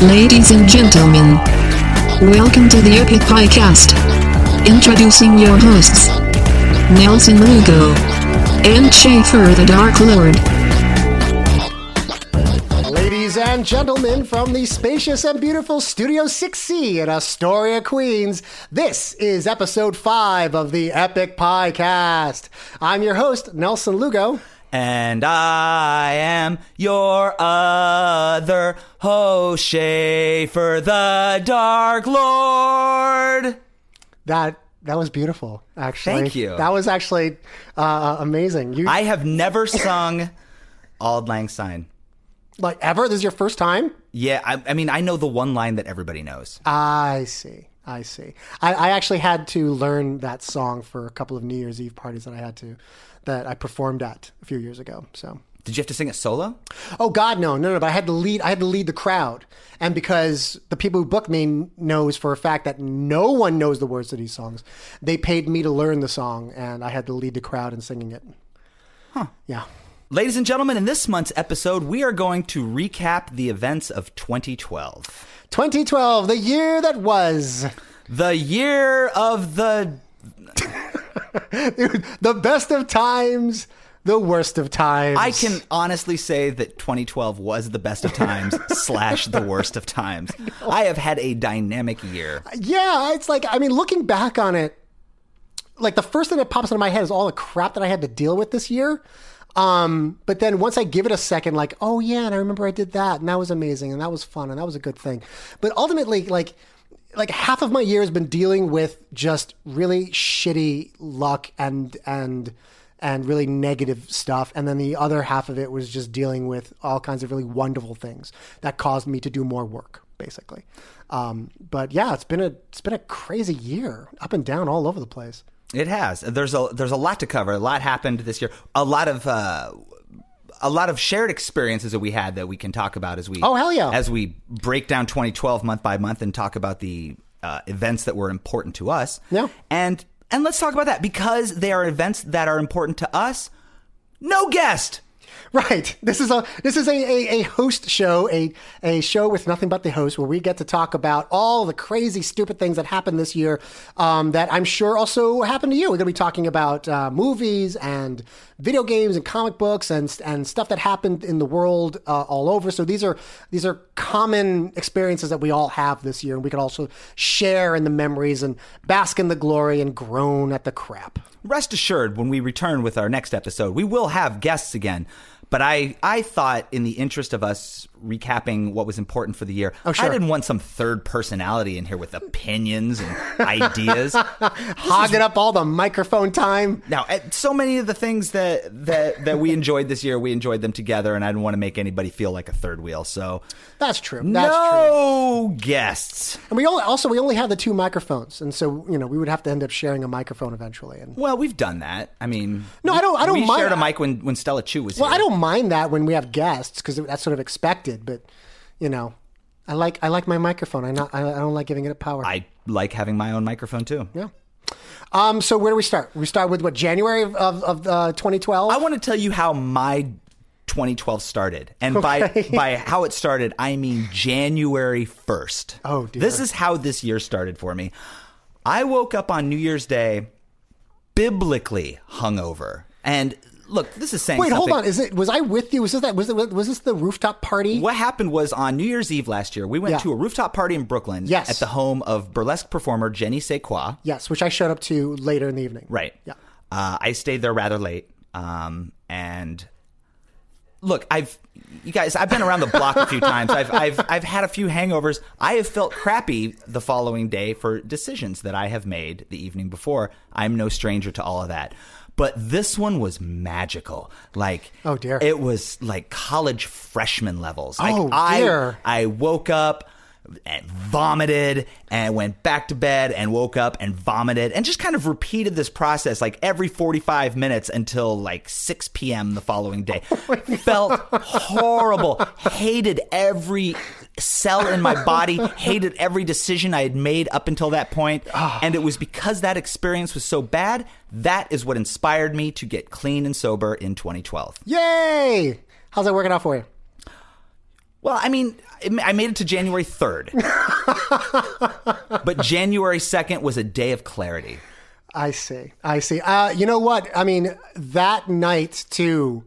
Ladies and gentlemen, welcome to the Epic Podcast. Introducing your hosts, Nelson Lugo and Schaefer the Dark Lord. Ladies and gentlemen, from the spacious and beautiful Studio 6C in Astoria, Queens, this is episode 5 of the Epic Podcast. I'm your host, Nelson Lugo. And I am your other host, Schaefer the Dark Lord. That that was beautiful, actually. Thank you. That was actually uh, amazing. You I have never sung Auld Lang Syne. like ever? This is your first time? Yeah, I, I mean, I know the one line that everybody knows. I see. I see. I, I actually had to learn that song for a couple of New Year's Eve parties that I had to that I performed at a few years ago. So Did you have to sing it solo? Oh God, no, no, no! But I had to lead. I had to lead the crowd, and because the people who booked me knows for a fact that no one knows the words to these songs, they paid me to learn the song, and I had to lead the crowd in singing it. Huh? Yeah. Ladies and gentlemen, in this month's episode, we are going to recap the events of 2012. 2012, the year that was The year of the. the best of times, the worst of times. I can honestly say that 2012 was the best of times slash the worst of times. I have had a dynamic year. Yeah, it's like I mean, looking back on it, like the first thing that pops into my head is all the crap that I had to deal with this year. Um, but then once I give it a second, like, oh yeah, and I remember I did that, and that was amazing, and that was fun, and that was a good thing. But ultimately, like, like half of my year has been dealing with just really shitty luck and and and really negative stuff, and then the other half of it was just dealing with all kinds of really wonderful things that caused me to do more work, basically. Um, but yeah, it's been a it's been a crazy year, up and down, all over the place. It has. There's a there's a lot to cover. A lot happened this year. A lot of uh, a lot of shared experiences that we had that we can talk about as we Oh, hell yeah. as we break down 2012 month by month and talk about the uh, events that were important to us. Yeah. and and let's talk about that because they are events that are important to us. No guest. Right. This is a this is a, a, a host show, a a show with nothing but the host, where we get to talk about all the crazy, stupid things that happened this year. Um, that I'm sure also happened to you. We're going to be talking about uh, movies and video games and comic books and and stuff that happened in the world uh, all over. So these are these are common experiences that we all have this year, and we can also share in the memories and bask in the glory and groan at the crap. rest assured when we return with our next episode we will have guests again but i i thought in the interest of us recapping what was important for the year Oh, sure. i didn't want some third personality in here with opinions and ideas Hogging up all the microphone time. now eh, so many of the things that that that we enjoyed this year we enjoyed them together and i didn't want to make anybody feel like a third wheel so That's true. That's true. no guests And we only, also we only have the two microphones, and so you know we would have to end up sharing a microphone eventually. And well we've done that i mean No, I don't- I don't we mind- shared a mic when when stella chu was well, here I don't mind that when we have guests because that's sort of expected. But you know, I like I like my microphone. I not I, I don't like giving it a power. i like having my own microphone too yeah. Um. So where do we start? We start with what January of of, of uh, 2012. I want to tell you how my 2012 started, and by by how it started, I mean January 1st. Oh, dear. This is how this year started for me. I woke up on New Year's Day biblically hungover, and look, this is saying Wait, hold something. on. Is it was I with you? Was this that was it, was this the rooftop party? What happened was on New Year's Eve last year, we went Yeah. to a rooftop party in Brooklyn Yes. at the home of burlesque performer Jenny Sequa. Yes, which I showed up to later in the evening. Right. Yeah. Uh, I stayed there rather late, um, and look, I've you guys, I've been around the block a few times. I've I've I've had a few hangovers. I have felt crappy the following day for decisions that I have made the evening before. I'm no stranger to all of that. But this one was magical. Like Oh, dear. It was like college freshman levels. Like Oh, dear. I I woke up and vomited and went back to bed and woke up and vomited and just kind of repeated this process like every 45 minutes until like 6 p.m. the following day. Oh Felt horrible, hated every cell in my body, hated every decision I had made up until that point. Ah. And it was because that experience was so bad, that is what inspired me to get clean and sober in 2012. Yay! How's that working out for you? Well, I mean, I made it to January 3rd. but January 2nd was a day of clarity. I see. I see. Uh, you know what? I mean, that night too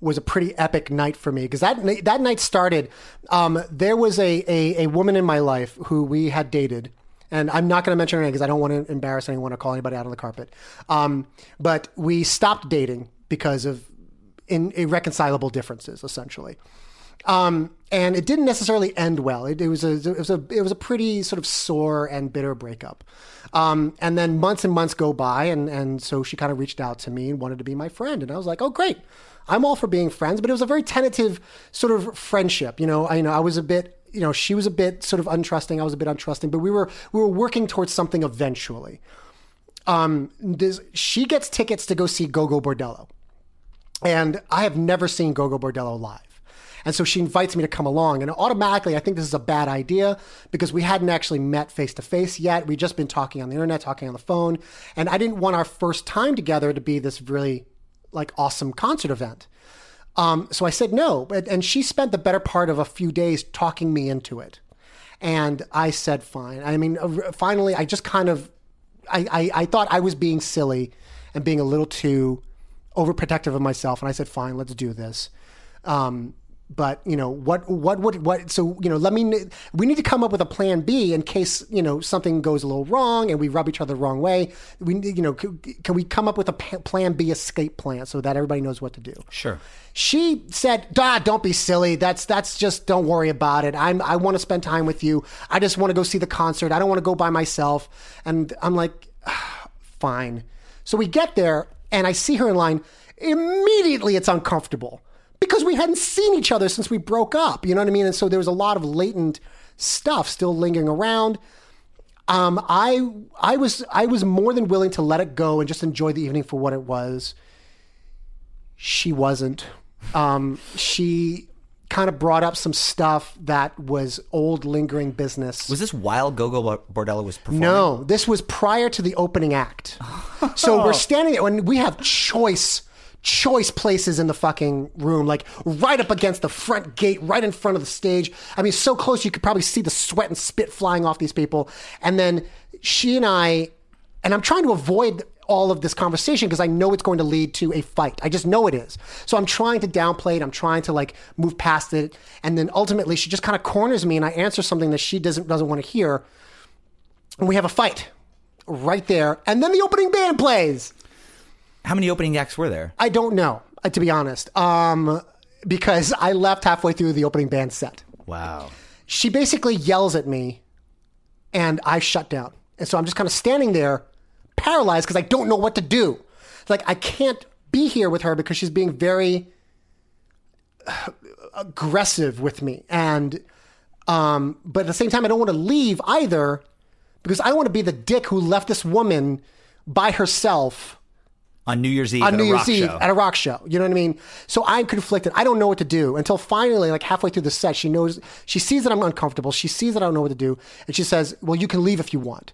was a pretty epic night for me because that ni- that night started. Um, there was a, a a woman in my life who we had dated, and I'm not going to mention her name because I don't want to embarrass anyone or call anybody out on the carpet. Um, but we stopped dating because of in, irreconcilable differences, essentially. Um, and it didn't necessarily end well. It, it was a it was a it was a pretty sort of sore and bitter breakup. Um, and then months and months go by, and and so she kind of reached out to me and wanted to be my friend, and I was like, oh great, I'm all for being friends. But it was a very tentative sort of friendship. You know, I you know I was a bit you know she was a bit sort of untrusting, I was a bit untrusting, but we were we were working towards something eventually. Um, does, she gets tickets to go see Gogo Bordello and I have never seen Gogo Bordello live. And so she invites me to come along, and automatically I think this is a bad idea because we hadn't actually met face to face yet. We'd just been talking on the internet, talking on the phone, and I didn't want our first time together to be this really like awesome concert event. Um, so I said no, but, and she spent the better part of a few days talking me into it, and I said fine. I mean, uh, finally, I just kind of I, I, I thought I was being silly and being a little too overprotective of myself, and I said, "Fine, let's do this." Um, but you know what? What would what? So you know, let me. We need to come up with a plan B in case you know something goes a little wrong and we rub each other the wrong way. We need- you know can, can we come up with a pa- plan B escape plan so that everybody knows what to do? Sure. she said, "Ah, don't be silly. That's that's just don't worry about it. I'm I want to spend time with you. I just want to go see the concert. I don't want to go by myself." And I'm like, "Ah, "Fine." So we get there and I see her in line. Immediately it's uncomfortable because we hadn't seen each other since we broke up. You know what I mean? And so there was a lot of latent stuff still lingering around um, I I was I was more than willing to let it go and just enjoy the evening for what it was. She wasn't. Um, she kind of brought up some stuff that was old lingering business. Was this while Gogo Bo- Bordello was performing? No, this was prior to the opening act. so we're standing there and we have choice choice places in the fucking room like right up against the front gate right in front of the stage i mean so close you could probably see the sweat and spit flying off these people and then she and i and i'm trying to avoid all of this conversation because i know it's going to lead to a fight i just know it is so i'm trying to downplay it i'm trying to like move past it and then ultimately she just kind of corners me and i answer something that she doesn't doesn't want to hear and we have a fight right there. And then the opening band plays. How many opening acts were there? I don't know, uh, to be honest, um, because I left halfway through the opening band set. Wow. She basically yells at me, and I shut down. And so I'm just kind of standing there, paralyzed, because I don't know what to do. It's Like, I can't be here with her because she's being very uh, aggressive with me. And, um, but at the same time, I don't want to leave either because I want to be the dick who left this woman by herself On New Year's Eve on at New a rock Year's Eve show. at a rock show. You know what I mean? So I'm conflicted. I don't know what to do until finally, like halfway through the set, she knows she sees that I'm uncomfortable. She sees that I don't know what to do, and she says, "Well, you can leave if you want."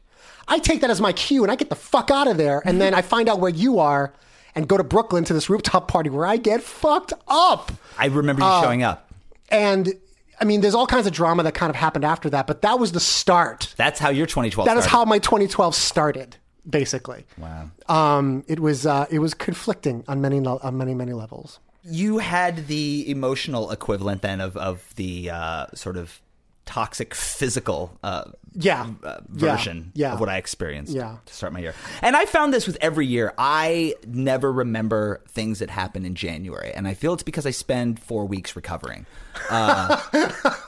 I take that as my cue, and I get the fuck out of there. And then I find out where you are, and go to Brooklyn to this rooftop party where I get fucked up. I remember Oh. you showing up. And I mean, there's all kinds of drama that kind of happened after that, but that was the start. That's how your 2012 That is started. how my 2012 started, basically. Wow. Um, it was uh, it was conflicting on many le- on many many levels. You had the emotional equivalent then of, of the uh, sort of toxic physical uh, Yeah. uh, Yeah. version Yeah. of what I experienced Yeah. to start my year. And I found this with every year. I never remember things that happen in January, and I feel it's because I spend four weeks recovering. Uh,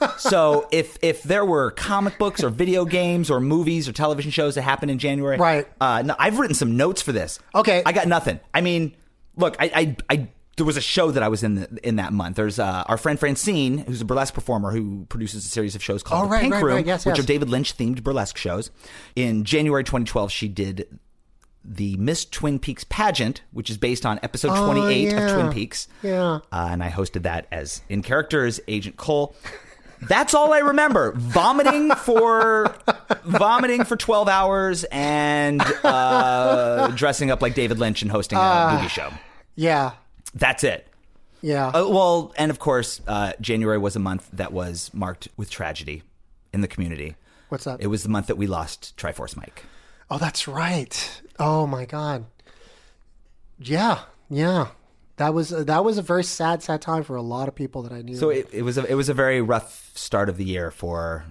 so if if there were comic books or video games or movies or television shows that happened in January, Right. Uh, no, I've written some notes for this. Okay. I got nothing. I mean, look, I, I, I there was a show that I was in the, in that month. There's uh, our friend Francine, who's a burlesque performer who produces a series of shows called Oh, The right, Pink right, Room, right. Yes, which yes. are David Lynch themed burlesque shows. In January 2012, she did the Miss Twin Peaks pageant, which is based on episode 28 of Oh, yeah. Twin Peaks. Yeah. Uh, and I hosted that as in character as Agent Cole. That's all I remember. vomiting for vomiting for twelve hours and uh, dressing up like David Lynch and hosting a Ah. movie show. Yeah. That's it. Yeah. Uh, well, and of course, uh, January was a month that was marked with tragedy in the community. What's up? It was the month that we lost Triforce Mike. Oh, that's right. Oh my God. Yeah, yeah. That was uh, that was a very sad, sad time for a lot of people that I knew. So it, it was a, it was a very rough start of the year for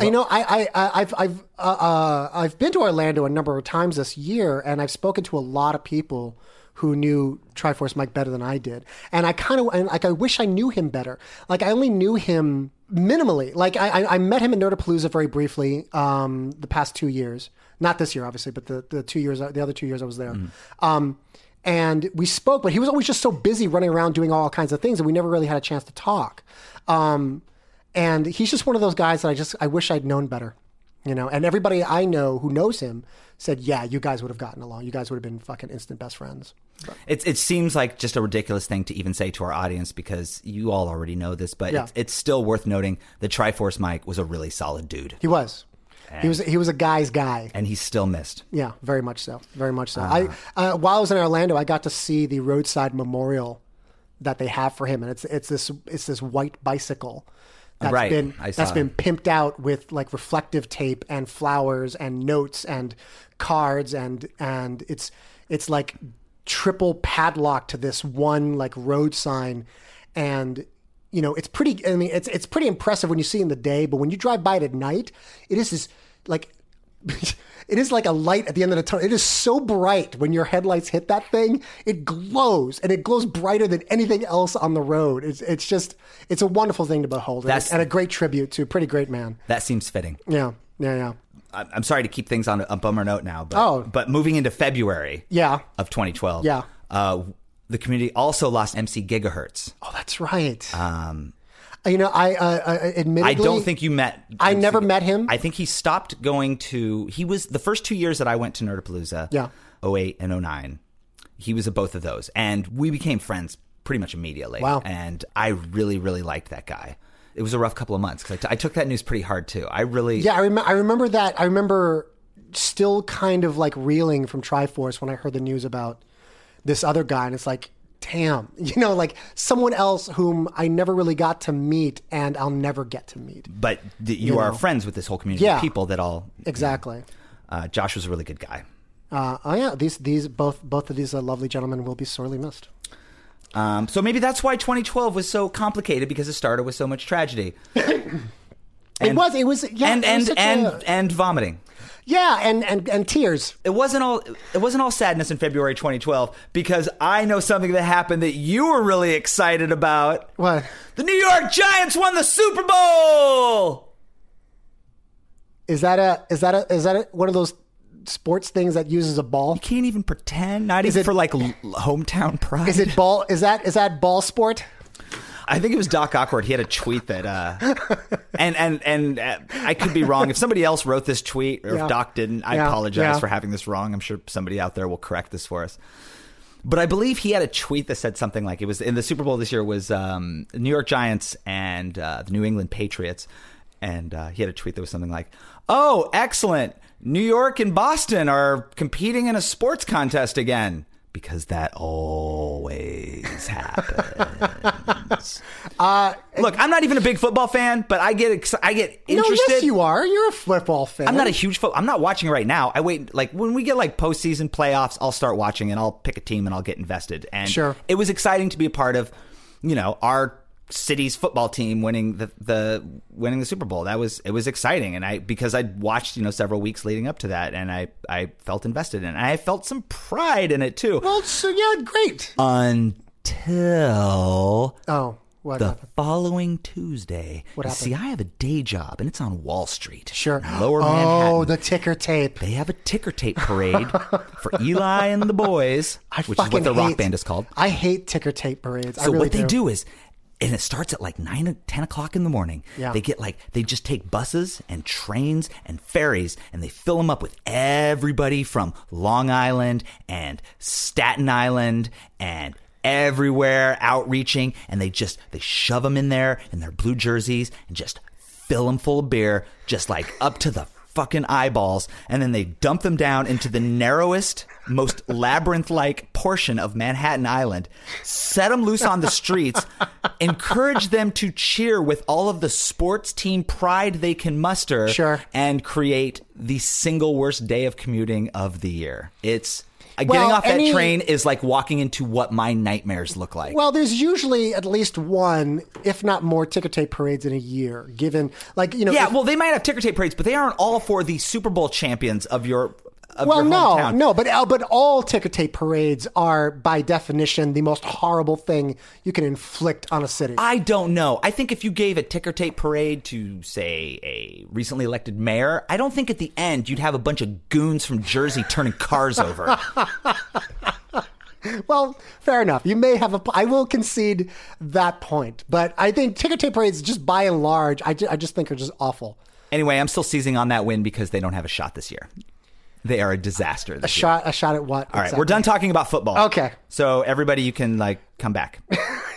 you know, I, I, I I've, I've, uh, uh, I've been to Orlando a number of times this year, and I've spoken to a lot of people who knew Triforce Mike better than I did, and I kind of, and like, I wish I knew him better. Like, I only knew him minimally. Like, I, I, I met him at Nerdapalooza very briefly, um, the past two years, not this year, obviously, but the, the two years, the other two years I was there. Um, and we spoke, but he was always just so busy running around doing all kinds of things, and we never really had a chance to talk. Um, and he's just one of those guys that I just I wish I'd known better, you know. And everybody I know who knows him said, "Yeah, you guys would have gotten along. You guys would have been fucking instant best friends." It, it seems like just a ridiculous thing to even say to our audience because you all already know this, but Yeah. it's, it's still worth noting that Triforce Mike was a really solid dude, He was, he was, he was a guy's guy. and he's still missed. Yeah, very much so, very much so. I Uh-huh. uh, while I was in Orlando, I got to see the roadside memorial that they have for him, and it's it's this it's this white bicycle. that's Right, been I that's saw. been pimped out with like reflective tape and flowers and notes and cards and and it's it's like triple padlock to this one like road sign and you know it's pretty i mean it's it's pretty impressive when you see it in the day but when you drive by it at night it is this like it is like a light at the end of the tunnel it is so bright when your headlights hit that thing it glows and it glows brighter than anything else on the road it's it's just it's a wonderful thing to behold and- That's- and a great tribute to a pretty great man That seems fitting. yeah yeah yeah I- I'm sorry to keep things on a, a bummer note now, but, Oh. but moving into February yeah of 2012, Yeah. uh, the community also lost MC Gigahertz. oh that's right um you know i uh, uh, admittedly I don't think you met. I never met him. I think he stopped going to. He was the first two years that I went to Nerdapalooza. Yeah. 08 and 09. He was at both of those, and we became friends pretty much immediately. Wow. And I really, really liked that guy. It was a rough couple of months because I, t- I took that news pretty hard too. I really, Yeah, I, rem- I remember that. I remember still kind of like reeling from Triforce when I heard the news about this other guy, and it's like, damn, you know, like someone else whom I never really got to meet, and I'll never get to meet. But th- you, are know. friends with this whole community Yeah. of people that all. Exactly. Uh, Josh was a really good guy. Uh, oh yeah, these these both both of these uh, lovely gentlemen will be sorely missed. Um, so maybe that's why 2012 was so complicated because it started with so much tragedy it was it was yeah and it was and such and a- and vomiting. yeah and and and tears. it wasn't all it wasn't all sadness in February 2012 because I know something that happened that you were really excited about. What? The New York Giants won the Super Bowl. Is that a is that a is that a, one of those sports things that uses a ball? Can't even pretend. Not even it- for like l- hometown pride. Is it ball? Is that is that ball sport? I think it was Doc Awkward. He had a tweet that, uh, and and and uh, I could be wrong. If somebody else wrote this tweet or Yeah. if Doc didn't, I Yeah, apologize yeah. for having this wrong. I'm sure somebody out there will correct this for us. But I believe he had a tweet that said something like it was in the Super Bowl this year was um, New York Giants and uh, the New England Patriots, and uh, he had a tweet that was something like, "Oh, excellent! New York and Boston are competing in a sports contest again." Because that always happens. Uh, Look, I'm not even a big football fan, but I get ex- I get interested. No, yes, you are. You're a football fan. I'm not a huge foot. I'm not watching right now. I wait like when we get like postseason playoffs, I'll start watching and I'll pick a team and I'll get invested. And Sure. it was exciting to be a part of. You know our city's football team winning the, the winning the Super Bowl. That was it was exciting, and I because I'd watched you know several weeks leading up to that, and I I felt invested in. it. And I felt some pride in it too. Well, Oh, so yeah, great. Uh, Until Oh, what? the happened? following Tuesday, What You happened? see, I have a day job, and it's on Wall Street, Sure. Lower oh, Manhattan. the ticker tape. they have a ticker tape parade for Eli and the boys, I which is fucking what the rock hate- band is called. I hate ticker tape parades. I So really what they do. is, and it starts at like nine, or ten o'clock in the morning. Yeah. They get like they just take buses and trains and ferries, and they fill them up with everybody from Long Island and Staten Island and everywhere outreaching, and they just they shove them in there in their blue jerseys and just fill them full of beer, just like up to the fucking eyeballs, and then they dump them down into the narrowest, most labyrinth like portion of Manhattan Island, set them loose on the streets, encourage them to cheer with all of the sports team pride they can muster, Sure. and create the single worst day of commuting of the year. It's. uh, Getting Well, off that any- train is like walking into what my nightmares look like. Well, there's usually at least one, if not more, ticker tape parades in a year. Given, like you know, yeah, if- well, they might have ticker tape parades, but they aren't all for the Super Bowl champions of your of well, your no, hometown. no, but uh, but all ticker tape parades are by definition the most horrible thing you can inflict on a city. I don't know. I think if you gave a ticker tape parade to, say, a recently elected mayor, I don't think at the end you'd have a bunch of goons from Jersey turning cars over. well, fair enough. You may have a. I will concede that point, but I think ticker tape parades, just by and large, I, ju- I just think are just awful. anyway, I'm still seizing on that win because they don't have a shot this year. They are a disaster A this year. shot, a shot at what? All right, we're done talking about football. Okay. So everybody, you can like come back.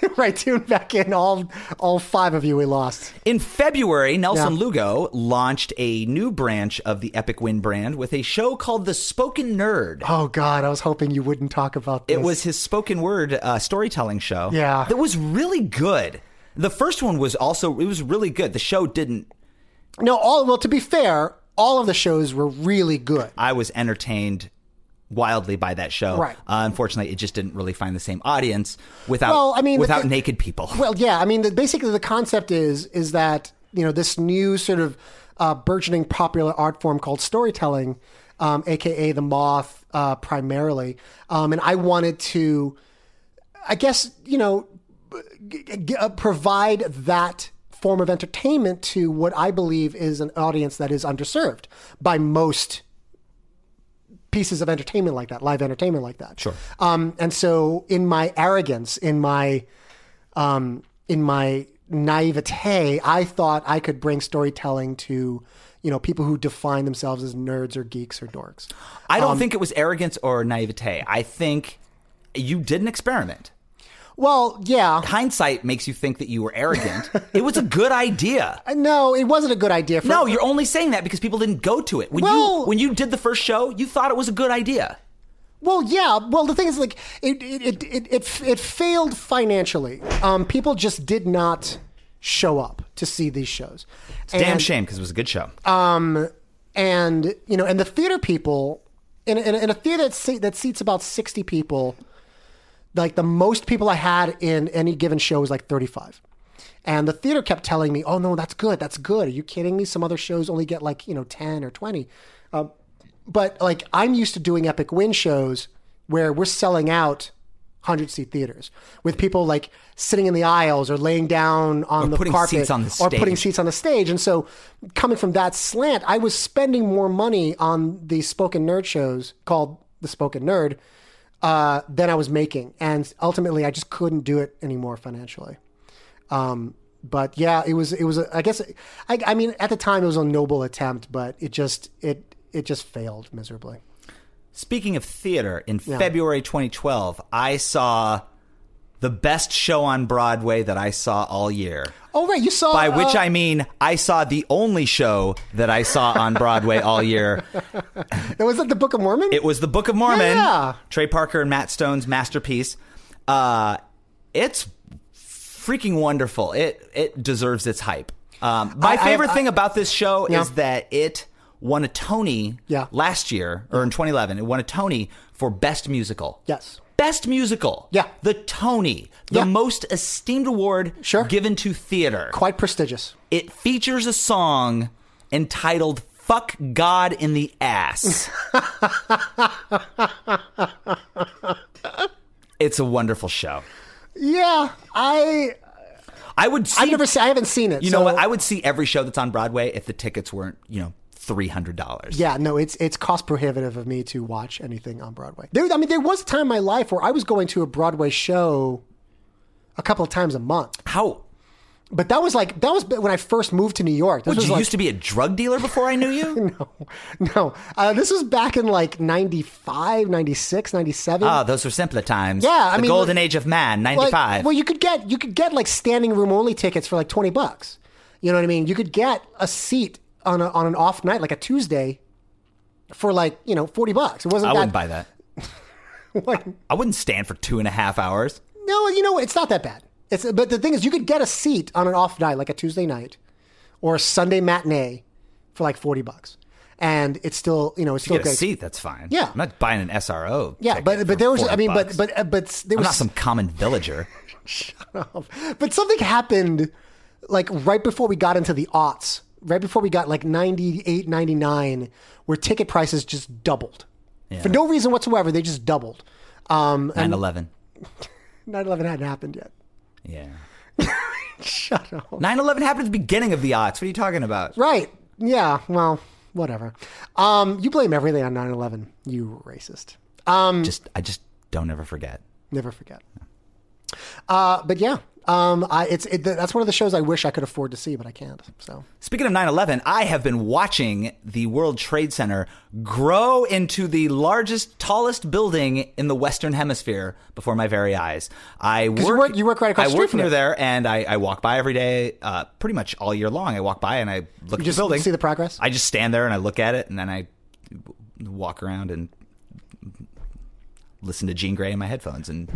right, tune back in. All all five of you we lost. In February, Nelson Yeah. Lugo launched a new branch of the Epic Win brand with a show called The Spoken Nerd. Oh God, I was hoping you wouldn't talk about this. It was his spoken word uh, storytelling show. Yeah. that was really good. The first one was also it was really good. The show didn't. no. All well, to be fair, all of the shows were really good. I was entertained wildly by that show. Right. Uh, unfortunately, it just didn't really find the same audience without. Well, I mean, the without thi- naked people. Well, yeah. I mean, the, basically, the concept is is that you know this new sort of uh, burgeoning popular art form called storytelling, um, aka the moth, uh, primarily. Um, and I wanted to, I guess, you know, g- g- uh, provide that form of entertainment to what I believe is an audience that is underserved by most pieces of entertainment like that, live entertainment like that. Sure. Um, and so, in my arrogance, in my um, in my naivete, I thought I could bring storytelling to you know people who define themselves as nerds or geeks or dorks. I um, don't think it was arrogance or naivete. I think you did an experiment. Well, yeah. Hindsight makes you think that you were arrogant. it was a good idea. No, it wasn't a good idea. For, No, you're only saying that because people didn't go to it. When you Well- when you did the first show, you thought it was a good idea. Well, yeah. Well, the thing is, like, it it it it, it, it failed financially. Um, people just did not show up to see these shows. Damn And- shame because it was a good show. and you know, and the theater people in a, in a, in a theater that se- that seats about sixty people, like the most people I had in any given show was like thirty five, and the theater kept telling me, "Oh no, that's good, that's good." Are you kidding me? Some other shows only get like you know ten or twenty, um, but like I'm used to doing Epic Win shows where we're selling out. Hundred seat theaters with people like sitting in the aisles or laying down on the putting carpet seats on the or putting stage. seats on the stage. And so, coming from that slant, I was spending more money on these spoken nerd shows called The Spoken Nerd uh, than I was making. And ultimately, I just couldn't do it anymore financially. Um, but yeah, it was, it was, a, I guess, I, I mean, at the time, it was a noble attempt, but it just, it, it just failed miserably. Speaking of theater, in February 2012, I saw the best show on Broadway that I saw all year. Oh, right. You saw. By which uh, I mean, I saw the only show that I saw on Broadway all year. Was that the Book of Mormon? It was the Book of Mormon, Yeah. Trey Parker and Matt Stone's masterpiece. Uh, it's freaking wonderful. It it deserves its hype. Um, my I- I- favorite I- thing about this show Yeah. is that it won a Tony Yeah. last year or in 2011. It won a Tony for best musical. yes. Best musical. Yeah. The Tony, the Yeah. most esteemed award Sure. given to theater. Quite prestigious. It features a song entitled Fuck God in the Ass. it's a wonderful show. Yeah, I I would see I've never se- I haven't seen it. You know so- what? I would see every show that's on Broadway if the tickets weren't, you know, $300. Yeah, no, it's it's cost prohibitive of me to watch anything on Broadway. There, I mean, there was a time in my life where I was going to a Broadway show a couple of times a month, How? but that was like that was when I first moved to New York. This Oh, What, was you like, used to be a drug dealer before I knew you? no, uh, this was back in like 95, 96, 97. Ah, those were simpler times. Yeah, I the mean, golden like- age of man, like, 95. well, you could get you could get like standing room only tickets for like twenty bucks. You know what I mean? You could get a seat on a, on an off night, like a Tuesday, for like you know forty bucks. It wasn't I that wouldn't buy that. I wouldn't stand for two and a half hours. No, you know what? It's not that bad. It's but the thing is, you could get a seat on an off night, like a Tuesday night or a Sunday matinee, for like forty bucks, and it's still you know it's You still get a great. seat, that's fine. Yeah. I'm not buying an SRO. Yeah, ticket but for but there was 40 I mean bucks. but but uh, but there I'm was not some common villager. but something happened like right before we got into the aughts, right before we got like 98, 99, where ticket prices just doubled for no reason whatsoever. They just doubled. Um, 9 11. 9/11 hadn't happened yet. Yeah. Shut up. 9 11 happened at the beginning of the odds. What are you talking about? Right. Yeah. Well, whatever. Um, you blame everything on 9 11. You racist. Mm. Just, I just don't ever forget. Never forget. Uh, but yeah, um, I, it's it, that's one of the shows I wish I could afford to see, but I can't. So Speaking of 9 11, I have been watching the World Trade Center grow into the largest, tallest building in the Western Hemisphere before my very eyes. I work, you work- you work right across I the work street from near it. there, and I, I walk by every day, uh, pretty much all year long. I walk by and I look at just the building. see the progress? I just stand there and I look at it, and then I walk around and listen to Gene Gray in my headphones and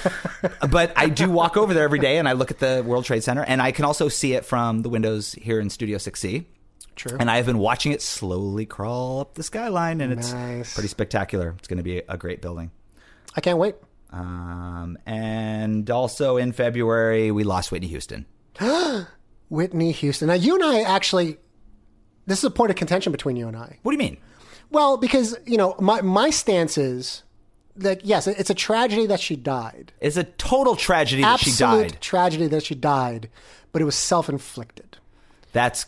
but I do walk over there every day and I look at the World Trade Center and I can also see it from the windows here in Studio 6C. True. And I have been watching it slowly crawl up the skyline and it's Nice. pretty spectacular. It's going to be a great building. I can't wait. Um, and also in February, we lost Whitney Houston. Whitney Houston. Now you and I actually, this is a point of contention between you and I. What do you mean? Well, because you know my my stance is that yes, it's a tragedy that she died. It's a total tragedy that she Absolute died. tragedy that she died, but it was self inflicted. That's.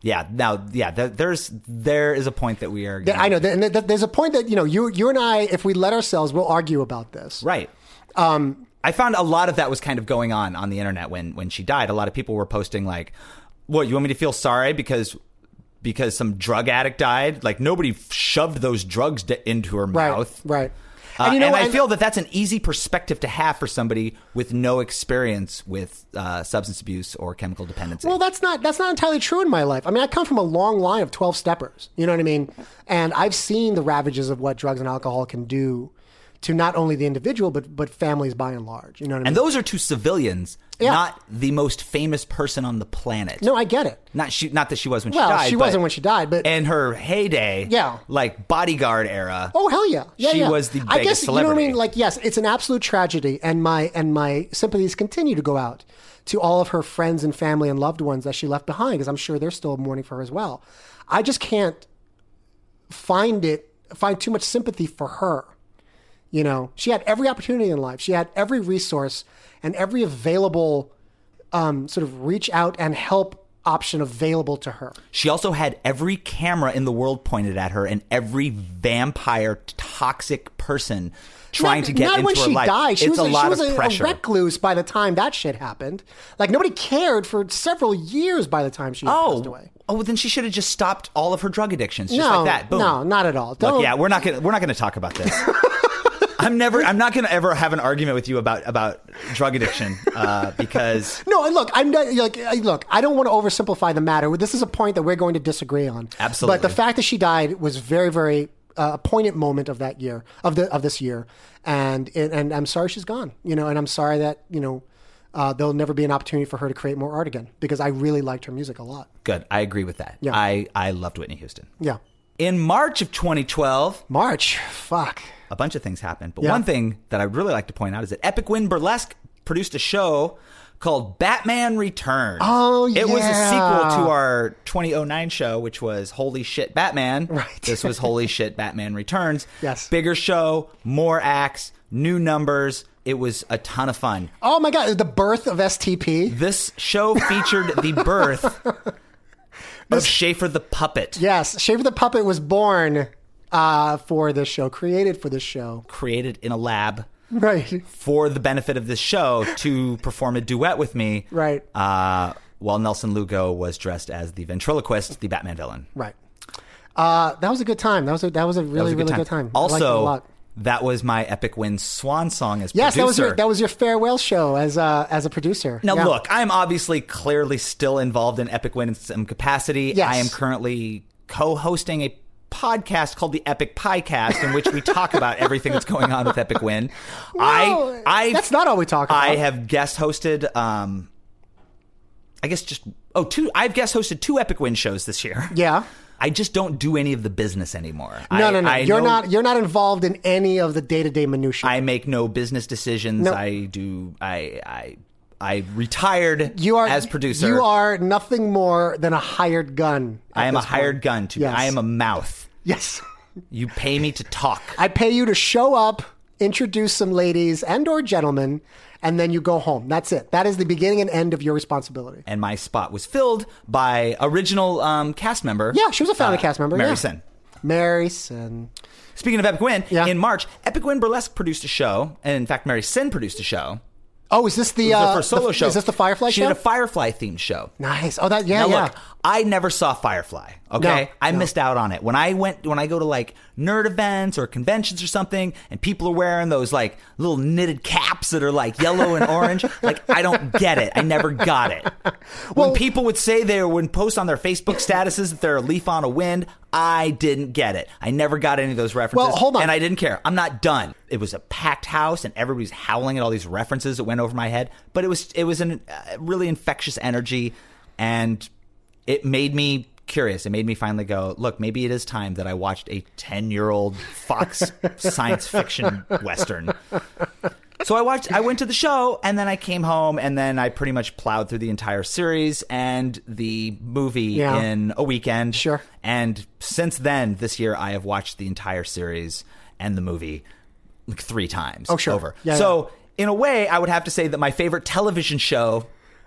Yeah, now, yeah, there, there's there is a point that we are. Yeah, gonna- I know. Th- And th- th- there's a point that you know you you and I, if we let ourselves, we'll argue about this. Right. Um, I found a lot of that was kind of going on on the internet when when she died. A lot of people were posting like, "What you want me to feel sorry because because some drug addict died? Like nobody shoved those drugs d into her Right. mouth." Right. Uh, and and you know, I and- feel that that's an easy perspective to have for somebody with no experience with uh, substance abuse or chemical dependency. Well, that's not that's not entirely true in my life. I mean, I come from a long line of twelve steppers. You know what I mean? And I've seen the ravages of what drugs and alcohol can do to not only the individual but but families by and large. You know what I mean? and those are two civilians, Yeah. not the most famous person on the planet. no, I get it. Not she. Not that she was when Well, she died. she but wasn't when she died, but- in her heyday, Yeah. like bodyguard era. Oh hell yeah! yeah She yeah. was the I guess biggest you know what I celebrity. mean. Like yes, it's an absolute tragedy, and my and my sympathies continue to go out to all of her friends and family and loved ones that she left behind, because I'm sure they're still mourning for her as well. I just can't find it find too much sympathy for her. You know, she had every opportunity in life. She had every resource and every available um, sort of reach out and help option available to her. She also had every camera in the world pointed at her and every vampire toxic person trying not, to get not into when her she life. died. She was it's a lot she was of a, pressure. a recluse by the time that shit happened. Like nobody cared for several years by the time she passed oh, away. oh, well, then she should have just stopped all of her drug addictions, just no, like that. Boom. no, not at all. Don't. Look, yeah, we're not gonna we're not gonna talk about this. I'm never. I'm not gonna ever have an argument with you about about drug addiction uh, because no, and look, I'm not, like, I- look, I don't want to oversimplify the matter. This is a point that we're going to disagree on. Absolutely. But the fact that she died was very, very uh, a poignant moment of that year of the of this year, and and- and I'm sorry she's gone. You know, and I'm sorry that you know. Uh, there'll never be an opportunity for her to create more art again because I really liked her music a lot. good. I agree with that. Yeah. I I loved Whitney Houston. Yeah. In March of 2012, March. Fuck. a bunch of things happened. But Yeah. one thing that I'd really like to point out is that Epic Win Burlesque produced a show called Batman Return. Oh, It was a yeah. sequel to our 2009 show, which was Holy Shit Batman. Right. This was Holy Shit Batman Returns. Yes. Bigger show, more acts, new numbers. It was a ton of fun. Oh my god, the birth of STP. This show featured the birth of Schaefer the Puppet, Yes, Shaver the Puppet was born uh, for this show, created for this show. created in a lab Right. for the benefit of this show to perform a duet with me. Right. Uh, while Nelson Lugo was dressed as the ventriloquist, the Batman villain. Right. Uh, that was a good time. That was a, that was a That was really a really good time. I liked it a Also, lot. that was my epic win swan song as yes, producer. that was your that was your farewell show as a, as a producer. Now, Yeah. look, I'm obviously clearly still involved in Epic Win in some capacity. Yes. I am currently co hosting a podcast called the Epic Piecast, in which we talk about everything that's going on with Epic Win. I, No, I, that's not all we talk about. I have guest hosted, um, I guess just, oh, two, I've guest hosted two Epic Win shows this year. yeah. I just don't do any of the business anymore. No, I, no, no. I you're know not you're not involved in any of the day to day minutiae. I make no business decisions. No. I do. I. I. I retired. you are as producer. You are nothing more than a hired gun. at I am a this point. hired gun to. Yes. I am a mouth. Yes. You pay me to talk. I pay you to show up, introduce some ladies and or gentlemen, and then you go home. That's it. That is the beginning and end of your responsibility. and my spot was filled by original um, cast member. Uh, Yeah, she was a founding cast member, Mary yeah. Sin. Mary Sin. Speaking of Epic Win, Yeah. in March, Epic Win Burlesque produced a show, and in fact, Mary Sin produced a show. Oh, is this the It was uh, her first solo the- show. Is this the Firefly she show? did a Firefly themed show. nice. Oh, that yeah, Now yeah. look, I never saw Firefly. Okay, No, I no. missed out on it when I went when I go to like nerd events or conventions or something, and people are wearing those like little knitted caps that are like yellow and orange. like I don't get it. I never got it. when people would say they would post on their Facebook statuses that they're a leaf on a wind, I didn't get it. I never got any of those references. Well, hold on. and I didn't care. I'm not done. It was a packed house, and everybody's howling at all these references that went over my head. But it was it was an uh, really infectious energy, and it made me curious. It made me finally go, look, maybe it is time that I watched a 10 year old Fox science fiction Western. So I watched, I went to the show and then I came home and then I pretty much plowed through the entire series and the movie Yeah. in a weekend. Sure. And since then, this year, I have watched the entire series and the movie like three times. Oh, sure. Over. Yeah, so in a way, I would have to say that my favorite television show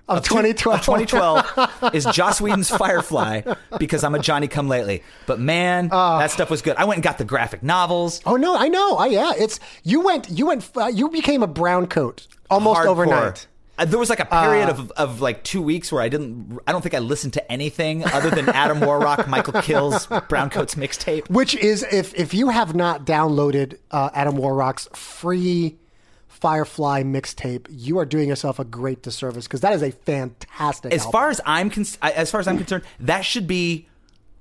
Of 2012. of 2012 is Joss Whedon's Firefly because I'm a Johnny Come Lately. But man, Ah. that stuff was good. I went and got the graphic novels. Oh no, I know. I yeah, it's you went you went uh, you became a brown coat almost Hardcore. overnight. Ah. Uh, There was like a period of, of like two weeks where I didn't. I don't think I listened to anything other than Adam Warrock, Michael Kill's Browncoats mixtape. Which is if if you have not downloaded uh, Adam Warrock's free Firefly mixtape, you are doing yourself a great disservice because that is a fantastic. As album. far as I'm con- as far as I'm concerned, that should be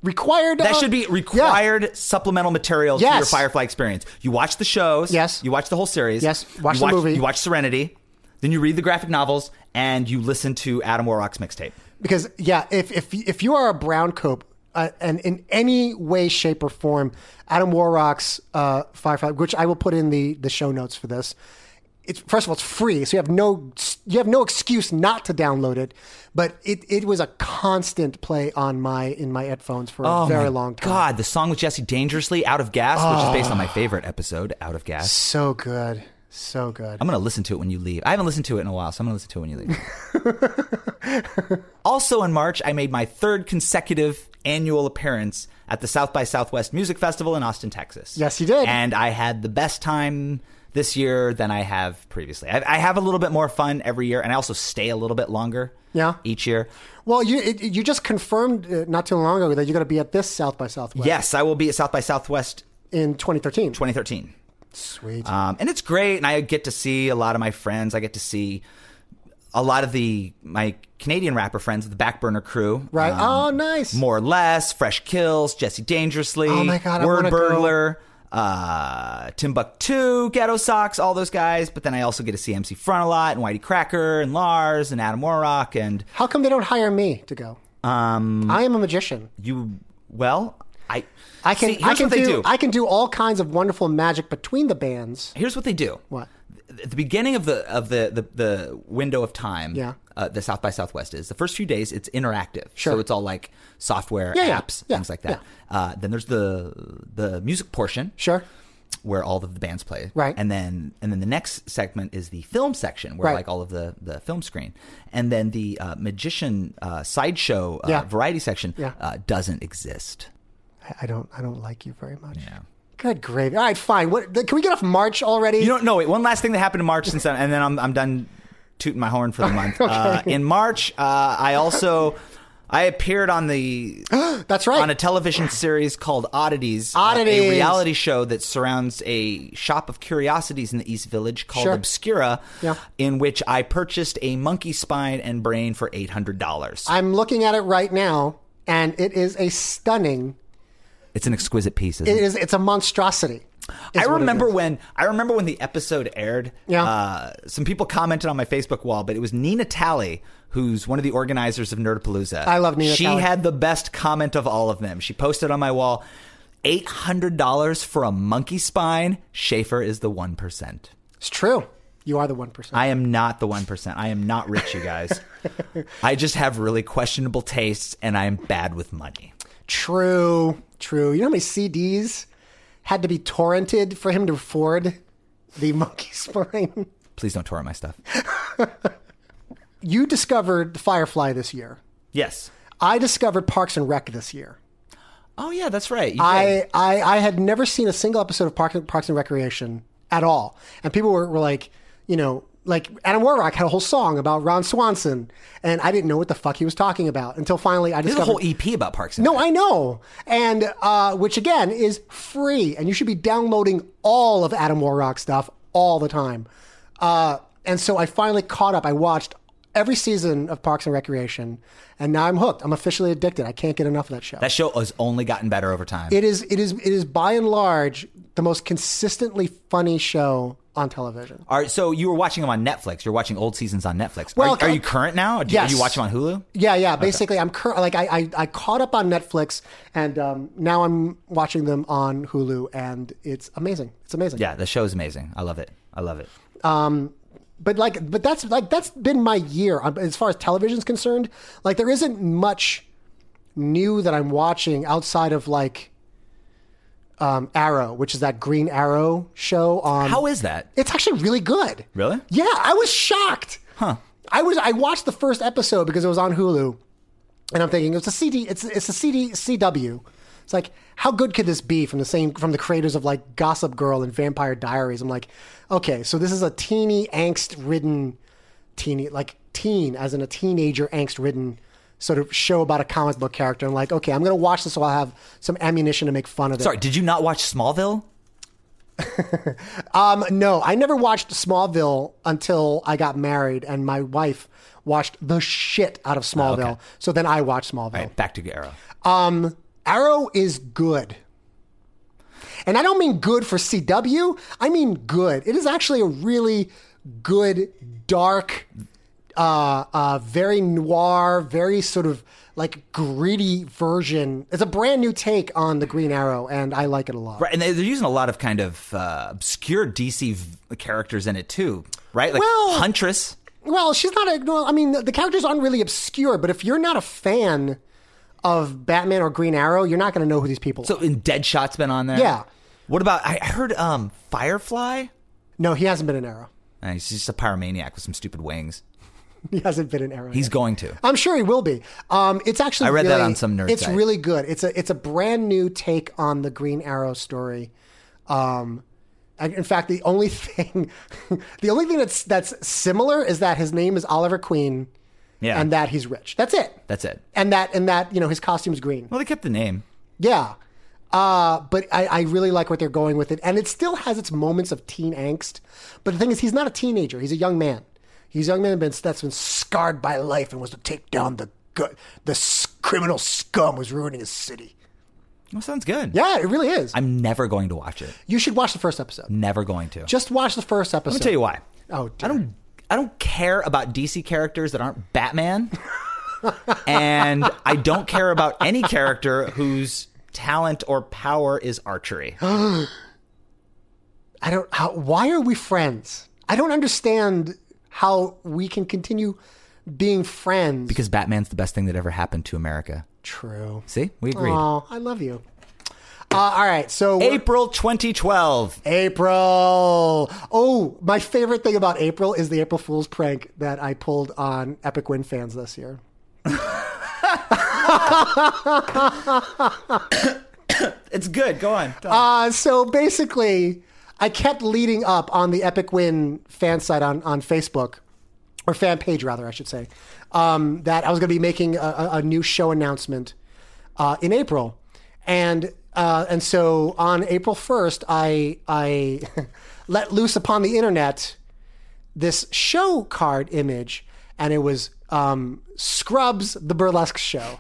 required, That uh, should be yeah. required supplemental material to your Yes. Firefly experience. You watch the shows. Yes. You watch the whole series. Yes. You Watch the movie. You watch Serenity. Then you read the graphic novels and you listen to Adam Warrock's mixtape. because yeah, if if if you are a brown coat uh, and in any way, shape, or form, Adam Warrock's uh, Firefly, which I will put in the the show notes for this. It's first of all, it's free, so you have no you have no excuse not to download it. But it it was a constant play on my in my headphones for a very long time. Oh God, the song with Jesse Dangerously, Out of Gas, which is based on my favorite episode, Out of Gas. so good, so good. I'm going to listen to it when you leave. I haven't listened to it in a while, so I'm going to listen to it when you leave. also in March, I made my third consecutive annual appearance at the South by Southwest Music Festival in Austin, Texas. Yes, you did. And I had the best time this year than I have previously. I, I have a little bit more fun every year, and I also stay a little bit longer. Yeah. Each year. Well, you it, you just confirmed uh, not too long ago that you're going to be at this South by Southwest Yes, I will be at South by Southwest in 2013. 2013. Sweet. Um, and it's great, and I get to see a lot of my friends. I get to see a lot of the my Canadian rapper friends, the Backburner crew, Right. Um, oh, nice. more or less, Fresh Kills, Jesse Dangerously, Oh my God, I Word wanna go. Burglar, uh, Timbuktu, Ghetto Socks, all those guys. But then I also get to see MC Front a lot, and Whitey Cracker, and Lars, and Adam Warrock, and How come they don't hire me to go? Um, I am a magician. you. Well, I I can See, I here's can what they do, do. I can do all kinds of wonderful magic between the bands. here's what they do. What? At the beginning of the of the the, the window of time, Yeah. uh, the South by Southwest is the first few days. It's interactive, Sure. so it's all like software Yeah, yeah, apps, yeah, things like that. Uh, then there's the the music portion, Sure. where all of the bands play, Right. And then and then the next segment is the film section, where Right. like all of the the film screen, and then the uh, magician uh, sideshow uh, Yeah. variety section Yeah. uh, doesn't exist. I, I don't I don't like you very much. Good gravy. All right, fine. What can we get off March already? You don't know. Wait, one last thing that happened in March, since I'm, and then I'm, I'm done tooting my horn for the month. uh, in March, uh, I also I appeared on the That's right. on a television series called Oddities, uh, Oddities. a reality show that surrounds a shop of curiosities in the East Village called Sure. Obscura, Yeah. in which I purchased a monkey spine and brain for eight hundred dollars. I'm looking at it right now, and it is a stunning. It's an exquisite piece. Isn't It it? is. It's a monstrosity. I remember when I remember when the episode aired. Yeah. Uh, some people commented on my Facebook wall, but it was Nina Talley, who's one of the organizers of Nerdapalooza. I love Nina She Talley. had the best comment of all of them. She posted on my wall, eight hundred dollars for a monkey spine. Schaefer is the one percent. It's true. You are the one percent. I am not the one percent. I am not rich, you guys. I just have really questionable tastes, and I am bad with money. True. True. You know how many CDs had to be torrented for him to afford the monkey spine? Please don't torrent my stuff. You discovered Firefly this year. Yes. I discovered Parks and Rec this year. Oh yeah, that's right. You did. I, I, I had never seen a single episode of Park, Parks and Recreation at all. And people were, were like, you know, like Adam Warrock had a whole song about Ron Swanson, and I didn't know what the fuck he was talking about until finally I There's a discovered. whole EP about Parks. And no, Rec. I know, and uh, which again is free, and you should be downloading all of Adam Warrock stuff all the time. Uh, and so I finally caught up. I watched every season of Parks and Recreation, and now I'm hooked. I'm officially addicted. I can't get enough of that show. That show has only gotten better over time. It is it is it is by and large the most consistently funny show on television. All right, so you were watching them on Netflix. You're watching old seasons on Netflix. Well, are, are you current now? Or do, Yes. Do you watch them on Hulu? Yeah, yeah. Basically, I'm cur- like I, I I caught up on Netflix and um, now I'm watching them on Hulu and it's amazing. It's amazing. Yeah, the show is amazing. I love it. I love it. But like, but that's like that's been my year um, as far as television's concerned. Like, there isn't much new that I'm watching outside of like um, Arrow, which is that Green Arrow show on. How is that? It's actually really good. Really? Yeah, I was shocked. Huh. I was I watched the first episode because it was on Hulu, and I'm thinking it's a CD. It's it's a CD CW. It's like how good could this be from the same from the creators of like Gossip Girl and Vampire Diaries? I'm like, okay, so this is a teeny angst ridden teeny like teen as in a teenager angst ridden sort of show about a comic book character. I'm like, okay, I'm gonna watch this so I'll have some ammunition to make fun of it. Sorry, did you not watch Smallville? No, I never watched Smallville until I got married, and my wife watched the shit out of Smallville. So then I watched Smallville. All Oh, right, back to Arrow. Arrow is good. And I don't mean good for CW, I mean good. It is actually a really good, dark, uh, uh, very noir, very sort of like gritty version. It's a brand new take on the Green Arrow, and I like it a lot. Right, and they- they're using a lot of kind of uh, obscure DC v- characters in it too, right? Like Well- Huntress. Well, she's not a. Well, I mean, the characters aren't really obscure, but if you're not a fan of Batman or Green Arrow, you're not going to know who these people So are. and Deadshot's been on there. Yeah. What about I I heard um Firefly? No, he hasn't been an Arrow. Uh, he's just a pyromaniac with some stupid wings. He hasn't been an Arrow. He's yet. going to. I'm sure he will be. Um, it's actually. I read that really- on some nerd It's site. really good. It's a it's a brand new take on the Green Arrow story. Um, I- in fact, the only thing, the only thing that's that's similar is that his name is Oliver Queen, Yeah. and that he's rich. That's it. that's it. And that and that you know his costume's green. Well, they kept the name. Yeah. Uh, but I, I really like what they're going with it. And it still has its moments of teen angst. But the thing is, he's not a teenager. He's a young man. He's a young man been- that's been scarred by life and wants to take down the gu- the s- criminal scum who's ruining his city. Well, sounds good. Yeah, it really is. I'm never going to watch it. you should watch the first episode. Never going to. Just watch the first episode. Let me tell you why. Oh, dear. I don't. I don't care about DC characters that aren't Batman, and I don't care about any character who's talent or power is archery. I don't. How, why are we friends? I don't understand how we can continue being friends. because Batman's the best thing that ever happened to America. true. See, we agreed. Oh, I love you. Uh, all right, so we're- April 2012. April. Oh, my favorite thing about April is the April Fool's prank that I pulled on Epic Win fans this year. It's good. Go on. Uh, so basically, I kept leading up on the Epic Win fan site on, on Facebook, or fan page rather, I should say, um, that I was going to be making a, a, a new show announcement uh, in April, and uh, and so on April first, I I let loose upon the internet this show card image, and it was um, Scrubs, the burlesque show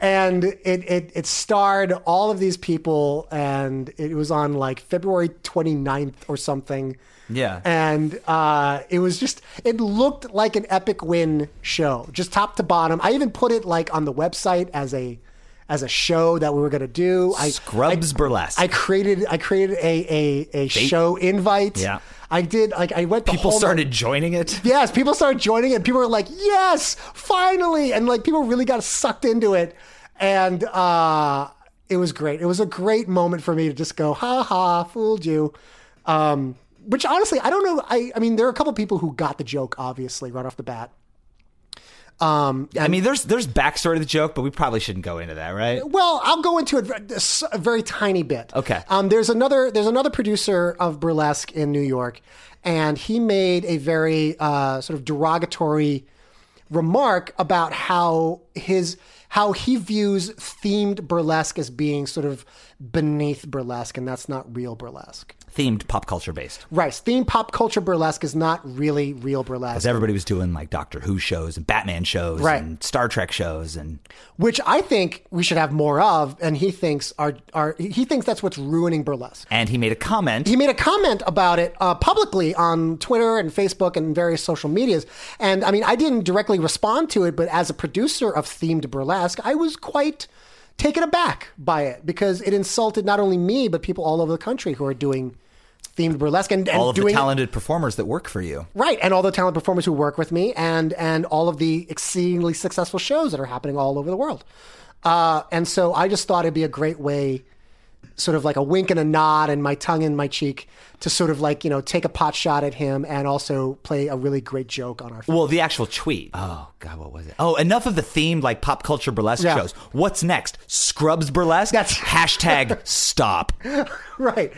and it, it it starred all of these people and it was on like february 29th or something Yeah. and uh, it was just it looked like an epic win show just top to bottom i even put it like on the website as a as a show that we were going to do i Scrubs burlesque. i created i created a a, a show invite Yeah. i did like i went the People whole started joining it. Yes, people started joining it. People were like, "Yes, finally!" And like, people really got sucked into it, and uh, it was great. It was a great moment for me to just go, "Ha ha, fooled you." Um, which honestly, I don't know. I, I mean, there are a couple people who got the joke, obviously, right off the bat. I mean, there's there's backstory to the joke, but we probably shouldn't go into that, right? Well, I'll go into it v- s- a very tiny bit. Okay. Um, there's another there's another producer of burlesque in New York, and he made a very uh, sort of derogatory remark about how his how he views themed burlesque as being sort of beneath burlesque, and that's not real burlesque. Themed pop culture based. Right. Themed pop culture burlesque is not really real burlesque. Because everybody was doing like Doctor Who shows and Batman shows Right. and Star Trek shows and which I think we should have more of, and he thinks are are he thinks that's what's ruining burlesque. and he made a comment. he made a comment about it uh, publicly on Twitter and Facebook and various social medias. And I mean, I didn't directly respond to it, but as a producer of themed burlesque, I was quite taken aback by it because it insulted not only me but people all over the country who are doing themed burlesque and, and all of the doing it- talented performers that work for you. right and all the talent performers who work with me and and all of the exceedingly successful shows that are happening all over the world uh, and so i just thought it'd be a great way sort of like a wink and a nod and my tongue in my cheek to sort of like you know take a pot shot at him and also play a really great joke on our Well, the actual tweet. Oh God, what was it? Oh, enough of the themed like pop culture burlesque Yeah. shows. What's next? Scrubs burlesque. That's- hashtag stop. right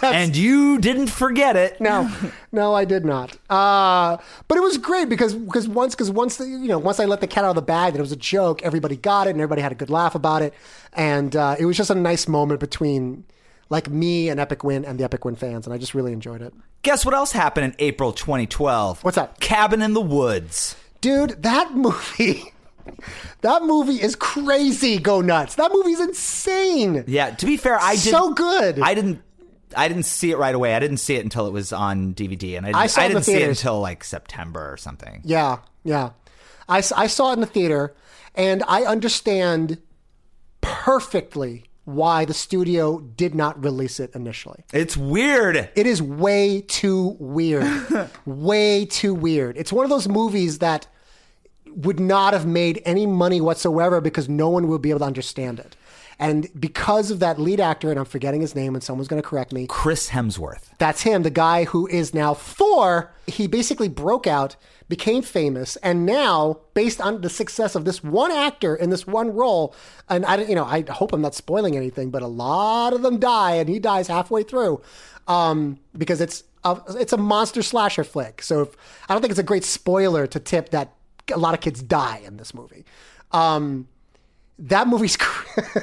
And you didn't forget it. no, no, I did not. Uh, but it was great because because once because once the, you know once I let the cat out of the bag that it was a joke, everybody got it and everybody had a good laugh about it, and uh, it was just a nice moment between like me and Epic Win and the Epic Win fans, and I just really enjoyed it. Guess what else happened in April 2012? What's that? Cabin in the Woods. Dude, that movie, that movie is crazy. Go nuts! That movie's insane. Yeah. To be fair, I did so good. I didn't. I didn't see it right away. I didn't see it until it was on DVD, and I, didn't- saw it in the didn't see it theaters. until like September or something. Yeah, yeah. I, s- I saw it in the theater, and I understand perfectly why the studio did not release it initially. It's weird. It is way too weird. way too weird. It's one of those movies that would not have made any money whatsoever because no one will be able to understand it. And because of that lead actor, and I'm forgetting his name, and someone's going to correct me, Chris Hemsworth. that's him, the guy who is now Thor. He basically broke out, became famous, and now, based on the success of this one actor in this one role, and I, don't- you know, I hope I'm not spoiling anything, but a lot of them die, and he dies halfway through, um, because it's a, it's a monster slasher flick. So if, I don't think it's a great spoiler to tip that a lot of kids die in this movie. Um, that movie's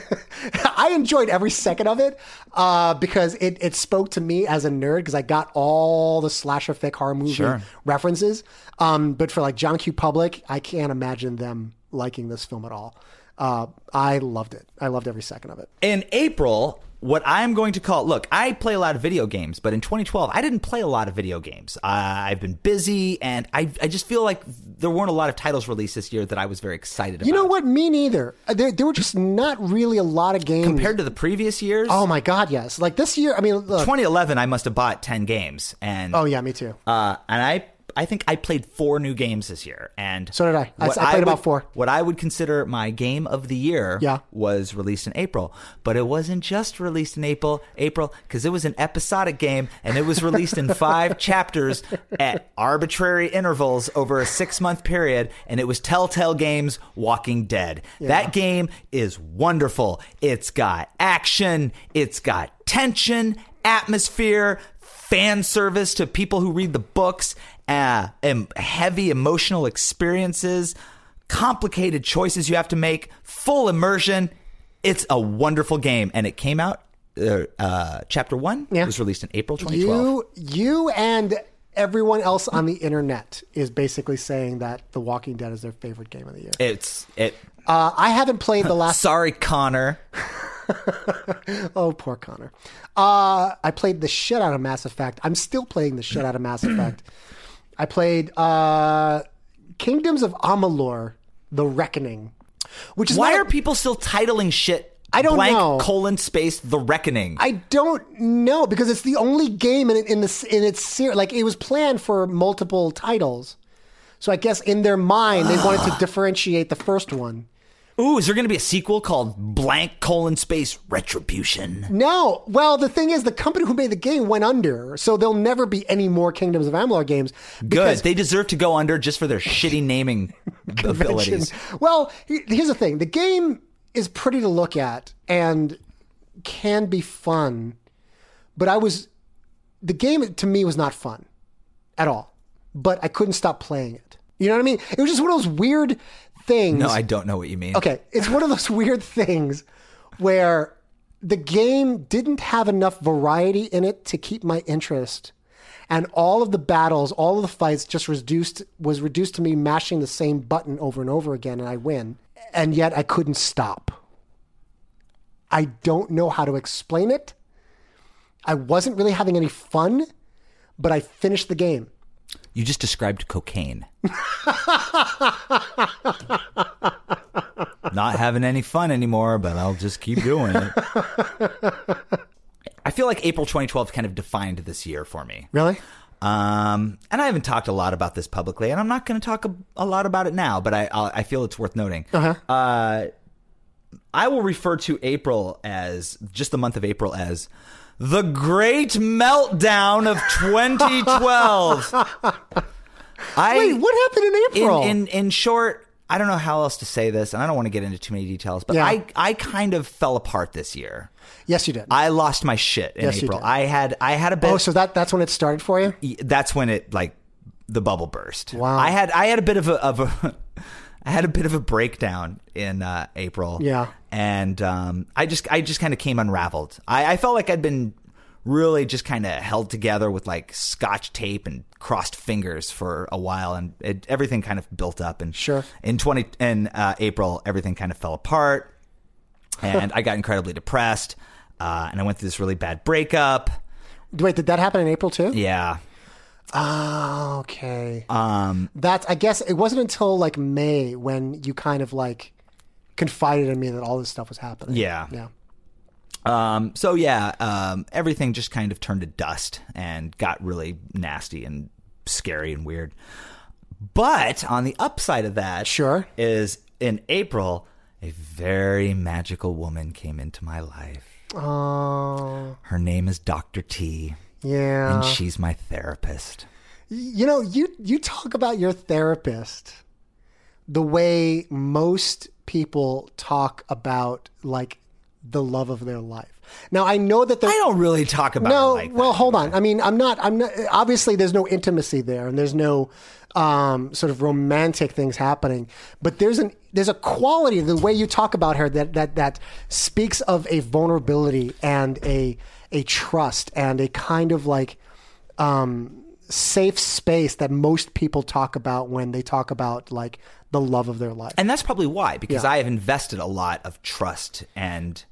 i enjoyed every second of it uh, because it, it spoke to me as a nerd because i got all the slasher fic horror movie references um, but for like john q public i can't imagine them liking this film at all. Uh, I loved it. I loved every second of it. in April, what I'm going to call look, I play a lot of video games, but in 2012, I didn't play a lot of video games. Uh, I've been busy, and I, I just feel like there weren't a lot of titles released this year that I was very excited about. You know what? Me neither. Uh, There, there were just not really a lot of games. Compared to the previous years, oh my god, yes. Like this year, I mean, look. 2011, I must have bought 10 games, and oh yeah, me too. uh, and I I think I played four new games this year, and So did I. I- what I played would- about four. What I would consider my game of the year, Yeah. was released in April, but it wasn't just released in April, April because it was an episodic game, and it was released in five chapters at arbitrary intervals over a six month period, and it was Telltale Games Walking Dead. That game is wonderful. It's got action. It's got tension, atmosphere fan service to people who read the books, uh, and heavy emotional experiences, complicated choices you have to make, full immersion. It's a wonderful game, and it came out. Uh, uh, chapter one Yeah. was released in April 2012. you, you, and everyone else on the internet is basically saying that The Walking Dead is their favorite game of the year. It's it. Uh, I haven't played the last. Sorry, Connor. Oh, poor Connor. Uh, I played the shit out of Mass Effect. I'm still playing the shit out of Mass Effect. I played uh, Kingdoms of Amalur: The Reckoning, which is Why not a- are people still titling shit? I don't blank, know. Colon space the reckoning. I don't know because it's the only game in in this in its series. Like it was planned for multiple titles, so I guess in their mind they wanted to differentiate the first one. Ooh, is there going to be a sequel called blank colon space retribution? No. Well, the thing is, the company who made the game went under, so there'll never be any more Kingdoms of Amalur games. Good. because They deserve to go under just for their shitty naming abilities. Well, he- here's the thing: the game is pretty to look at and can be fun, but I was the game to me was not fun at all. But I couldn't stop playing it. You know what I mean? It was just one of those weird things. No, I don't know what you mean. okay, it's one of those weird things where the game didn't have enough variety in it to keep my interest. And all of the battles, all of the fights just reduced was reduced to me mashing the same button over and over again and I win. And yet I couldn't stop. I don't know how to explain it. I wasn't really having any fun, but I finished the game. You just described cocaine. Not having any fun anymore, but I'll just keep doing it. I feel like April 2012 kind of defined this year for me. Really? Um, and I haven't talked a lot about this publicly, and I'm not going to talk a, a lot about it now, but I I'll, I feel it's worth noting. Uh-huh. I will refer to April as just the month of April as the great meltdown of 2012. I Wait, what happened in April? in, in in short, I don't know how else to say this, and I don't want to get into too many details, but Yeah. I I kind of fell apart this year. yes, you did. I lost my shit in Yes, you April. did. I had I had a bit oh, so that that's when it started for you? that's when it like the bubble burst. Wow. I had I had a bit of a of a I had a bit of a breakdown in uh, April. Yeah. And um, I just I just kind of came unraveled. I, I felt like I'd been really just kind of held together with like scotch tape and crossed fingers for a while and it, everything kind of built up and Sure. in 20 in uh, April everything kind of fell apart and I got incredibly depressed uh, and I went through this really bad breakup Wait, did that happen in April too? Ah, yeah Okay. Um that's I guess it wasn't until like May when you kind of like confided in me that all this stuff was happening. Yeah. Yeah. Um, so yeah, um, everything just kind of turned to dust and got really nasty and scary and weird. But on the upside of that, Sure. is in April, a very magical woman came into my life. Oh, Her name is Doctor T, yeah. and she's my therapist. you know, you you talk about your therapist the way most people talk about like the love of their life. Now, I know that there I don't really talk about no it like well that. hold on i mean i'm not i'm not obviously there's no intimacy there and there's no um, sort of romantic things happening but there's an there's a quality the way you talk about her that that that speaks of a vulnerability and a a trust and a kind of like um safe space that most people talk about when they talk about like the love of their life. And that's probably why, because Yeah. I have invested a lot of trust and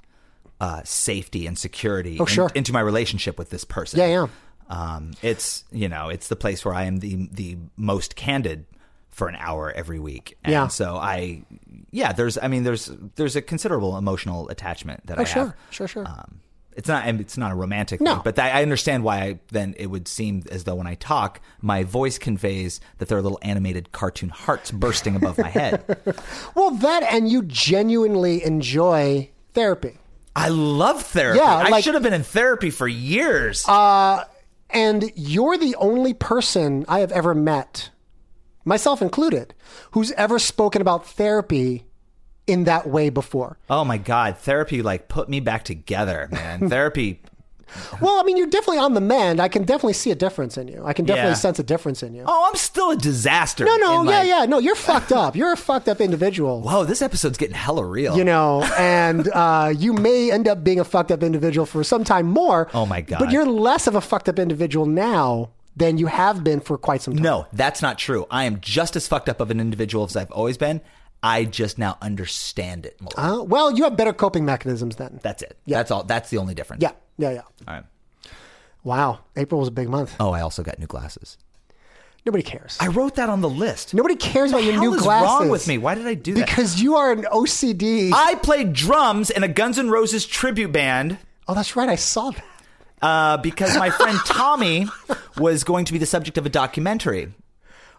uh, safety and security Oh, sure. into my relationship with this person. Yeah, yeah. Um, it's you know, it's the place where I am the the most candid for an hour every week. And Yeah. So I, yeah, there's, I mean, there's there's a considerable emotional attachment that I oh, sure, have. sure, sure. Um, it's not, and it's not a romantic No. thing, but that, I understand why. I, then it would seem as though when I talk, my voice conveys that there are little animated cartoon hearts bursting above my head. well, that and you genuinely enjoy therapy. I love therapy. Yeah, I like- Uh, should have been in therapy for years. And you're the only person I have ever met, myself included, who's ever spoken about therapy in that way before. oh my god, therapy like put me back together, man. therapy. Well, I mean, you're definitely on the mend. I can definitely see a difference in you. I can definitely Yeah. sense a difference in you. Oh, I'm still a disaster. no, no, in, yeah, like- yeah. No, you're fucked up. You're a fucked up individual. Whoa, this episode's getting hella real. You know, and uh, you may end up being a fucked up individual for some time more. Oh, my God. But you're less of a fucked up individual now than you have been for quite some time. No, that's not true. I am just as fucked up of an individual as I've always been. I just now understand it more. Uh, well, you have better coping mechanisms then. that's it. That's all. That's the only difference. yeah, yeah, yeah. All right. Wow, April was a big month. Oh, I also got new glasses. Nobody cares. I wrote that on the list. Nobody cares about What the your hell new is glasses. wrong with me? Why did I do that? Because you are an OCD. I played drums in a Guns N' Roses tribute band. oh, that's right. I saw that. uh, because my friend Tommy was going to be the subject of a documentary.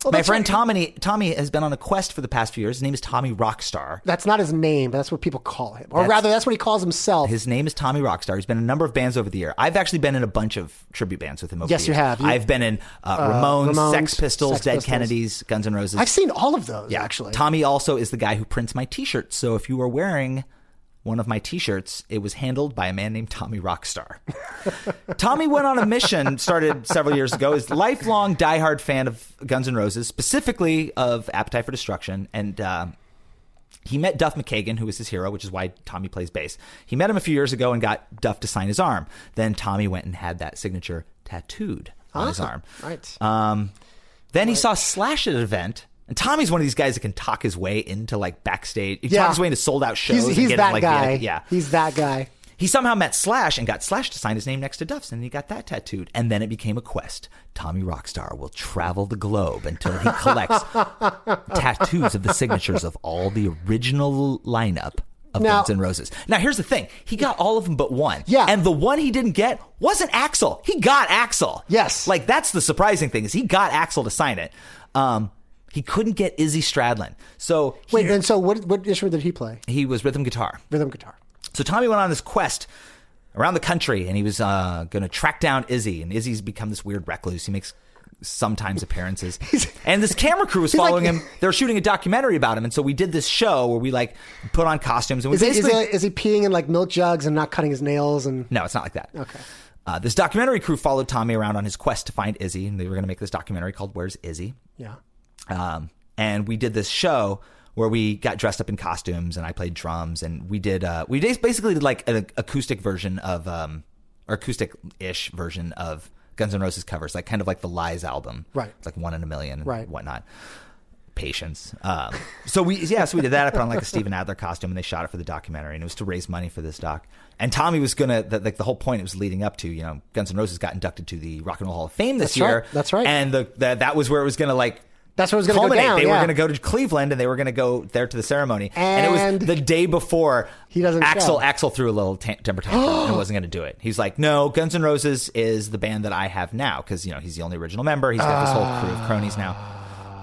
my that's friend right. Tommy Tommy has been on a quest for the past few years. His name is Tommy Rockstar. That's not his name, but that's what people call him. Or That's- rather, that's what he calls himself. His name is Tommy Rockstar. He's been in a number of bands over the year. I've actually been in a bunch of tribute bands with him over Yes, the you years. have. You- I've been in uh, Ramones, Ramones, Sex Pistols, Sex Dead Pistols. Kennedys, Guns N' Roses. I've seen all of those, actually. Tommy also is the guy who prints my t-shirts. So if you were wearing one of my t-shirts, it was handled by a man named Tommy Rockstar. Tommy went on a mission started several years ago. Is lifelong diehard fan of Guns N' Roses, specifically of Appetite for Destruction, and uh, he met Duff McKagan, who was his hero, which is why Tommy plays bass. He met him a few years ago and got Duff to sign his arm. Then Tommy went and had that signature tattooed on his arm. Right. Um, then he saw Slash at an event. And Tommy's one of these guys that can talk his way into like backstage. He Yeah. talks his way into sold out shows. he's and he's get that him, like, the- guy. yeah. He's that guy. He somehow met Slash and got Slash to sign his name next to Duff's, and he got that tattooed. And then it became a quest. Tommy Rockstar will travel the globe until he collects tattoos of the signatures of all the original lineup of Now- Guns N' Roses. Now, here's the thing he got all of them but one. Yeah. And the one he didn't get wasn't Axel. He got Axel. Yes. Like, that's the surprising thing is he got Axel to sign it. Um, he couldn't get Izzy Stradlin. So he, Wait, and so what, what instrument did he play? he was rhythm guitar. Rhythm guitar. So Tommy went on this quest around the country, and he was uh, going to track down Izzy. And Izzy's become this weird recluse. He makes sometimes appearances, and this camera crew was following like- him. They're shooting a documentary about him, and so we did this show where we like put on costumes and we Is he, is, basically he, is he peeing in like milk jugs and not cutting his nails? And no, it's not like that. Okay. Uh, this documentary crew followed Tommy around on his quest to find Izzy, and they were going to make this documentary called "Where's Izzy." yeah. Um, and we did this show where we got dressed up in costumes and I played drums and we did, uh, we just basically did like an acoustic version of, um, or acoustic ish version of Guns N' Roses covers, like kind of like the Lies album. Right. It's like one in a million and Right. whatnot. Patience. Um, so we, yeah, so we did that. I put on like a Steven Adler costume and they shot it for the documentary and it was to raise money for this doc. And Tommy was gonna, that, like the whole point it was leading up to, you know, Guns N' Roses got inducted to the Rock and Roll Hall of Fame this That's right. year. That's right. And the, the, that was where it was gonna like, That's what was going to go culminate. down. They yeah. were going to go to Cleveland and they were going to go there to the ceremony. And, And- it was the day before. He doesn't Axel show. Axel threw a little ta- temper tantrum and wasn't going to do it. He's like, "No, Guns N' Roses is the band that I have now because you know he's the only original member. He's got this whole crew of cronies now.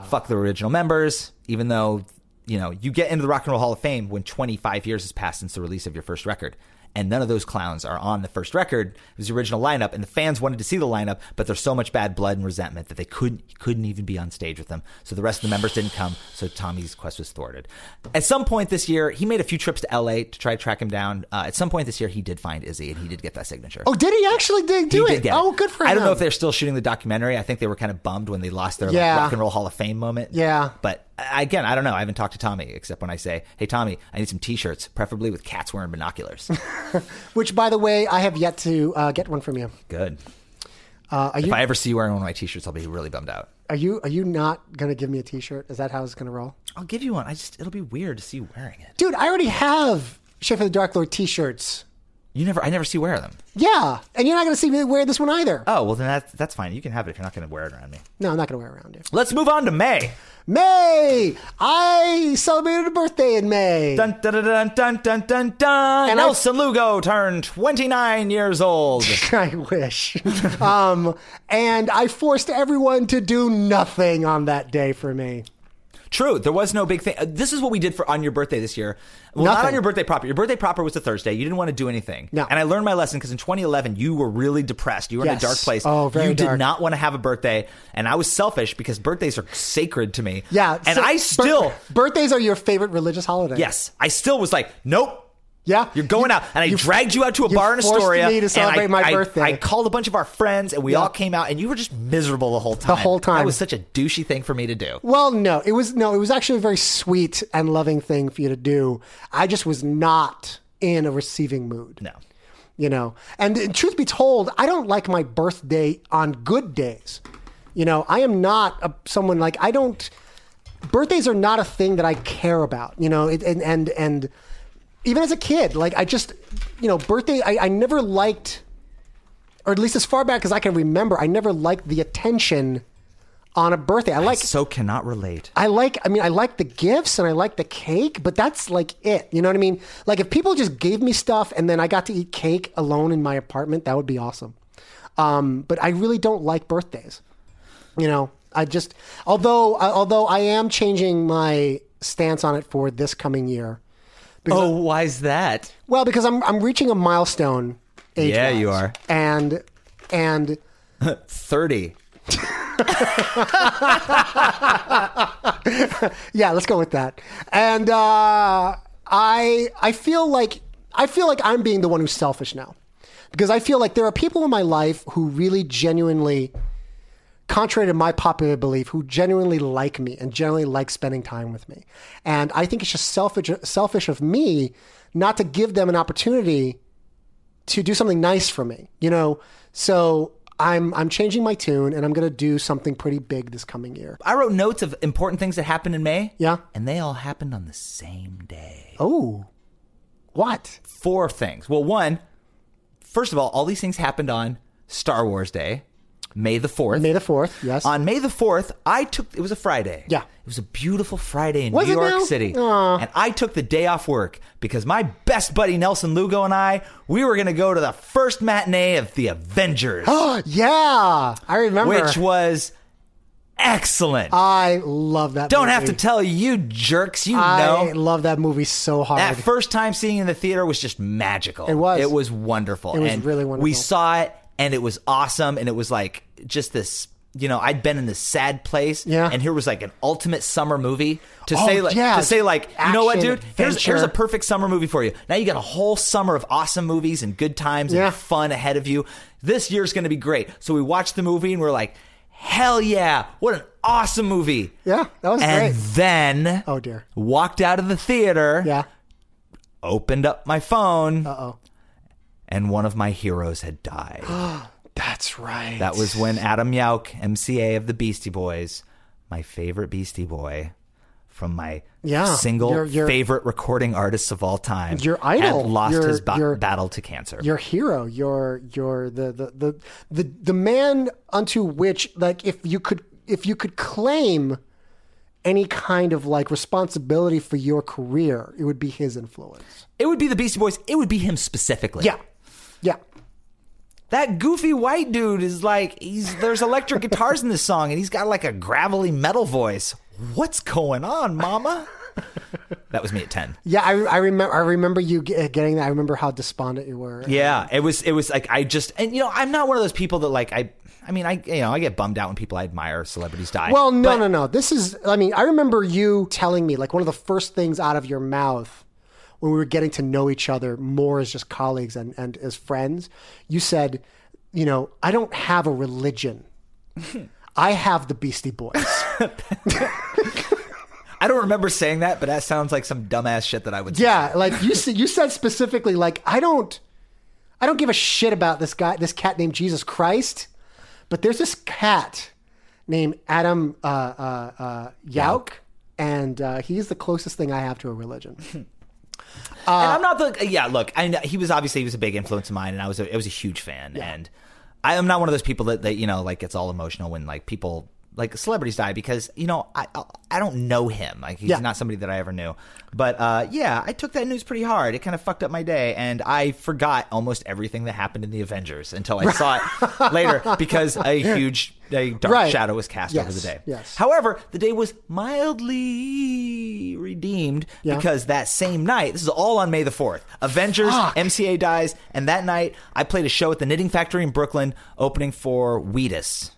Fuck the original members, even though." You know, you get into the Rock and Roll Hall of Fame when 25 years has passed since the release of your first record, and none of those clowns are on the first record. It was the original lineup, and the fans wanted to see the lineup, but there's so much bad blood and resentment that they couldn't couldn't even be on stage with them. So the rest of the members didn't come. So Tommy's quest was thwarted. At some point this year, he made a few trips to L.A. to try to track him down. Uh, at some point this year, he did find Izzy, and he did get that signature. Oh, did he actually did do he it? did get oh, good for him. I don't know if they're still shooting the documentary. I think they were kind of bummed when they lost their like, Yeah. rock and roll Hall of Fame moment. Yeah. But uh, again, I don't know. I haven't talked to Tommy except when I say, "Hey, Tommy, I need some T-shirts, preferably with cats wearing binoculars." Which, by the way, I have yet to uh, get one from you. Good. Uh, are you If I ever see you wearing one of my T-shirts, I'll be really bummed out. Are you are you not gonna give me a T-shirt? Is that how it's gonna roll? I'll give you one. I just it'll be weird to see you wearing it. Dude, I already have Ship of the Dark Lord T-shirts. You never I never see you wear them. Yeah, and you're not gonna see me wear this one either. Oh well, then that's that's fine. You can have it if you're not going to wear it around me. No, I'm not gonna wear it around you. Let's move on to May. May, I celebrated a birthday in May. Dun dun dun dun dun dun dun. dun. And I- Nelson Lugo turned 29 years old. I wish. um, and I forced everyone to do nothing on that day for me. True, there was no big thing. Uh, This is what we did for on your birthday this year. Well, not Nothing. on your birthday proper. Your birthday proper was a Thursday. You didn't want to do anything. No. And I learned my lesson because in 2011 you were really depressed. You were in a Yes. dark place. Oh, very You did dark. not want to have a birthday, and I was selfish because birthdays are sacred to me. Yeah, And so- I bir- still, birthdays are your favorite religious holiday. yes, I still was like, nope. Yeah. You're going out, and I dragged you out to a you bar in forced Astoria. me to and I, celebrate my I- birthday. I called a bunch of our friends, and we all came out, and you were just miserable the whole time. whole time. That was such a douchey thing for me to do. Well, no, it was no, it was actually a very sweet and loving thing for you to do. I just was not in a receiving mood. No. You know, and th- truth be told, I don't like my birthday on good days. You know, I am not a, someone like I don't. Birthdays are not a thing that I care about. You know, it, and and and even as a kid, like I just, you know, birthday. I, I never liked, or at least as far back as I can remember, I never liked the attention on a birthday. I like so cannot relate. I like, I mean, I like the gifts and I like the cake, but that's like it. You know what I mean? Like if people just gave me stuff and then I got to eat cake alone in my apartment, that would be awesome. Um, but I really don't like birthdays. You know, I just, although, I, although I am changing my stance on it for this coming year. Oh, why's that? Well, because I'm, I'm reaching a milestone. Age Yeah, you are. And, and 30. Yeah, let's go with that. And uh, I I feel like I feel like I'm being the one who's selfish now. Because I feel like there are people in my life who really genuinely contrary to my popular belief who genuinely like me and genuinely like spending time with me. And I think it's just selfish selfish of me not to give them an opportunity to do something nice for me, you know. So I'm I'm changing my tune and I'm going to do something pretty big this coming year. I wrote notes of important things that happened in May. Yeah. And they all happened on the same day. Oh. What? Four things. Well, one, first of all, all these things happened on Star Wars Day, May the 4th. May the fourth. Yes. on May the 4th, I took it was a Friday. Yeah. It was a beautiful Friday in Was New it York now? City. Aw. And I took the day off work because my best buddy Nelson Lugo and I, we were going to go to the first matinee of The Avengers, Oh, yeah, I remember. which was excellent. I love that. Don't movie. have to tell you jerks, you I know. love that movie so hard. That first time seeing it in the theater was just magical. It was. It was wonderful. It was and really We wonderful. saw it and it was awesome and it was like just this you know, I'd been in this sad place Yeah. and here was like an ultimate summer movie to Oh, say like yeah. to say like, you know what, Action, dude? Here's here's a adventure. perfect summer movie for you. Now you got a whole summer of awesome movies and good times Yeah. and fun ahead of you. This year's gonna be great. So we watched the movie and we're like, Hell yeah, what an awesome movie. yeah, that was And great. then Oh dear. walked out of the theater Yeah. opened up my phone. And one of my heroes had died. That's right. that was when Adam Yauch, MCA of the Beastie Boys, my favorite Beastie Boy from my Yeah, single your- your- favorite recording artists of all time, Your idol, had lost your- his ba- your- battle to cancer. your hero. Your your the the the the the man unto which like if you could if you could claim any kind of like responsibility for your career, it would be his influence. it would be the Beastie Boys. It would be him specifically. Yeah. Yeah. That goofy white dude is like he's there's electric guitars in this song and he's got like a gravelly metal voice. What's going on, mama? that was me at 10. Yeah, I, I remember. I remember you ge- getting that. I remember how despondent you were. Yeah, it was it was like I just and you know I'm not one of those people that like I I mean I you know I get bummed out when people I admire celebrities die. Well, no, But- no, no. This is, I mean, I remember you telling me, like, one of the first things out of your mouth when we were getting to know each other more as just colleagues and, and as friends, you said, you know, I don't have a religion. I have the Beastie Boys. I don't remember saying that, but that sounds like some dumbass shit that I would. say. yeah, like you said, you said specifically, like I don't, I don't give a shit about this guy, this cat named Jesus Christ, but there's this cat named Adam uh, uh, uh, Yauk, and uh, he's the closest thing I have to a religion. and Uh, I'm not the yeah. Look, I know, he was obviously he was a big influence of mine, and I was a, I was a huge fan. And I am not one of those people that that you know like gets all emotional when like people like celebrities die because you know I I- I don't know him. Like he's Yeah. not somebody that I ever knew. But uh, yeah, I took that news pretty hard. It kind of fucked up my day, and I forgot almost everything that happened in the Avengers until I saw it later because a huge a dark Right. shadow was cast over the Yes, day. yes. However, the day was mildly redeemed Yeah. because that same night, this is all on May the 4th, Avengers, MCA dies, and that night I played a show at the Knitting Factory in Brooklyn opening for Wheatus.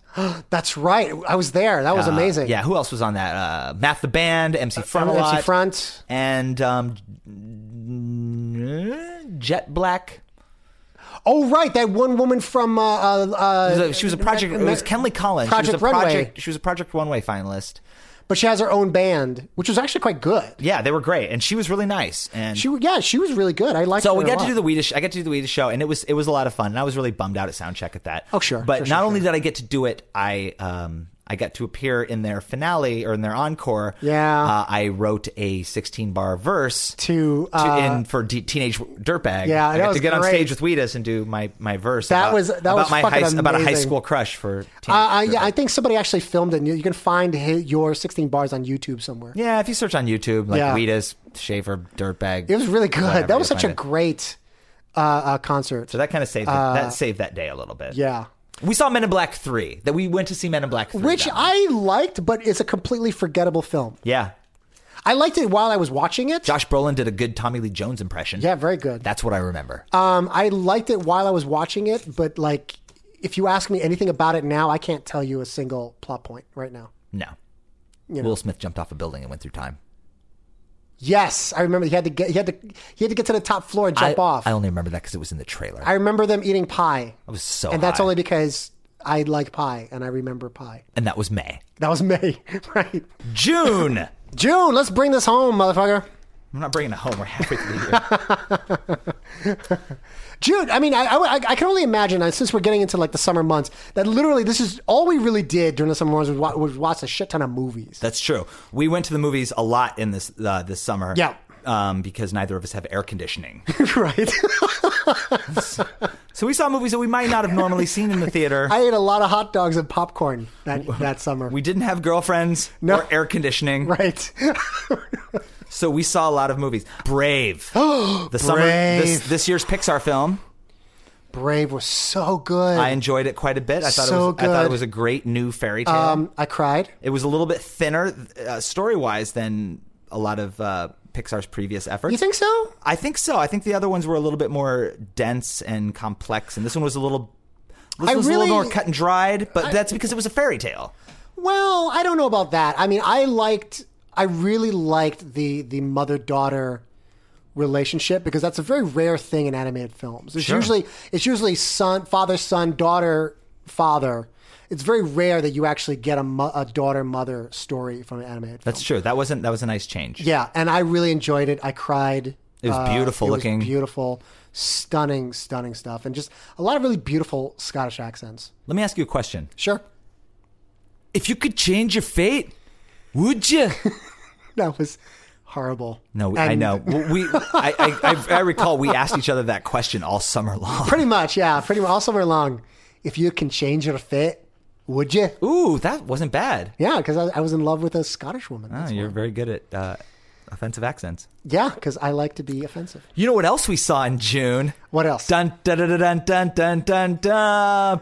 That's right. I was there. That was amazing. Uh, Yeah, who else was on that? Uh, Math the Band, MC Front, a MC lot, Front. and um, Jet Black. Oh, right. That one woman from uh, uh, uh, She was a- She was a project. It was Kenley Collins. she was Project a project, Runway. She was a Project Runway finalist. but she has her own band, which was actually quite good. Yeah, they were great, and she was really nice. And She, yeah, she was really good. I liked. So her we a got lot. to do the Weedish. I got to do the Weedish show, and it was it was a lot of fun. And I was really bummed out at soundcheck at that. Oh, sure. But Sure, sure, not only did I get to do it, I um I got to appear in their finale or in their encore. Yeah. Uh, I wrote a 16 bar verse To, to- uh, in for D- teenage dirtbag. Yeah, I that got was to get on great. stage with Weedus and do my my verse. That about, was- that about was my high, fucking about a high amazing. school crush for. Teenage Uh, I, yeah, Dirtbag. I think somebody actually filmed it. And you, you can find hi- your 16 bars on YouTube somewhere. yeah, if you search on YouTube, like Yeah. Weedus Schaefer dirtbag, It was really good. whatever, that was you'll such a find it. great uh, uh, concert. So that kind of saved that saved that day a little bit. Uh, yeah. We saw Men in Black three. That we went to see Men in Black three. Which that night. I liked, but it's a completely forgettable film. yeah, I liked it while I was watching it. Josh Brolin did a good Tommy Lee Jones impression. Yeah, very good. that's what I remember. Um, I liked it while I was watching it, but like, if you ask me anything about it now, I can't tell you a single plot point right now. no, Will Smith jumped off a building and went through time. Yes, I remember he had to get he had to he had to get to the top floor and jump I, off. I I, only remember that because it was in the trailer. I, remember them eating pie, was so. and that's high. only because I like pie and I remember pie. And that was May, That was May, right? June. I'm June, let's bring this home, motherfucker. not bringing it home. We're halfway through the year. June. I mean, I, I, I can only imagine uh, since we're getting into like the summer months that literally this is all we really did during the summer months was, wa- was watch a shit ton of movies. That's true. We went to the movies a lot in this uh, this summer. Yeah. Um, because neither of us have air conditioning, right. so we saw movies that we might not have normally seen in the theater. I ate a lot of hot dogs and popcorn that that summer. we didn't have girlfriends No. or air conditioning. right. So we saw a lot of movies. Brave. the summer this, Brave. this year's Pixar film. Brave was so good. I enjoyed it quite a bit. I thought So it was I thought it good. was a great new fairy tale. um, I cried. it was a little bit thinner uh, story-wise than a lot of uh, Pixar's previous efforts. You think so? I think so. I think the other ones were a little bit more dense and complex and this one was a little this I was a little really- more cut and dried, but that's because it was a fairy tale. Well, I don't know about that. I mean, I liked, I really liked the the mother daughter relationship because that's a very rare thing in animated films. It's Sure. usually it's usually son, father, son, daughter, father. It's very rare that you actually get a, mo- a daughter mother story from an animated film. That's true. That wasn't that was a nice change. Yeah, and I really enjoyed it. I cried. Uh, It was beautiful it looking. Was beautiful, stunning, stunning stuff, and just a lot of really beautiful Scottish accents. Let me ask you a question. Sure. If you could change your fate, would you? That was horrible. No, we- And I know. We, we- I, I, I, I recall we asked each other that question all summer long. Pretty much, yeah. Pretty much all summer long. If you can change your fit, would you? Ooh, that wasn't bad. Yeah, because I, I was in love with a Scottish woman. Oh, That's you're why. very good at uh, offensive accents. Yeah, because I like to be offensive. You know what else we saw in June? What else? Dun dun dun dun dun dun dun dun.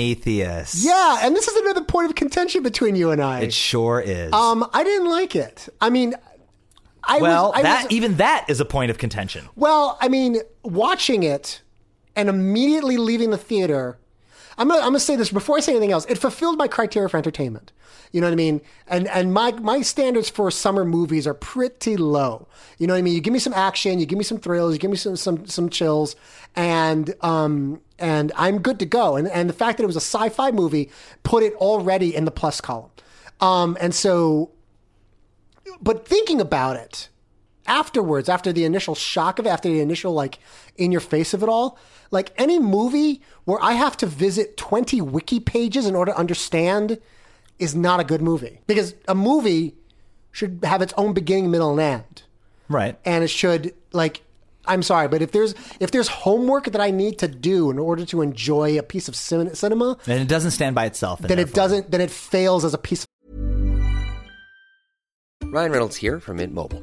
Prometheus. Yeah, and this is another point of contention between you and I. it sure is. um, I didn't like it. I mean, I well, was, I that was, even that is a point of contention. Well, I mean, watching it and immediately leaving the theater. I'm gonna, I'm gonna say this before I say anything else. It fulfilled my criteria for entertainment. You know what I mean? And and my my standards for summer movies are pretty low. You know what I mean? You give me some action, you give me some thrills, you give me some some some chills, and um and I'm good to go. And and the fact that it was a sci-fi movie put it already in the plus column. Um and so, but thinking about it, afterwards, after the initial shock of it, after the initial like in your face of it all, like any movie where I have to visit 20 wiki pages in order to understand is not a good movie because a movie should have its own beginning, middle, and end, Right. and it should like. I'm sorry, but if there's if there's homework that I need to do in order to enjoy a piece of cin- cinema, And it doesn't stand by itself. and then it therefore- doesn't. Then it fails as a piece of Ryan Reynolds here from Mint Mobile.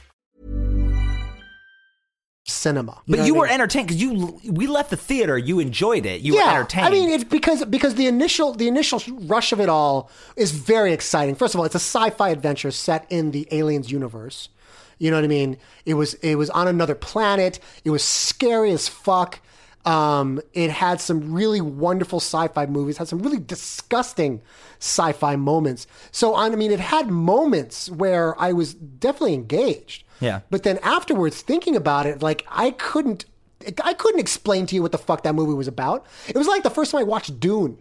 cinema. But you, were entertained because you we left the theater. You enjoyed it. You were entertained. I mean, it's because because the initial the initial rush of it all is very exciting. First of all, it's a sci-fi adventure set in the aliens universe. You know what I mean? It was it was on another planet. It was scary as fuck. Um, it had some really wonderful sci-fi movies. Had some really disgusting sci-fi moments. So I mean, it had moments where I was definitely engaged. Yeah. But then afterwards, thinking about it, like I couldn't, I couldn't explain to you what the fuck that movie was about. It was like the first time I watched Dune.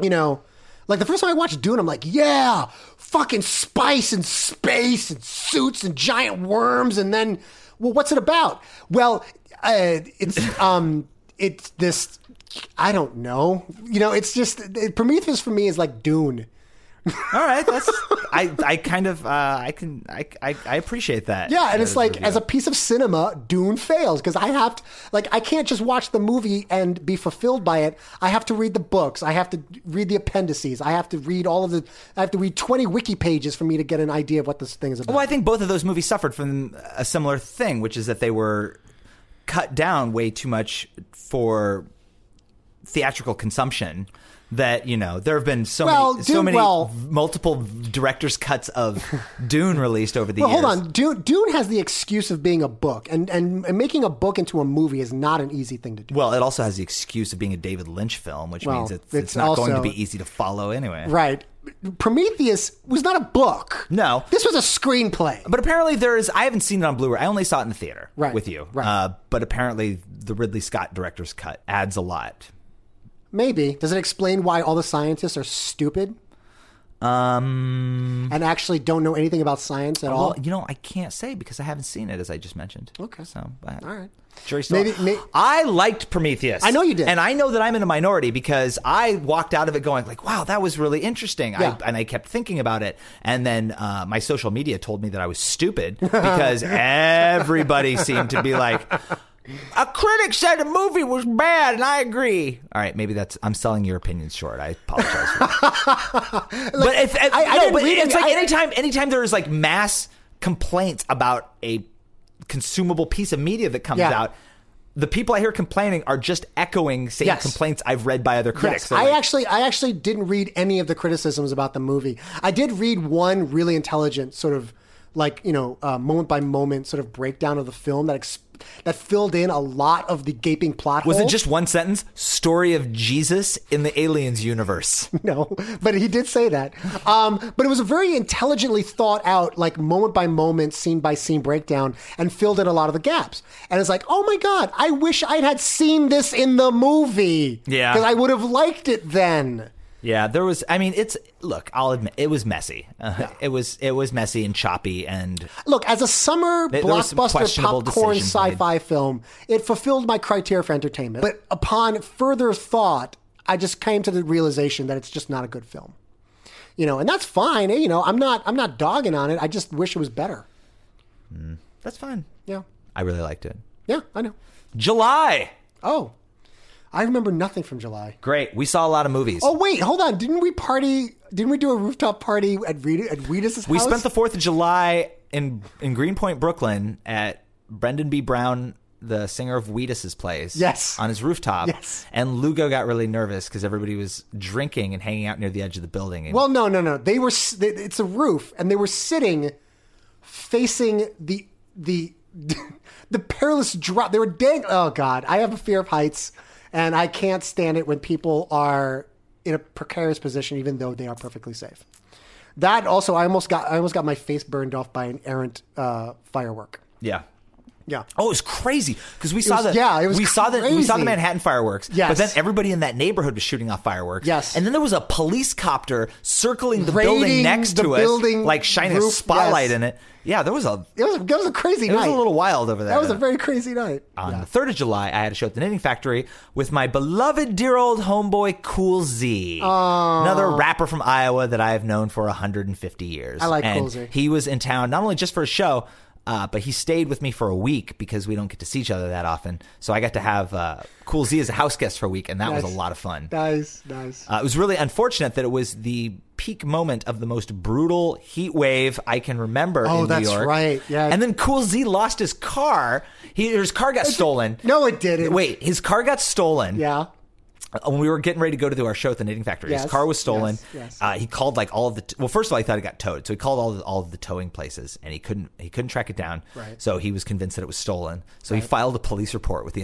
you know, like the first time I watched Dune, I'm like, yeah, fucking spice and space and suits and giant worms, and then, well, what's it about? Well, uh, it's um, it's this. I don't know. You know, it's just Prometheus for me is like Dune. all right. That's I. I kind of uh, I can I, I I appreciate that. Yeah, and it's as like review. as a piece of cinema, Dune fails because I have to like I can't just watch the movie and be fulfilled by it. I have to read the books. I have to read the appendices. I have to read all of the. I have to read twenty wiki pages for me to get an idea of what this thing is about. Well, I think both of those movies suffered from a similar thing, which is that they were cut down way too much for theatrical consumption. That you know, there have been so Well, many, so Dune- many well- multiple directors' cuts of Dune released over the Well, years. hold on. Dune, Dune has the excuse of being a book, and, and and making a book into a movie is not an easy thing to do. Well, it also has the excuse of being a David Lynch film, which Well, means it's, it's, it's not going to also- be easy to follow anyway. Right. Prometheus was not a book. No. This was a screenplay. But apparently there is. I haven't seen it on Blu-ray. I only saw it in the theater Right, with you. right. Uh, but apparently the Ridley Scott director's cut adds a lot. Maybe. Does it explain why all the scientists are stupid? Um, and actually don't know anything about science at all. well, you know, I can't say because I haven't seen it, as I just mentioned. Okay. So, but, All right. Jury's still Maybe- may- I liked Prometheus. I know you did. and I know that I'm in a minority because I walked out of it going like, "Wow, that was really interesting," Yeah. I, and I kept thinking about it. And then uh, my social media told me that I was stupid because everybody seemed to be like, "A critic said the movie was bad," and I agree. All right, maybe that's I'm selling your opinions short. I apologize. For that. but if, if- I- I no, didn't but read it's any- like I- anytime anytime there is like mass complaints about a consumable piece of media that comes Yeah. out, the people I hear complaining are just echoing same Yes. complaints I've read by other critics. Yes. They're I like, actually, I actually didn't read any of the criticisms about the movie. I did read one really intelligent sort of like you know uh, moment by moment sort of breakdown of the film that ex- that filled in a lot of the gaping plot. was it hole. just one sentence? Story of Jesus in the aliens universe. no, but he did say that. Um, but it was a very intelligently thought out, like moment by moment, scene by scene breakdown, and filled in a lot of the gaps. And it's like, oh my god, I wish I'd had seen this in the movie. Yeah. because I would have liked it then. Yeah, there was. I mean, it's look. I'll admit it was messy. Uh, It was it was messy and choppy and Look, as a summer There- there was some blockbuster questionable popcorn decisions sci fi film, it fulfilled my criteria for entertainment. But upon further thought, I just came to the realization that it's just not a good film. You know, and that's fine. eh, You know, I'm not I'm not dogging on it. I just wish it was better. that's fine. Yeah. I really liked it. Yeah, I know. July. Oh. I remember nothing from July. Great. We saw a lot of movies. Oh wait, hold on. Didn't we party? Didn't we do a rooftop party at Rita at Rita's we house? spent the 4th of July in, in Greenpoint, Brooklyn at Brendan B. Brown, the singer of Wheatus's place. Yes. On his rooftop. Yes. And Lugo got really nervous because everybody was drinking and hanging out near the edge of the building. And Well, no, no, no. They were. s- They, it's a roof, and they were sitting facing the the the perilous drop. They were dang. Oh God, I have a fear of heights, and I can't stand it when people are in a precarious position, even though they are perfectly safe. That also, I almost got. I almost got my face burned off by an errant uh, firework. yeah. Yeah. Oh, it was crazy because we saw was- the yeah, it was we saw the we saw crazy. the Manhattan fireworks. Yes. but then everybody in that neighborhood was shooting off fireworks. Yes. and then there was a police copter circling the building Raiding next the to building us, like shining a roof, spotlight yes. in it. Yeah, there was a It was. That was a crazy it night. was a little wild Uh, over there. That was a very crazy night. on the third of July, I had a show at the Knitting Factory with my beloved dear old homeboy Cool Z, another rapper from Iowa that I have known for 150 years. I like and Cool Z. He was in town not only just for a show, uh, but he stayed with me for a week because we don't get to see each other that often. So I got to have uh, Cool Z as a house guest for a week, and that was Nice. a lot of fun. Nice, nice. Uh, it was really unfortunate that it was the peak moment of the most brutal heat wave I can remember. Oh, in that's New York. right, yeah. And then Cool Z lost his car. He, his car got stolen. no, it didn't. Wait, his car got stolen. Yeah. Uh, When we were getting ready to go to do our show at the Knitting Factory, Yes, his car was stolen. yes, yes. Uh, he called like all of the t- well, first of all, he thought it got towed, so he called all the, all of the towing places, and he couldn't he couldn't track it down. Right. So he was convinced that it was stolen. So he filed a police report with the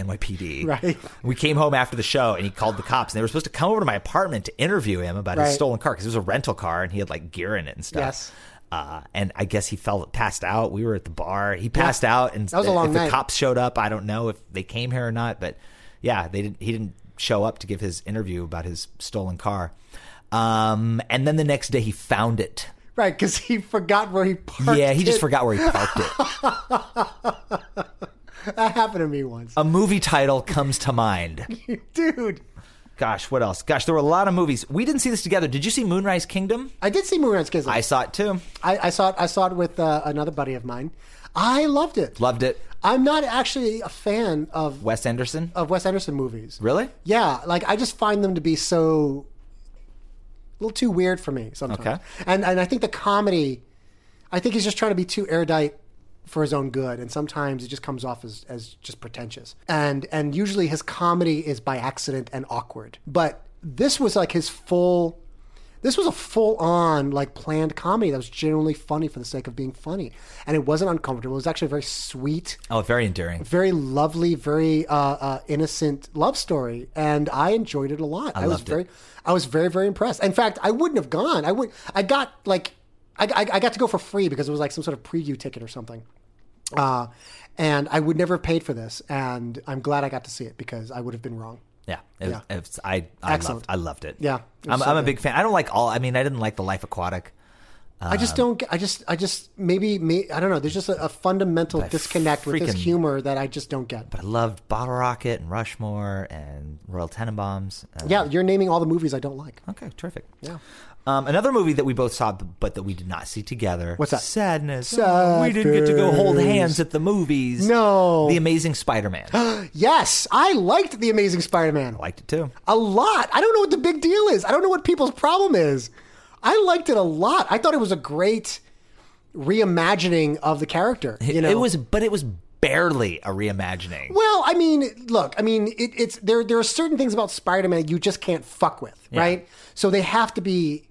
NYPD. Right. We came home after the show, and he called the cops, and they were supposed to come over to my apartment to interview him about Right. his stolen car because it was a rental car, and he had like gear in it and stuff. Yes. Uh, and I guess he fell passed out. We were at the bar. He passed out, and That was a long if night. the cops showed up. I don't know if they came here or not, but yeah, they didn't. He didn't show up to give his interview about his stolen car. Um, and then the next day, he found it. Right, because he forgot where he parked. Yeah, he just it. forgot where he parked it. That happened to me once, A movie title comes to mind. dude. Gosh, what else? Gosh, there were a lot of movies. We didn't see this together. Did you see Moonrise Kingdom? I did see Moonrise Kingdom. I I, saw it too. I, saw it. I saw it with uh, another buddy of mine. I loved it. Loved it. I'm not actually a fan of Wes Anderson. of Wes Anderson movies. Really? Yeah, like I just find them to be so a little too weird for me sometimes. Okay. And and I think the comedy, I think he's just trying to be too erudite for his own good, and sometimes it just comes off as, as just pretentious. And and usually his comedy is by accident and awkward. But this was like his full. This was a full on like planned comedy that was genuinely funny for the sake of being funny, and it wasn't uncomfortable. It was actually very sweet Oh, very endearing. very lovely, very uh, uh, innocent love story, and I enjoyed it a lot. I, was loved it. very, I was very, very impressed. In fact, I wouldn't have gone. I would. I got like, I, I, I got to go for free because it was like some sort of preview ticket or something. Uh, and I would never have paid for this, and I'm glad I got to see it because I would have been wrong. Yeah, it, Yeah. It's, I I Excellent. loved, I loved it. Yeah, it was I'm, so I'm a good. big fan. I don't like all. I mean, I didn't like the Life Aquatic. I Um, just don't. get- I just. I just. Maybe. May, I don't know. There's just a, a fundamental disconnect with his freaking- humor that I just don't get. I loved Bottle Rocket and Rushmore and Royal Tenenbaums. Uh, Yeah, you're naming all the movies I don't like. Okay, terrific. Yeah. Um, another movie that we both saw, b- but that we did not see together. What's that? Sadness. We didn't get to go hold hands at the movies. No. The Amazing Spider-Man. I Yes, I liked the Amazing Spider-Man. liked it too. a lot. I don't know what the big deal is. I don't know what people's problem is. I liked it a lot. I thought it was a great reimagining of the character. You know, It was, but it was barely a reimagining. Well, I mean, look, I mean, it, it's there. There are certain things about Spider-Man you just can't fuck with, right? So they have to be,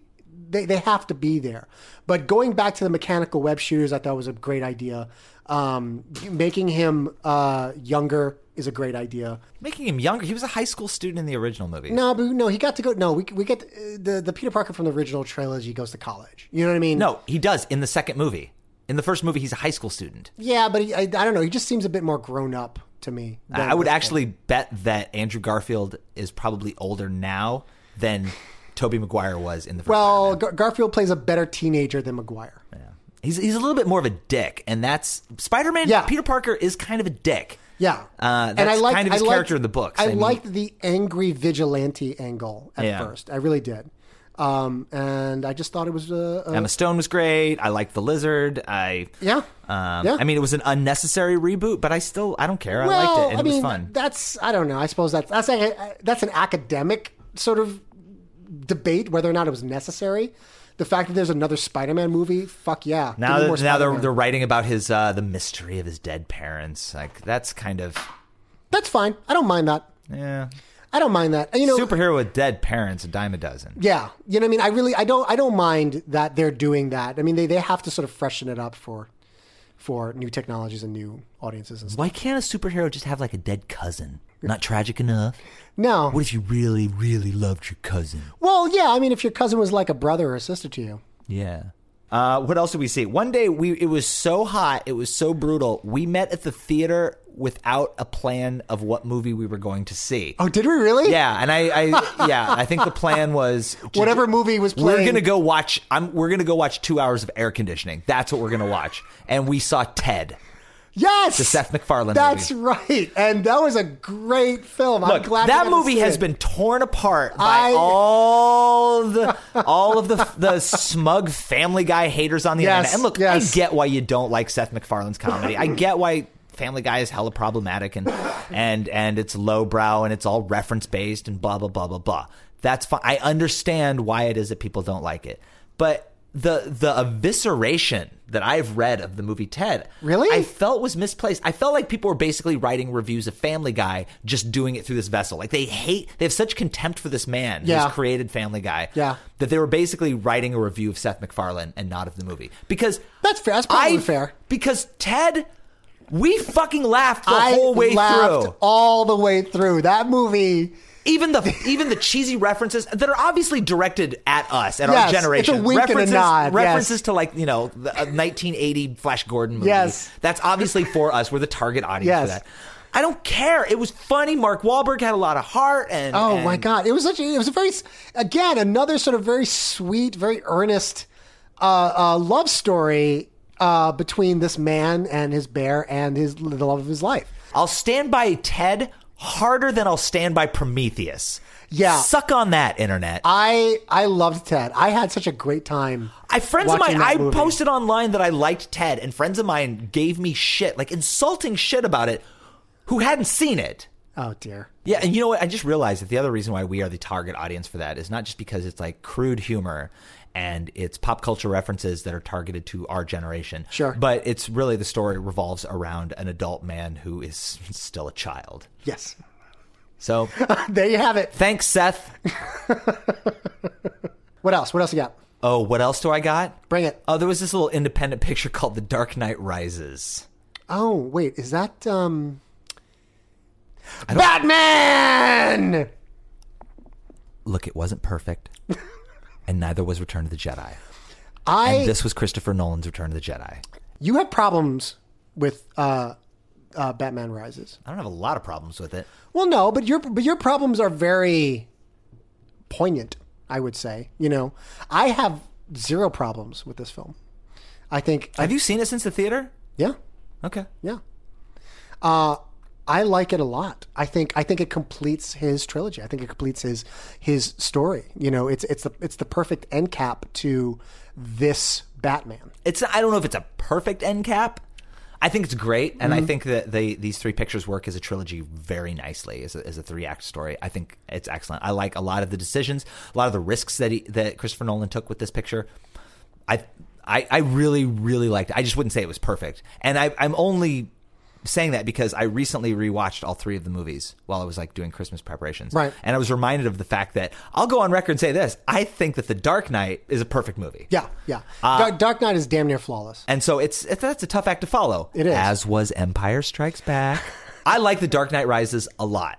they, they have to be there. But going back to the mechanical web shooters, I thought was a great idea. Um, making him uh, younger is a great idea. Making him younger. He was a high school student in the original movie. No, but no, he got to go. No, we we get uh, the the Peter Parker from the original trilogy goes to college. You know what I mean? No, he does in the second movie. In the first movie, he's a high school student. Yeah, but he, I, I don't know. He just seems a bit more grown up to me. than I would this actually bet that Andrew Garfield is probably older now than Toby Maguire was in the first. one. Well, Spider-Man. Gar- Garfield plays a better teenager than Maguire. he's he's a little bit more of a dick, and that's Spider-Man. Yeah. Peter Parker is kind of a dick. Yeah, Uh, that's kind of his character in the books. I, I mean- liked the angry vigilante angle at Yeah. first. I really did. Um, and I just thought it was a, a Emma Stone was great. I liked the lizard. I Yeah. Um, Yeah. I mean, it was an unnecessary reboot, but I still I don't care. I liked well, it. And I it was mean, fun. that's I don't know. I suppose that's that's a, that's an academic sort of debate whether or not it was necessary. The fact that there's another Spider-Man movie, fuck yeah. Give now me they're, more now they're, Spider-Man. they're writing about his uh, the mystery of his dead parents. Like that's kind of that's fine. I don't mind that. yeah. I don't mind that. You know, superhero with dead parents, a dime a dozen. Yeah, you know what I mean. I really, I don't, I don't mind that they're doing that. I mean, they they have to sort of freshen it up for for new technologies and new audiences and stuff. Why can't a superhero just have like a dead cousin? Not tragic enough. No, What if you really, really loved your cousin? well, yeah. I mean, if your cousin was like a brother or a sister to you, Yeah. Uh, what else did we see? One day we it was so hot, it was so brutal. We met at the theater without a plan of what movie we were going to see. oh, did we really? Yeah, and I, I yeah, I think the plan was Whatever movie was playing. We're gonna go watch. I'm. We're gonna go watch two hours of air conditioning. That's what we're gonna watch. And we saw Ted. Yes, The Seth MacFarlane That's movie. right, and that was a great film. I'm Look, glad that we got to movie see has it. been torn apart by I- all the all of the the smug Family Guy haters on the Yes, internet. And look, yes. I get why you don't like Seth MacFarlane's comedy. I get why Family Guy is hella problematic and and and it's lowbrow and it's all reference based and blah blah blah blah blah. That's fine. I understand why it is that people don't like it, but. The the evisceration that I've read of the movie Ted Really? I felt was misplaced. I felt like people were basically writing reviews of Family Guy, just doing it through this vessel. Like they hate, they have such contempt for this man Yeah. who's created Family Guy, Yeah. that they were basically writing a review of Seth MacFarlane and not of the movie. Because That's fair. That's probably I- fair. Because Ted, we fucking laughed the I whole way laughed through. all the way through that movie. Even the even the cheesy references that are obviously directed at us at Yes, our it's a generation. wink and a references, nod, References yes. to like you know the uh, 1980 Flash Gordon movie. Yes. that's obviously for us. We're the target audience Yes. for that. I don't care. It was funny. Mark Wahlberg had a lot of heart. And Oh my and- god, it was such. A, it was a very again another sort of very sweet, very earnest uh, uh, love story uh, between this man and his bear and his the love of his life. I'll stand by Ted harder than I'll stand by Prometheus. Yeah. suck on that internet. I I loved Ted. I had such a great time. I friends of watching mine. that I movie. posted online that I liked Ted, and friends of mine gave me shit, like insulting shit about it, who hadn't seen it. Oh dear. Yeah, and you know what? I just realized that the other reason why we are the target audience for that is not just because it's like crude humor and it's pop culture references that are targeted to our generation. Sure. But it's really the story revolves around an adult man who is still a child. Yes. So There you have it. thanks, Seth. What else? What else you got? Oh, what else do I got? Bring it. Oh, there was this little independent picture called The Dark Knight Rises. Oh wait, is that um Batman? Look, it wasn't perfect, and neither was Return of the Jedi. I And this was Christopher Nolan's Return of the Jedi. you have problems with uh, uh, Batman Rises. I don't have a lot of problems with it. Well, no, but your but your problems are very poignant. I would say, you know, I have zero problems with this film. I think, I, Have you seen it since the theater? yeah, Okay. yeah. Uh, I like it a lot. I think I think it completes his trilogy. I think it completes his his story. You know, it's it's the it's the perfect end cap to this Batman. It's I don't know if it's a perfect end cap. I think it's great, and Mm-hmm. I think that they, these three pictures work as a trilogy very nicely as a, as a three act story. I think it's excellent. I like a lot of the decisions, a lot of the risks that he, that Christopher Nolan took with this picture. I I, I really really liked. it. I just wouldn't say it was perfect, and I, I'm only saying that because I recently rewatched all three of the movies while I was like doing Christmas preparations, Right. And I was reminded of the fact that I'll go on record and say this: I think that The Dark Knight is a perfect movie. Yeah, yeah. Uh, Dark, Dark Knight is damn near flawless. And so it's it- that's a tough act to follow. It is. As was Empire Strikes Back. I like The Dark Knight Rises a lot.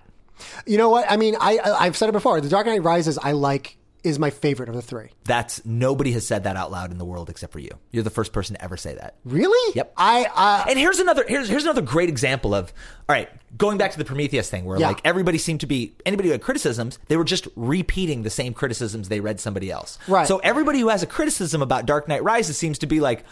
You know what? I mean, I, I I've said it before. The Dark Knight Rises, I like, is my favorite of the three. That's nobody has said that out loud in the world except for you. You're the first person to ever say that. Really? Yep. I I And here's another here's here's another great example of all right, going back to the Prometheus thing where Yeah. like everybody seemed to be anybody who had criticisms, they were just repeating the same criticisms they read somebody else. Right. So everybody who has a criticism about Dark Knight Rises seems to be like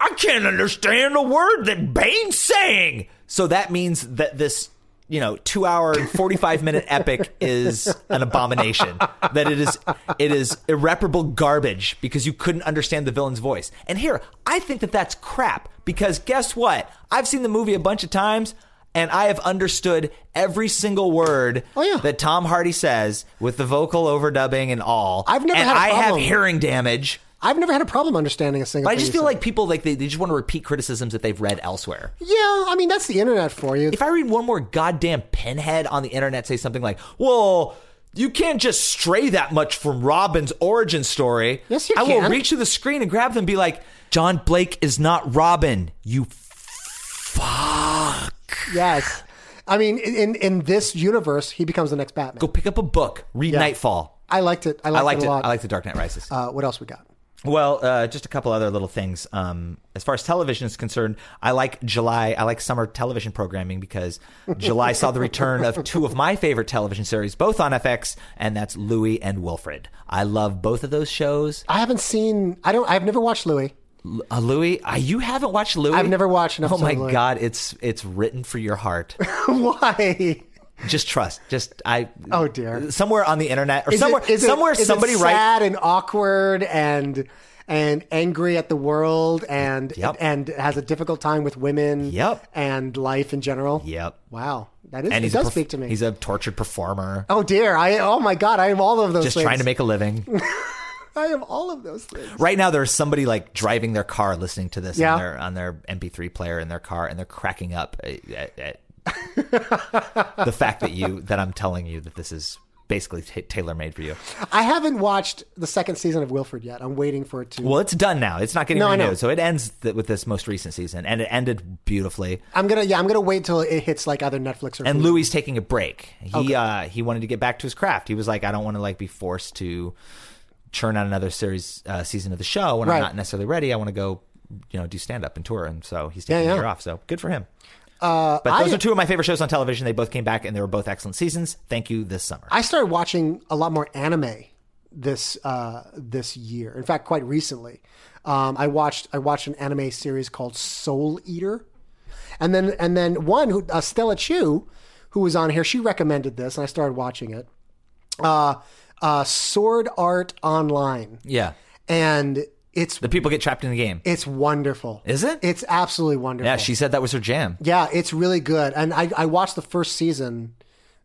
I can't understand a word that Bane's saying. So that means that this you know, two hour and forty five minute epic is an abomination. That it is it is irreparable garbage because you couldn't understand the villain's voice. And here, I think that that's crap because guess what? I've seen the movie a bunch of times. And I have understood every single word Oh, yeah. that Tom Hardy says with the vocal overdubbing and all. I've never and had a I have problem. hearing damage. I've never had a problem understanding a single. But I thing just you feel said. like people like they, they just want to repeat criticisms that they've read elsewhere. yeah. I mean, that's the internet for you. If I read one more goddamn pinhead on the internet say something like, "Well, you can't just stray that much from Robin's origin story," Yes, you I will can. reach to the screen and grab them and be like, "John Blake is not Robin, you fuck." yes. I mean, in in this universe, he becomes the next Batman. Go pick up a book, read Nightfall. I liked it. I liked, I liked it it. a lot. I liked The Dark Knight Rises. Uh, what else we got? Well, uh, just a couple other little things. Um, as far as television is concerned, I like July. I like summer television programming because July saw the return of two of my favorite television series, both on FX, and that's Louie and Wilfred. I love both of those shows. I haven't seen. I don't. I've never watched Louis. Uh, Louie, uh, you haven't watched Louie? I've never watched an Oh episode my of Louie. god, it's it's written for your heart. Why? just trust. Just I. Oh, dear. Somewhere on the internet or Is it- somewhere is it- somewhere is it somebody sad writes. and awkward and and angry at the world and Yep. and has a difficult time with women. Yep. And life in general. Yep. Wow. That is. And it he's does a perf- speak to me. He's a tortured performer. oh dear. I. Oh my god. I am all of those. just things. trying to make a living. I am all of those things. Right now, there's somebody like driving their car, listening to this Yeah. on their on their MP3 player in their car, and they're cracking up at, at, at the fact that you that I'm telling you that this is basically t- tailor made for you. I haven't watched the second season of Wilfred yet. I'm waiting for it to. Well, it's done now. It's not getting No, I know. renewed, so it ends th- with this most recent season, and it ended beautifully. I'm gonna. Yeah. I'm gonna wait till it hits like either Netflix or. And Hulu. Louis is taking a break. He uh, he wanted to get back to his craft. He was like, I don't want to like be forced to churn out another series uh, season of the show when I'm Right. not necessarily ready. I want to go, you know, do stand up and tour. And so he's taking Yeah, a yeah. year off. So good for him. Uh, but I- those are two of my favorite shows on television. They both came back and they were both excellent seasons. Thank you this summer. I started watching a lot more anime this uh, this year. In fact, quite recently, um, I watched I watched an anime series called Soul Eater, and then and then one who uh, Stella Chu, who was on here, she recommended this, and I started watching it. Uh, uh, Sword Art Online, yeah. and it's The people get trapped in the game. it's wonderful. Is it? It's absolutely wonderful. yeah, she said that was her jam. Yeah, it's really good, and I, I watched the first season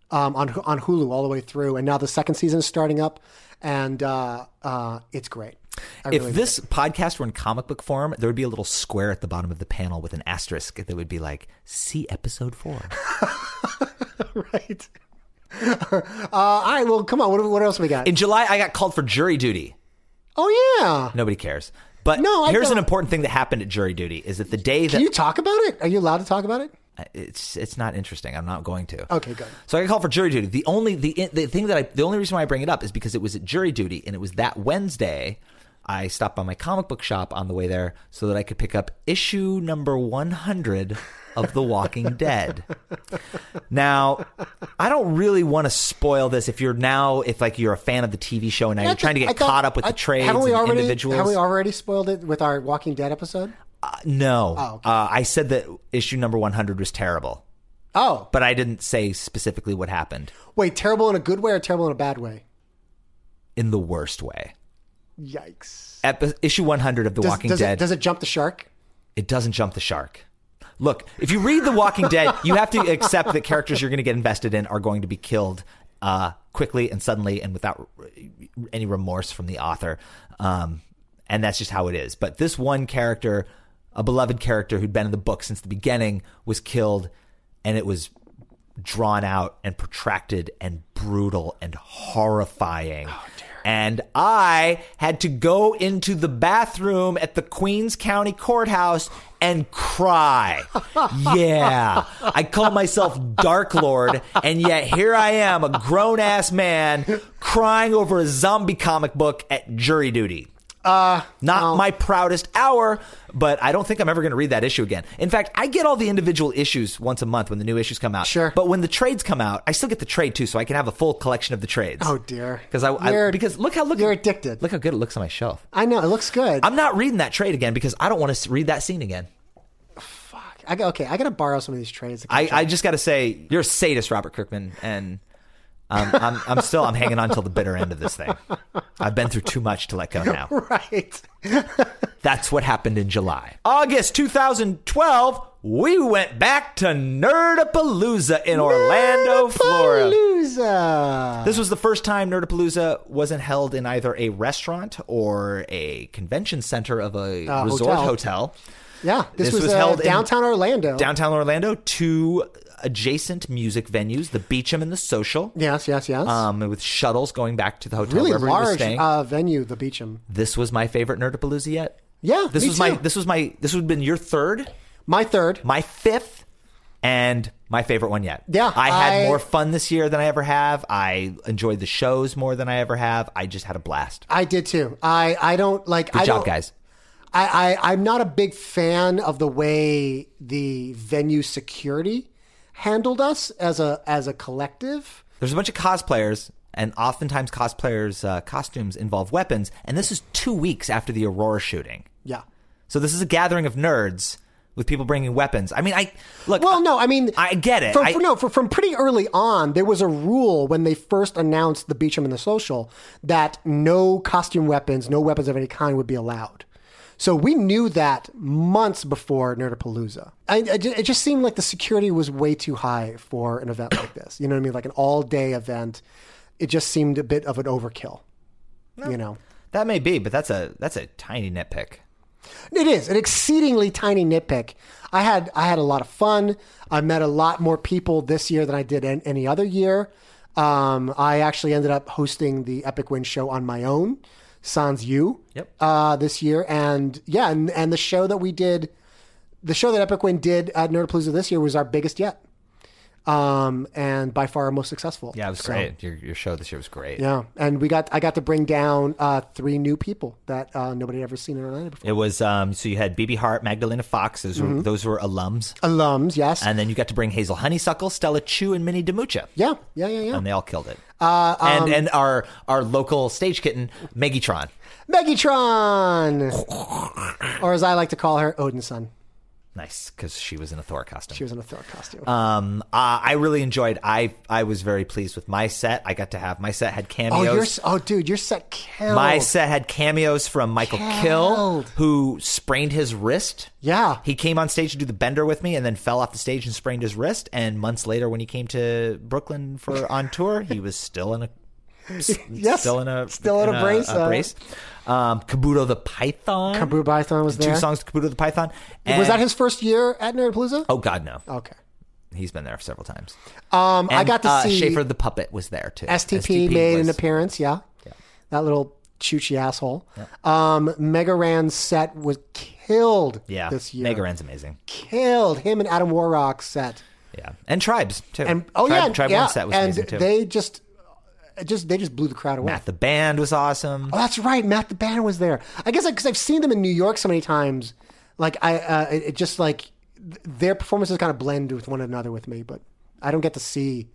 um, on on Hulu all the way through, and now the second season is starting up, and uh, uh, it's great. I if really this podcast were in comic book form, there would be a little square at the bottom of the panel with an asterisk that would be like, see episode four. right. uh, all right, well, come on. What, what else we got? in July, I got called for jury duty. oh yeah, Nobody cares. But No, I here's an don't. important thing that happened at jury duty is that the day that can you talk about it? Are you allowed to talk about it? it's it's not interesting. I'm not going to. Okay, good. So I got called for jury duty. The only the the thing that I the only reason why I bring it up is because it was at jury duty and it was that Wednesday. I stopped by my comic book shop on the way there so that I could pick up issue number 100 of The Walking Dead. Now, I don't really want to spoil this if you're now if like you're a fan of the TV show and now you're trying to get I thought- caught up with I- the trades and haven't we the already, individuals. Uh, Have we already spoiled it with our Walking Dead episode? No. Oh, okay. uh, I said that issue number 100 was terrible, Oh, but I didn't say specifically what happened wait, terrible in a good way or terrible in a bad way? in the worst way. Yikes! Epi- issue 100 of The Does, Walking does Dead, It, does it jump the shark? it doesn't jump the shark. Look, if you read The Walking Dead, you have to accept that characters you're going to get invested in are going to be killed uh, quickly and suddenly and without r- any remorse from the author. Um, and that's just how it is. But this one character, a beloved character who'd been in the book since the beginning, was killed, and it was drawn out and protracted and brutal and horrifying. And I had to go into the bathroom at the Queens County Courthouse and cry. yeah. I call myself Dark Lord, and yet here I am, a grown ass man, crying over a zombie comic book at jury duty. Not my proudest hour, but I don't think I'm ever going to read that issue again. In fact, I get all the individual issues once a month when the new issues come out. Sure. But when the trades come out, I still get the trade too, so I can have a full collection of the trades. Oh, dear. Because I, I- You're- because look how look you're addicted. Look how good it looks on my shelf. I know it looks good. I'm not reading that trade again because I don't want to read that scene again. Fuck. fuck. I got, okay, I gotta borrow some of these trays. I, I just got to say, you're a sadist, Robert Kirkman, and um, I'm, I'm still I'm hanging on till the bitter end of this thing. I've been through too much to let go now. right. That's what happened in July. August 2012, we went back to Nerdapalooza in Orlando, Florida. Palooza. This was the first time Nerdapalooza wasn't held in either a restaurant or a convention center of a Uh, resort hotel. hotel. Yeah, this, This was, was uh, held in- downtown Orlando. Downtown Orlando, two adjacent music venues, the Beecham and the Social, yes, yes, yes. um, with shuttles going back to the hotel really wherever he was large staying. uh, venue, the Beecham. this was my favorite Nerdapalooza yet. Yeah, This me was my too. this was my this would have been your third, my third. my fifth, and my favorite one yet. Yeah, I had I- more fun this year than I ever have. I enjoyed the shows more than I ever have. I just had a blast. I did too. I I don't like. Good I job, don't- guys. I, I I'm not a big fan of the way the venue security handled us as a as a collective. There's a bunch of cosplayers, and oftentimes cosplayers' uh, costumes involve weapons. And this is two weeks after the Aurora shooting, Yeah. so this is a gathering of nerds with people bringing weapons. I mean, I look. Well, no, I mean, I get it. From, I- no, from, from pretty early on, there was a rule when they first announced the Beecham and the Social that no costume weapons, no weapons of any kind would be allowed. So we knew that months before Nerdapalooza. I, I ju- it just seemed like the security was way too high for an event like this. You know what I mean? Like an all day event. It just seemed a bit of an overkill. You know? uh, that may be, but that's a that's a tiny nitpick. It is an exceedingly tiny nitpick. I had I had a lot of fun. I met a lot more people this year than I did an- any other year. Um, I actually ended up hosting the Epic Win show on my own, Sans You, Yep. uh, this year, and yeah, and, and the show that we did, the show that Epic Win did at Nerdapalooza this year was our biggest yet, um, and by far our most successful. Yeah, it was So- great. Your, your show this year was great. Yeah, and we got I got to bring down uh, three new people that uh, nobody had ever seen in Orlando before. It was um, so you had BB Hart, Magdalena Fox. Those Mm-hmm. were those were alums, Alums, yes, and then you got to bring Hazel Honeysuckle, Stella Chu, and Minnie DiMuccia. Yeah, um, yeah, yeah, yeah. and they all killed it. Uh, and and our our local stage kitten, Megatron. Megatron, or as I like to call her, Odin's son. Nice, because she was in a Thor costume. She was in a Thor costume. um, uh, I really enjoyed. I I was very pleased with my set. I got to have my set had cameos. oh, you're, oh, dude, your set killed. My set had cameos from Michael Kill, Killed. who sprained his wrist. Yeah. He came on stage to do the bender with me and then fell off the stage and sprained his wrist. And months later, when he came to Brooklyn for on tour, he was still in a. s- Yes. Still in a Still in a brace, A uh, brace. Um, Kabuto the Python. Kabu Python was there. Two songs to Kabuto the Python. was And- that his first year at Nerdapalooza? Oh God, no. Okay. He's been there several times. Um, I And, got to uh, see Schaefer the Puppet was there too. STP, made was- an appearance. Yeah. That little choochy asshole. Um, Megaran's set was killed Yeah, this year. Megaran's amazing. Killed him and Adam Warrock's set. Yeah, and Tribes too. And oh Tribe, yeah, Tribe yeah. One set was and amazing too. they just, just they just blew the crowd away. Matt the Band was awesome. Oh, that's right. Matt the Banner was there. I guess because I've seen them in New York so many times, like I, uh, it, it just like th- their performances kind of blend with one another with me. But I don't get to see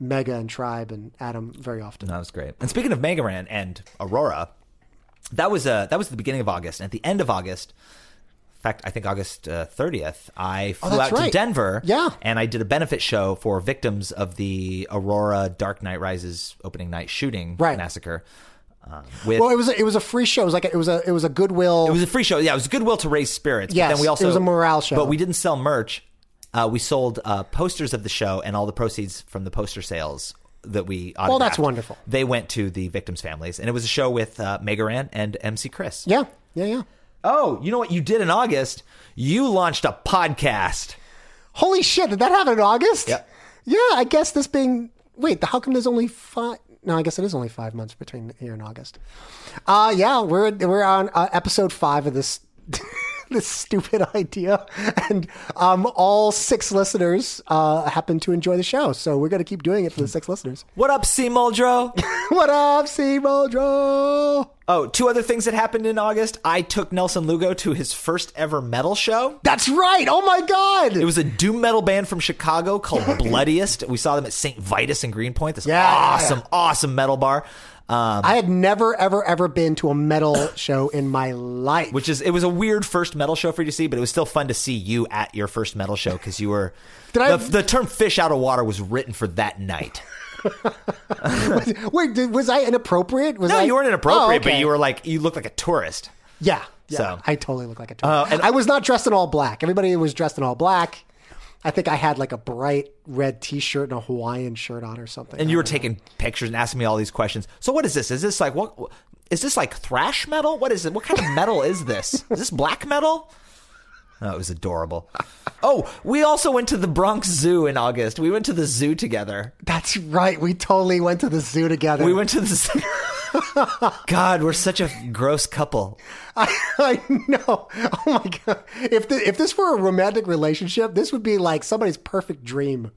Mega and Tribe and Adam very often. That was great. And speaking of Megaran and Aurora, that was uh, that was the beginning of August. And at the end of August, in fact, I think August uh, thirtieth, I flew Oh, that's out to right. Denver. Yeah. and I did a benefit show for victims of the Aurora Dark Knight Rises opening night shooting Right. massacre. Um, with Well, it was a, it was a free show. It was like a, it was a it was a Goodwill. It was a free show. Yeah, it was goodwill to raise spirits. Yes, but then we also it was a morale show. But we didn't sell merch. Uh, we sold uh, posters of the show, and all the proceeds from the poster sales that we autographed, that's wonderful. They went to the victims' families, and it was a show with uh, Megaran and MC Chris. yeah, yeah, yeah. Oh, you know what you did in August? You launched a podcast. Holy shit! Did that happen in August? Yep. Yeah, I guess this being wait, how come there's only five? No, I guess it is only five months between here and August. Uh yeah, we're we're on uh, episode five of this this stupid idea, and um, all six listeners uh, happen to enjoy the show, so we're gonna keep doing it for the six listeners. What up, C Muldrow? what up, C Moldro? Oh, two other things that happened in August. I took Nelson Lugo to his first ever metal show. That's right. Oh my God. It was a doom metal band from Chicago called Bloodiest. We saw them at St. Vitus in Greenpoint. This Yeah. awesome, awesome metal bar. Um, I had never, ever, ever been to a metal show in my life. which is it was a weird first metal show for you to see, but it was still fun to see you at your first metal show because you were Did the, I- the term "fish out of water" was written for that night. Wait, did, was I inappropriate? Was No, I, you weren't inappropriate, Oh, okay. but you were like you looked like a tourist. Yeah. yeah So. Uh, I totally look like a tourist. and I was not dressed in all black. Everybody was dressed in all black. I think I had like a bright red T-shirt and a Hawaiian shirt on or something. and you were taking pictures and asking me all these questions. So what is this? Is this like what? Is this like thrash metal? What is it? What kind of metal is this? Is this black metal? Oh, it was adorable. Oh, we also went to the Bronx Zoo in August. We went to the zoo together. That's right. We totally went to the zoo together. We went to the zoo. God, we're such a gross couple. I, I know. Oh my god! If the, if this were a romantic relationship, this would be like somebody's perfect dream.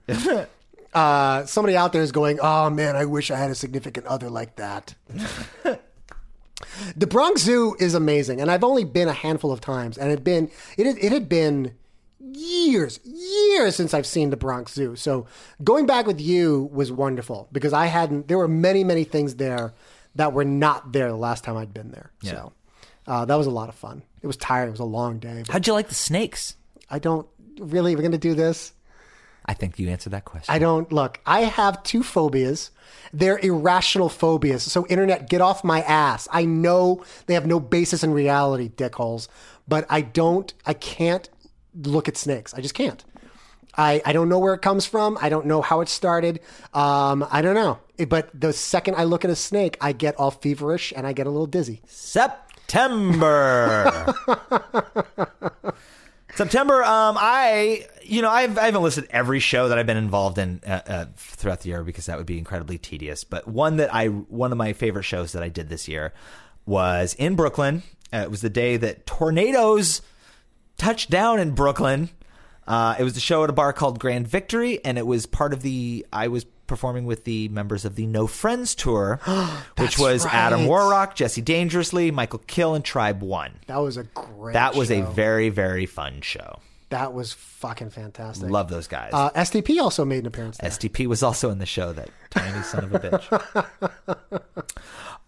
uh, somebody out there is going, "Oh man, I wish I had a significant other like that." the Bronx Zoo is amazing, and I've only been a handful of times, and it had been it had, it had been years, years since I've seen the Bronx Zoo. So going back with you was wonderful because I hadn't. There were many, many things there that were not there the last time I'd been there. So uh, that was a lot of fun. It was tiring. It was a long day. But How'd you like the snakes? I don't really. We're gonna do this. I think you answered that question. I don't look. I have two phobias. They're irrational phobias. So internet, get off my ass. I know they have no basis in reality, dickholes. But I don't. I can't look at snakes. I just can't. I, I don't know where it comes from. I don't know how it started. Um, I don't know. It- But the second I look at a snake, I get all feverish and I get a little dizzy. September. September. Um, I you know I've I haven't listed every show that I've been involved in uh, uh, throughout the year because that would be incredibly tedious. But one that I one of my favorite shows that I did this year was in Brooklyn. Uh, it was the day that tornadoes touched down in Brooklyn. Uh, it was a show at a bar called Grand Victory, and it was part of the I was performing with the members of the No Friends tour, which was Adam right. Warrock, Jesse Dangerously, Michael Kill, and Tribe One. That was a great. That was a show. very very fun show. That was fucking fantastic. Love those guys. Uh, STP also made an appearance. There. STP was also in the show, that tiny son of a bitch.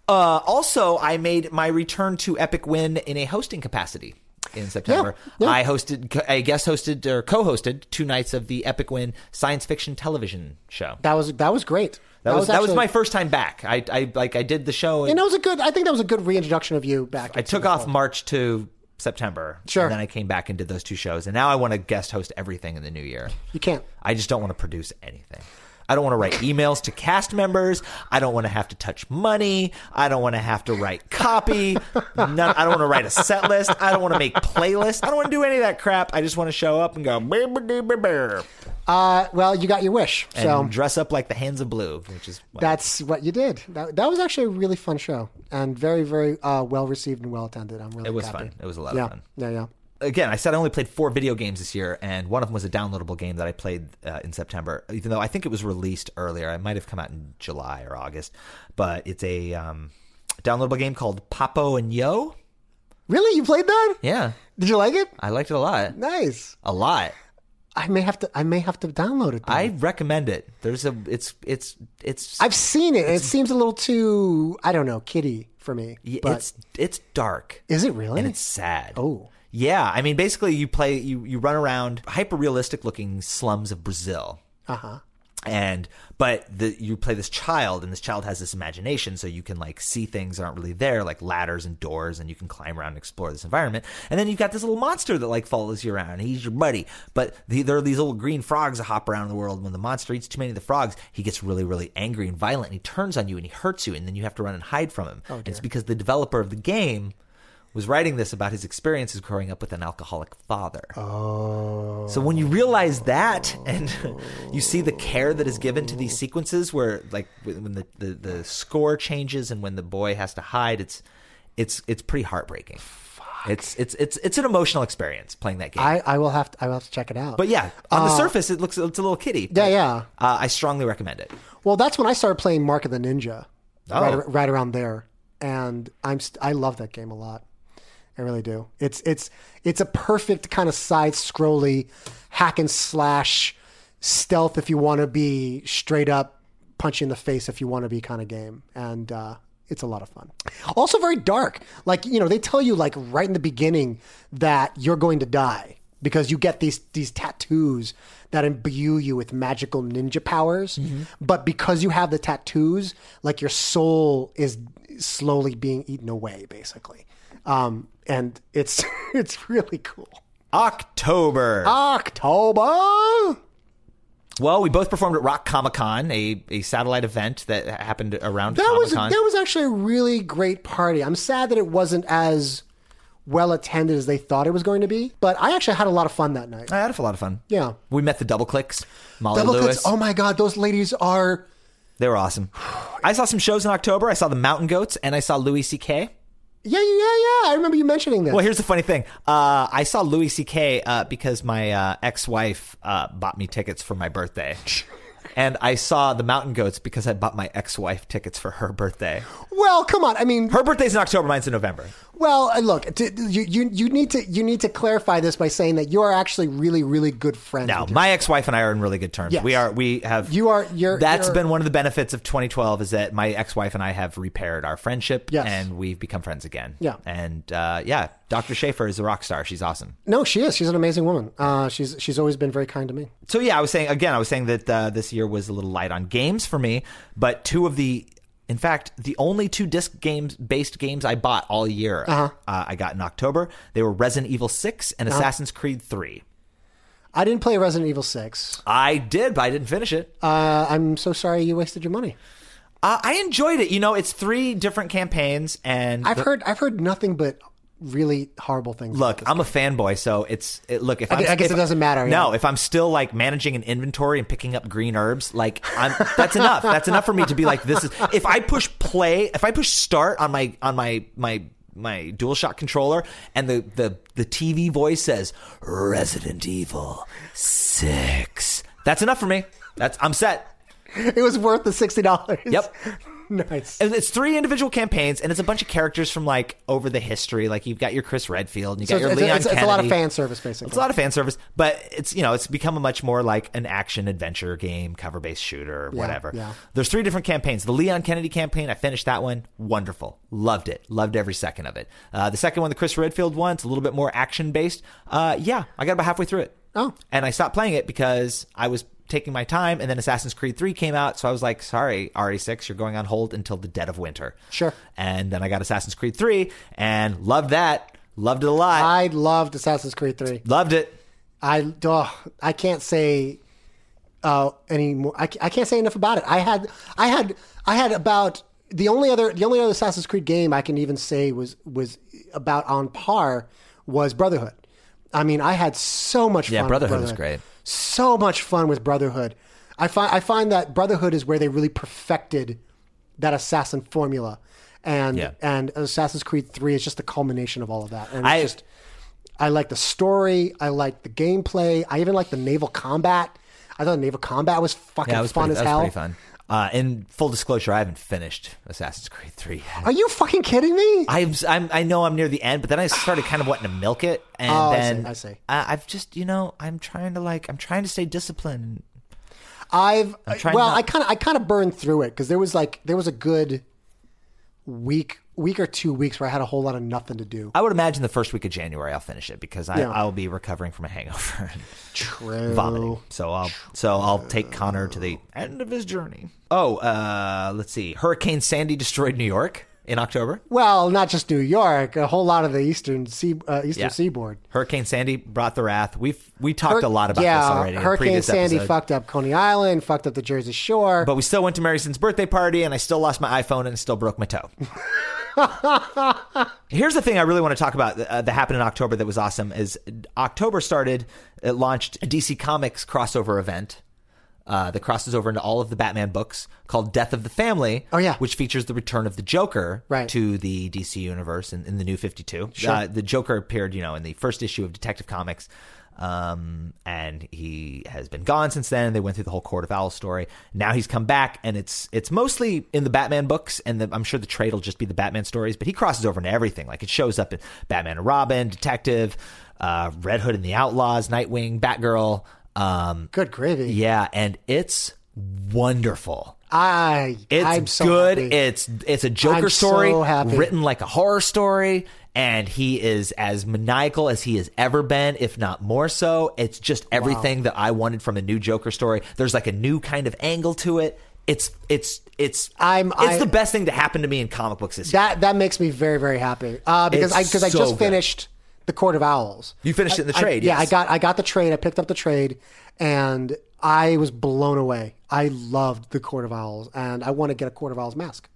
Uh, also, I made my return to Epic Win in a hosting capacity in September. yeah. I hosted, I guest hosted or co hosted two nights of the Epic Win science fiction television show. That, That was that was great. was, that was actually- my first time back. I, I like I did the show. And And that was a good. I think that was a good reintroduction of you back. I took off March to September. Sure. And then I came back and did those two shows. And now I want to guest host everything in the new year. You can't. I just don't want to produce anything. I don't want to write emails to cast members. I don't want to have to touch money. I don't want to have to write copy. None, I don't want to write a set list. I don't want to make playlists. I don't want to do any of that crap. I just want to show up and go "Brr, brr, brr, brr, brr," Uh, well, you got your wish. and So dress up like the hands of blue, which is what- that's what you did. That, that was actually a really fun show and very very uh, well received and well attended. I'm really. It was happy. fun. It was a lot of yeah. fun. Yeah, yeah. again. I said I only played four video games this year, and one of them was a downloadable game that I played uh, in September. Even though I think it was released earlier, it might have come out in July or August. But it's a um, downloadable game called Papo and Yo. Really, you played that? Yeah, Did you like it? I liked it a lot. Mm. Nice. A lot. I may have to. I may have to download it. then. I recommend it. There's a. It's it's it's. I've seen it. and It seems a little too. I don't know, kiddie for me. y- But it's it's dark is it really? and it's sad. Oh. Yeah, I mean, basically, you play you you run around hyper realistic looking slums of Brazil. uh huh. and but the, you play this child and this child has this imagination so you can like see things that aren't really there like ladders and doors and you can climb around and explore this environment and then you've got this little monster that like follows you around he's your buddy but the, there are these little green frogs that hop around the world when the monster eats too many of the frogs he gets really really angry and violent and he turns on you and he hurts you and then you have to run and hide from him Oh, And it's because the developer of the game was writing this about his experiences growing up with an alcoholic father Oh. so when you realize that, and you see the care that is given to these sequences, where like when when the, the, the score changes and when the boy has to hide, it's it's it's pretty heartbreaking. It's it's it's it's an emotional experience playing that game. I, I will have to. I will have to check it out. but yeah, on the surface, it looks it's a little kitty. Yeah, yeah. Uh, I strongly recommend it. Well, that's when I started playing Mark of the Ninja. Oh. Right, ar- right around there. and I'm st- I love that game a lot. I really do. It's it's it's a perfect kind of side scrolly hack and slash stealth if you want to be straight up punch you in the face if you want to be kind of game and uh, it's a lot of fun. Also very dark. Like you know they tell you like right in the beginning that you're going to die because you get these these tattoos that imbue you with magical ninja powers Mm-hmm. but because you have the tattoos like your soul is slowly being eaten away basically um, and it's it's really cool October. Uh, october Well, we both performed at Rock Comic Con, a, a satellite event that happened around that Comic was Con. that was actually a really great party i'm sad that it wasn't as well attended as they thought it was going to be but i actually had a lot of fun that night I had a lot of fun. yeah We met the Double Clicks, Molly double Lewis. cuts oh my god those ladies are They were awesome. I saw some shows in October. I saw the Mountain Goats and I saw Louis C.K. yeah yeah yeah i remember you mentioning this Well, here's the funny thing. Uh, I saw Louis C.K. Uh, because my uh, ex-wife uh, bought me tickets for my birthday, and I saw the Mountain Goats because I bought my ex-wife tickets for her birthday. well come on i mean Her birthday's in October. Mine's in November. Well, uh, look, t- you, you you need to you need to clarify this by saying that you are actually really really good friends. Now, with your- my ex-wife and I are in really good terms. Yes. We are. We have. You are- you're- That's you're- been one of the benefits of 2012 is that my ex-wife and I have repaired our friendship. Yes. And we've become friends again. Yeah. And uh, yeah, Dr. Schaefer is a rock star. She's awesome. no, she is. She's an amazing woman. Uh, she's she's always been very kind to me. So yeah, I was saying again, I was saying that uh, this year was a little light on games for me, but two of the, in fact, the only two disc games based games I bought all year, Uh-huh. uh I got in October. They were Resident Evil Six and Assassin's Creed Three. I didn't play Resident Evil Six. I did, but I didn't finish it. Uh, I'm so sorry you wasted your money. Uh, I enjoyed it. You know, it's three different campaigns, and I've heard I've heard nothing but really horrible things. look, I'm a fanboy, so it's it, look. If I I'm, gu- I guess if- it doesn't matter, No, yeah. if I'm still like managing an inventory and picking up green herbs, like I'm, that's enough. That's enough for me to be like, this is. If I push play, if I push start on my on my my my DualShock controller, and the the the TV voice says Resident Evil Six, that's enough for me. That's I'm set. it was worth the sixty dollars. Yep. nice. And it's three individual campaigns, and it's a bunch of characters from like over the history. Like you've got your Chris Redfield, and you So got your it's, Leon it's- it's a lot of Kennedy. fan service, basically. It's a lot of fan service, but it's you know it's become a much more like an action adventure game, cover based shooter, whatever. yeah. There's three different campaigns. The Leon Kennedy campaign, I finished that one, wonderful, loved it, loved every second of it. Uh, the second one, the Chris Redfield one, it's a little bit more action based. Uh, yeah, I got about halfway through it. Oh. and I stopped playing it because I was taking my time, and then Assassin's Creed Three came out, so I was like, sorry, RE6, you're going on hold until the dead of winter. Sure. And then I got Assassin's Creed Three, and loved that, loved it a lot, I loved Assassin's Creed Three. loved it. I oh, I can't say uh, any more. I, ca- I can't say enough about it. I had I had I had about the only other the only other Assassin's Creed game I can even say was was about on par was Brotherhood. I mean, I had so much Yeah, fun. Brotherhood with was great. So much fun with Brotherhood. I find I find that Brotherhood is where they really perfected that assassin formula, and Yeah. and Assassin's Creed Three is just the culmination of all of that. And it's I- just I like the story. I like the gameplay. I even like the naval combat. I thought naval combat was fucking Yeah, it was fun pretty, as that hell. Was pretty fun. Uh, in full disclosure, I haven't finished Assassin's Creed Three yet. Are you fucking kidding me? I'm, I'm, I know I'm near the end, but then I started kind of wanting to milk it, and Oh, I see, then I see. I- I've just, you know, I'm trying to like, I'm trying to stay disciplined. I've trying well, not- I kind of I kind of burned through it because there was like there was a good week week or two weeks where I had a whole lot of nothing to do. I would imagine the first week of January I'll finish it because I, Yeah. I'll be recovering from a hangover and True. vomiting. So I'll, so I'll take Connor to the end of his journey. Oh, uh, let's see. Hurricane Sandy destroyed New York in October. Well, not just New York, a whole lot of the eastern sea uh, eastern Yeah. seaboard. Hurricane Sandy brought the wrath. We've we talked Hur- a lot about yeah, this already. in a Hurricane previous Sandy episode. fucked up Coney Island, fucked up the Jersey Shore. But we still went to Maryson's birthday party, and I still lost my iPhone and still broke my toe. Here's the thing I really want to talk about uh, that happened in October that was awesome is October started, it launched a DC Comics crossover event. Uh, that crosses over into all of the Batman books called Death of the Family. Oh, yeah. Which features the return of the Joker Right. to the DC universe in, in the new 52. Uh, the Joker appeared, you know, in the first issue of Detective Comics. Um, and he has been gone since then. They went through the whole Court of Owls story. Now he's come back, and it's it's mostly in the Batman books, and the, I'm sure the trade will just be the Batman stories. But he crosses over into everything. Like it shows up in Batman and Robin, Detective, uh, Red Hood and the Outlaws, Nightwing, Batgirl. Um, Good gravy. yeah, and it's wonderful. I It's I'm so good. happy. It's it's a Joker I'm story so happy. written like a horror story, and he is as maniacal as he has ever been, if not more so. It's just everything that I wanted from a new Joker story. There's like a new kind of angle to it. It's it's it's I'm- it's I- the best thing that happened to me in comic books this year. that that makes me very very happy uh, because It's I because I so just good. finished the Court of Owls. You finished it in the trade, I, yeah. I yes. got I got the trade. I picked up the trade, and I was blown away. I loved the Court of Owls, and I want to get a Court of Owls mask.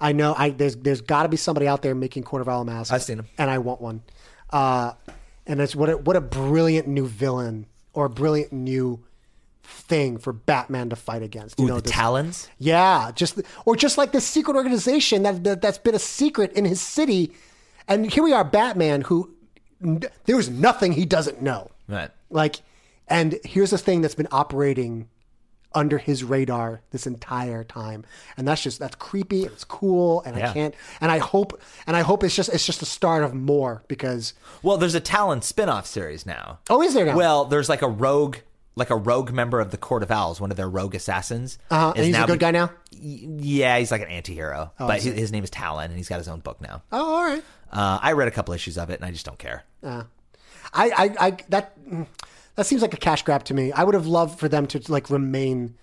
I know I there's there's got to be somebody out there making Court of Owl masks. I've seen 'em. and I want one. Uh, and it's what a, what a brilliant new villain or a brilliant new thing for Batman to fight against. You Ooh, know, the this- Talons. yeah, just or just like this secret organization that, that that's been a secret in his city, and here we are, Batman, who n- there's nothing he doesn't know. Right. Like, and here's this thing that's been operating under his radar this entire time, and that's just that's creepy. And it's cool, and Yeah. I can't. And I hope, and I hope it's just it's just the start of more because Well, there's a Talon spin-off series now. oh, is there now? Well, there's like a rogue like a rogue member of the Court of Owls, one of their rogue assassins. uh, is and he's a now good be- guy now. Yeah, he's like an anti-hero, but his, his name is Talon, and he's got his own book now. Oh, all right. Uh, I read a couple issues of it, and I just don't care. I, I, I that mm, that seems like a cash grab to me. I would have loved for them to like remain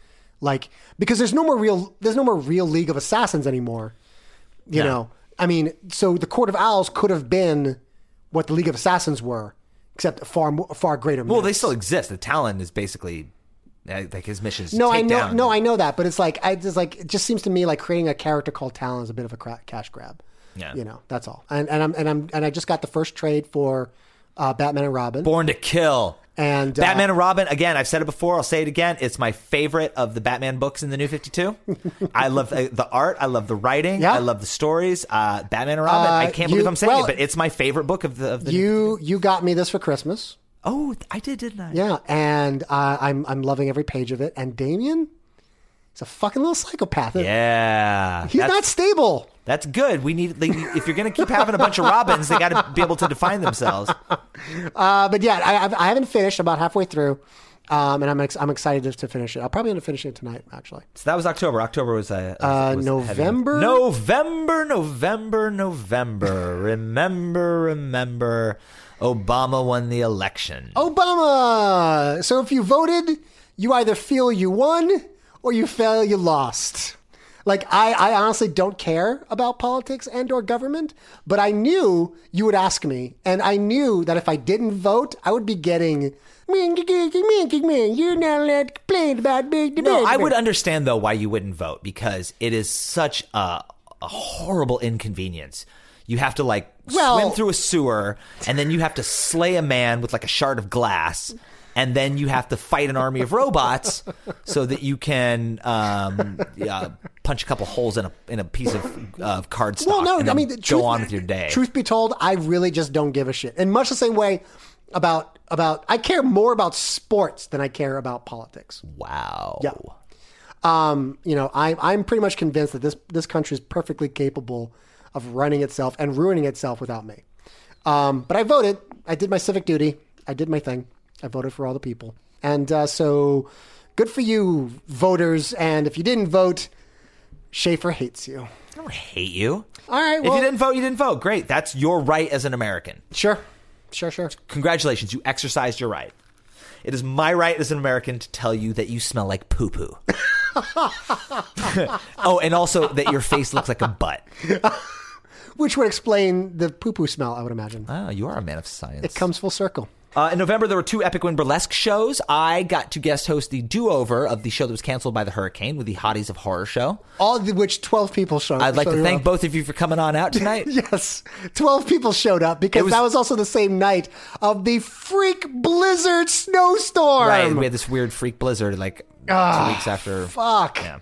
like because there's no more real there's no more real League of Assassins anymore. You know, I mean, so the Court of Owls could have been what the League of Assassins were, except far mo- far greater. Well, they menace. still exist. The Talon is basically uh, like his mission is to no, I take know, down- no, I know that, but it's like I just like it just seems to me like creating a character called Talon is a bit of a cra- cash grab. Yeah. you know, that's all. And and I'm and I'm and I just got the first trade for uh, Batman and Robin Born to Kill. and uh, Batman and Robin, again, I've said it before, I'll say it again. It's my favorite of the Batman books in the New 52. I love uh, the art, I love the writing, Yeah. I love the stories. Uh, Batman and Robin, I Uh, can't you- believe I'm saying well, it, but it's my favorite book of the. Of the new- You you got me this for Christmas. oh, I did, didn't I? Yeah, and uh, I'm I'm loving every page of it. And Damien, he's a fucking little psychopath. Yeah. he's That's- not stable. That's good. We need they, if you're going to keep having a bunch of robins, they got to be able to define themselves. Uh, but yeah, I I've- I haven't finished. I'm About halfway through, um, and I'm ex- I'm excited to, to finish it. I'll probably end up finishing it tonight, actually. So that was October. October was a Uh, was a heavy- November? November, November, November. remember, remember. Obama won the election. Obama. So if you voted, you either feel you won or you feel you lost. Like I, I honestly don't care about politics and or government, but I knew you would ask me, and I knew that if I didn't vote, I would be getting "Ming, gig, gig, ming, gig, ming, you're not allowed to complain about big debate. No, I would uh, understand though why you wouldn't vote because it is such a, a horrible inconvenience. You have to like Well- swim through a sewer, and then you have to slay a man with like a shard of glass, and then you have to fight an army of robots so that you can um, uh, punch a couple holes in a in a piece of uh, cardstock. Well, no, and I then mean, go the truth, on with your day. Truth be told, I really just don't give a shit. In much the same way about about I care more about sports than I care about politics. Wow. Yeah. Um, you know, I, I'm pretty much convinced that this this country is perfectly capable of running itself and ruining itself without me. Um, but I voted. I did my civic duty. I did my thing. I voted for all the people. And uh, so, good for you, voters. And if you didn't vote, Schaefer hates you. I don't hate you. All right. Well, if you didn't vote, you didn't vote. Great. That's your right as an American. sure, sure, sure. congratulations, you exercised your right. It is my right as an American to tell you that you smell like poo poo. oh, and also that your face looks like a butt. Which would explain the poo poo smell, I would imagine. Oh, you are a man of science. It comes full circle. Uh, in November, there were two Epic Win Burlesque shows. I got to guest host the do over of the show that was canceled by the hurricane with the Hotties of Horror show. All of which twelve people showed. I'd like showed to up. thank both of you for coming on out tonight. Yes, twelve people showed up because was- that was also the same night of the freak blizzard snowstorm. Right, we had this weird freak blizzard like two weeks after. Ah, Fuck! Yeah. Um,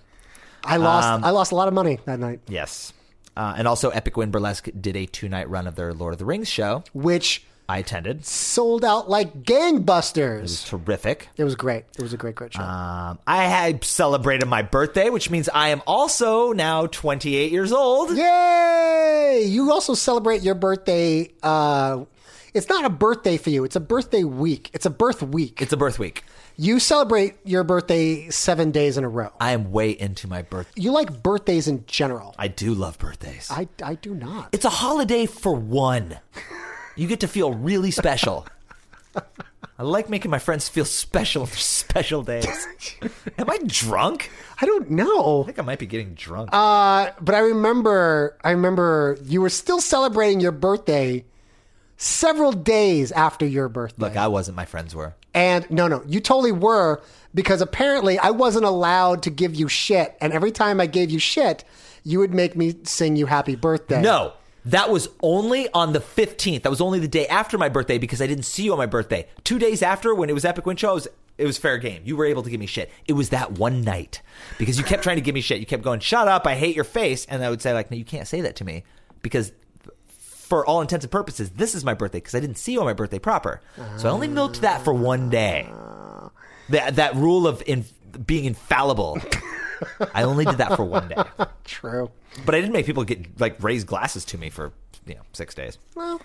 I lost. I lost a lot of money that night, Yes. Uh, and also, Epic Win Burlesque did a two night run of their Lord of the Rings show. which I attended. Sold out like gangbusters. It was terrific. It was great. It was a great, great show. Um, I had celebrated my birthday, which means I am also now 28 years old. Yay! You also celebrate your birthday. Uh, it's not a birthday for you. It's a birthday week. It's a birth week. It's a birth week. You celebrate your birthday seven days in a row. I am way into my birthday. You like birthdays in general. I do love birthdays. I, I do not. It's a holiday for one. You get to feel really special. I like making my friends feel special for special days. Am I drunk? I don't know. I think I might be getting drunk. Uh, but I remember, I remember you were still celebrating your birthday several days after your birthday. Look, I wasn't. My friends were. And no, no, you totally were because apparently I wasn't allowed to give you shit. And every time I gave you shit, you would make me sing you happy birthday. No, that was only on the 15th. That was only the day after my birthday because I didn't see you on my birthday. Two days after, when it was Epic Win Show, it was, it was fair game. You were able to give me shit. It was that one night because you kept trying to give me shit. You kept going, shut up, I hate your face. And I would say, like, no, you can't say that to me because for all intents and purposes, this is my birthday because I didn't see you on my birthday proper. So I only milked that for one day. That that rule of in, being infallible. I only did that for one day. True. But I didn't make people get like raise glasses to me for you know six days. Well,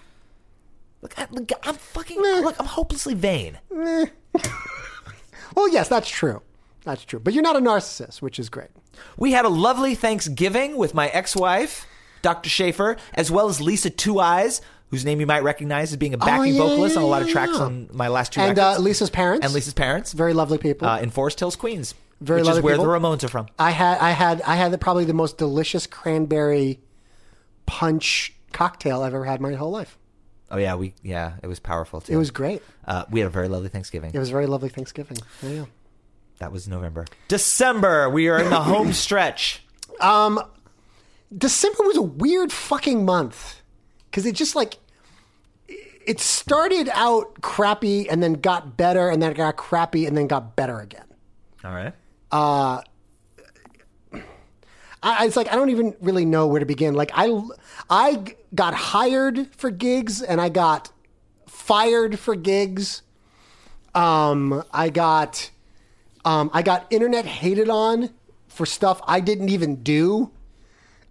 look, I, look I'm fucking look, I'm hopelessly vain. Well, yes, that's true. That's true. But you're not a narcissist, which is great. We had a lovely Thanksgiving with my ex-wife, Dr. Schaefer, as well as Lisa Two Eyes, whose name you might recognize as being a backing Oh, yeah, vocalist on a yeah, lot of yeah, tracks yeah. on my last two And uh, records. Lisa's parents. and Lisa's parents Very lovely people. uh, in Forest Hills, Queens, Very which is lovely where people. the Ramones are from. I had I had I had the, probably the most delicious cranberry punch cocktail I've ever had in my whole life. Oh yeah, we yeah, it was powerful too. It was great. Uh, we had a very lovely Thanksgiving. It was a very lovely Thanksgiving. There you that was November. December, we are in the home stretch. go. Um, December was a weird fucking month because it just like it started out crappy and then got better and then it got crappy and then got better again. All right. I, it's like I don't even really know where to begin. Like I, I g- got hired for gigs and I got fired for gigs. Um, I got, um, I got internet hated on for stuff I didn't even do.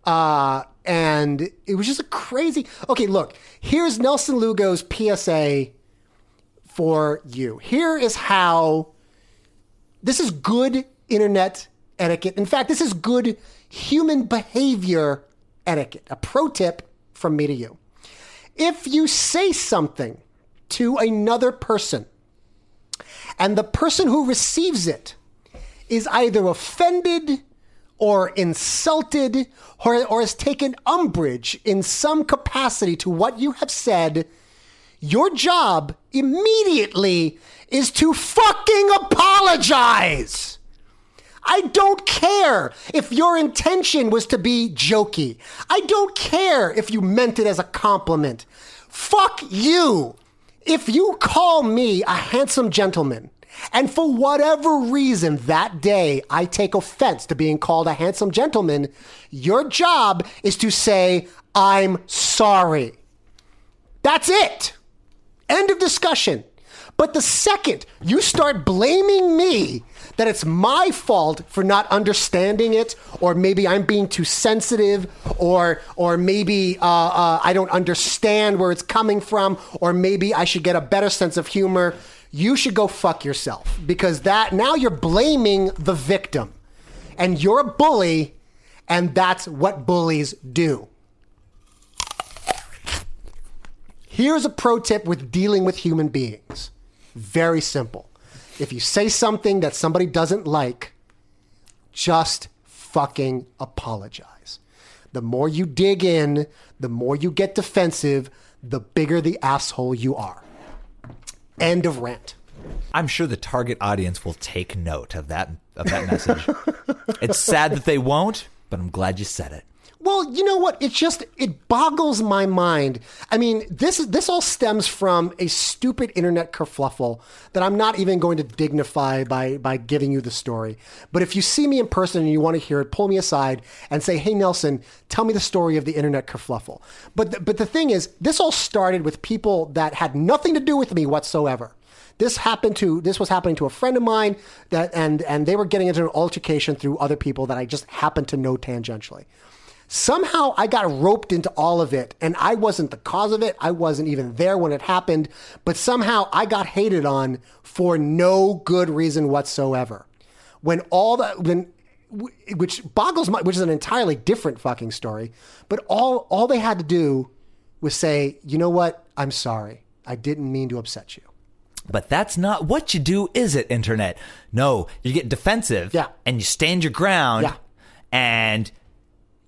Uh, and it was just a crazy. Okay, look, here's Nelson Lugo's PSA for you. Here is how this is good internet etiquette. In fact, this is good human behavior etiquette. A pro tip from me to you. If you say something to another person and the person who receives it is either offended or insulted or, or has taken umbrage in some capacity to what you have said, your job immediately is to fucking apologize. I don't care if your intention was to be jokey. I don't care if you meant it as a compliment. Fuck you. If you call me a handsome gentleman, and for whatever reason that day I take offense to being called a handsome gentleman, your job is to say, I'm sorry. That's it. End of discussion. But the second you start blaming me that it's my fault for not understanding it, or maybe I'm being too sensitive, or or maybe uh, uh, I don't understand where it's coming from, or maybe I should get a better sense of humor, you should go fuck yourself because that now you're blaming the victim, and you're a bully, and that's what bullies do. Here's a pro tip with dealing with human beings. Very simple. If you say something that somebody doesn't like, just fucking apologize. The more you dig in, the more you get defensive, the bigger the asshole you are. End of rant. I'm sure the target audience will take note of that of that message. it's sad that they won't, but I'm glad you said it. Well, you know what? It just it boggles my mind. I mean, this is this all stems from a stupid internet kerfluffle that I'm not even going to dignify by by giving you the story. But if you see me in person and you want to hear it, pull me aside and say, "Hey, Nelson, tell me the story of the internet kerfluffle." But th- but the thing is, this all started with people that had nothing to do with me whatsoever this happened to this was happening to a friend of mine that and and they were getting into an altercation through other people that I just happened to know tangentially. Somehow I got roped into all of it and I wasn't the cause of it. I wasn't even there when it happened, but somehow I got hated on for no good reason whatsoever. When all the when wh- which boggles my which is an entirely different fucking story, but all all they had to do was say, "You know what? I'm sorry. I didn't mean to upset you." But that's not what you do, is it, internet? No, you get defensive Yeah. and you stand your ground Yeah. and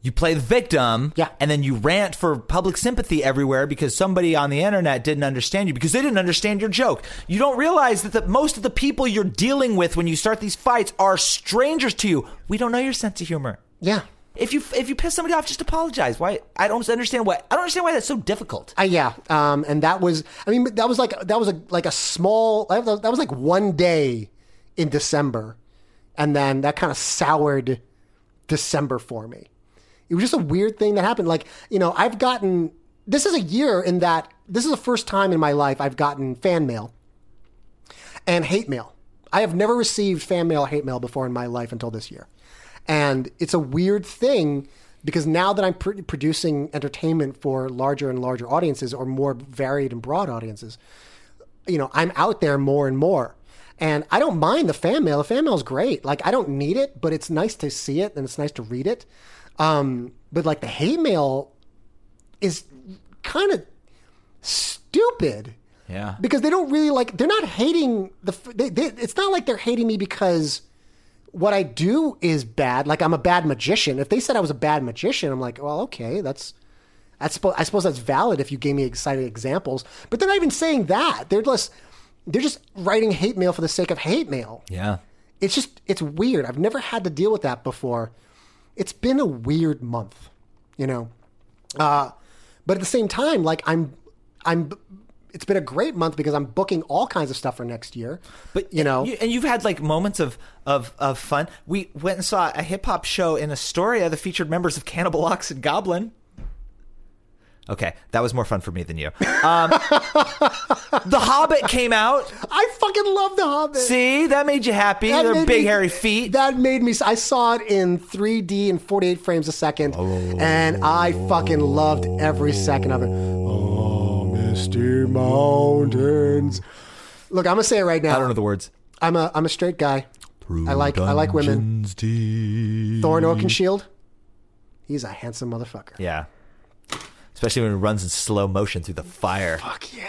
you play the victim Yeah. and then you rant for public sympathy everywhere because somebody on the internet didn't understand you because they didn't understand your joke. You don't realize that the, most of the people you're dealing with when you start these fights are strangers to you. We don't know your sense of humor. Yeah. If you if you piss somebody off, just apologize. Why? I don't understand why. I don't understand why that's so difficult. Uh, yeah, um, and that was. I mean, that was like that was a like a small. That was that was like one day in December, and then that kind of soured December for me. It was just a weird thing that happened. Like you know, I've gotten this is a year in that this is the first time in my life I've gotten fan mail and hate mail. I have never received fan mail, hate mail before in my life until this year. And it's a weird thing because now that I'm pr- producing entertainment for larger and larger audiences or more varied and broad audiences, you know, I'm out there more and more. And I don't mind the fan mail. The fan mail is great. Like, I don't need it, but it's nice to see it and it's nice to read it. Um, but like the hate mail is kind of stupid Yeah. because they don't really like they're not hating the f- they, they, it's not like they're hating me because what i do is bad like i'm a bad magician if they said i was a bad magician i'm like well okay that's I suppose, I suppose that's valid if you gave me exciting examples but they're not even saying that they're just they're just writing hate mail for the sake of hate mail Yeah. it's just it's weird i've never had to deal with that before it's been a weird month you know uh, but at the same time like i'm i'm it's been a great month because i'm booking all kinds of stuff for next year but you know and you've had like moments of of of fun. We went and saw a hip hop show in Astoria that featured members of Cannibal Ox and Goblin. Okay, that was more fun for me than you. Um, the Hobbit came out. i fucking love the hobbit See, that made you happy. That Their made big me- hairy feet. That made me. I saw it in 3D in 48 frames a second, and I fucking loved every second of it. Oh, Misty Mountains. Look, I'm gonna say it right now. I don't know the words. I'm a I'm a straight guy. I like I like women. Thorn Oakenshield. He's a handsome motherfucker. Mm-hmm. Yeah, especially when it runs in slow motion through the fire. Fuck yeah.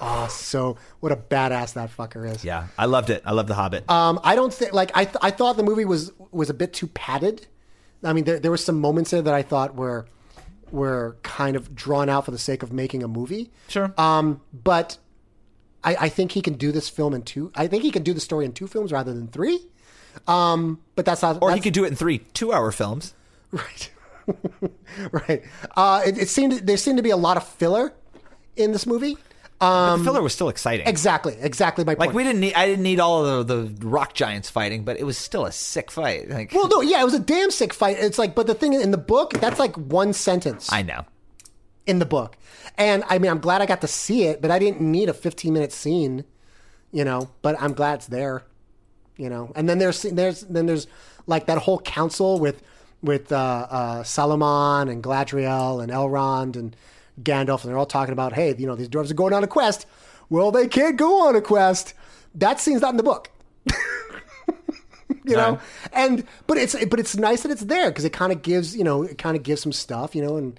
Oh, so what a badass that fucker is. Yeah, I loved it. I love the Hobbit. Um, I don't think like I th- I thought the movie was was a bit too padded. I mean, there there were some moments there that I thought were were kind of drawn out for the sake of making a movie. sure. Um, but I, I think he can do this film in two. I think he can do the story in two films rather than three. Um, but that's not or that's, he could do it in three two-hour films. Right. right. Uh, it, it seemed there seemed to be a lot of filler in this movie. But the filler was still exciting. Um, Exactly. Exactly my point. Like we didn't need, I didn't need all of the, the rock giants fighting, but it was still a sick fight. Like, well, no, yeah, it was a damn sick fight. It's like, but the thing in the book, that's like one sentence I know. in the book, and I mean, I'm glad I got to see it, but I didn't need a 15 minute scene, you know. But I'm glad it's there, you know. And then there's there's then there's like that whole council with with uh, uh, Salamon and Gladriel and Elrond and Gandalf, and they're all talking about, hey, you know, these dwarves are going on a quest. Well, they can't go on a quest. That scene's not in the book you know and but it's but it's nice that it's there because it kind of gives you know it kind of gives some stuff you know and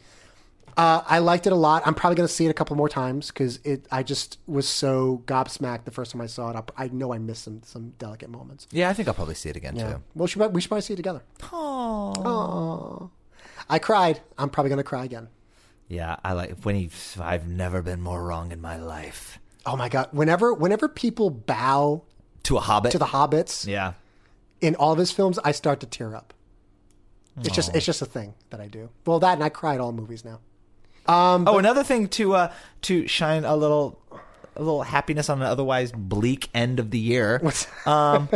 uh, I liked it a lot. I'm probably going to see it a couple more times because it. I just was so gobsmacked the first time I saw it. I, I know I missed some some delicate moments. Yeah, I think I'll probably see it again Yeah. too. Well, we should, we should probably see it together. Oh. I cried. I'm probably going to cry again. Yeah, I like when he. I've never been more wrong in my life. Oh my god! Whenever whenever people bow To a hobbit. to the hobbits yeah. in all of his films, I start to tear up. It's just it's just a thing that I do. Well, that and I cry at all movies now. Um, Oh, but- another thing to uh, to shine a little a little happiness on an otherwise bleak end of the year. Um,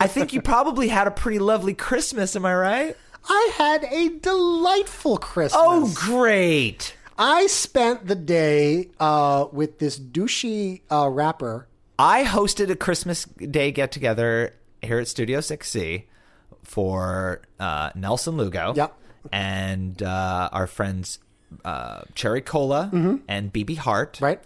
I think you probably had a pretty lovely Christmas. Am I right? I had a delightful Christmas. Oh, great! I spent the day uh, with this douchey uh, rapper. I hosted a Christmas Day get together here at Studio 6C for uh, Nelson Lugo Yep. and uh, our friends uh, Cherry Cola and BB Hart. Mm-hmm. Right.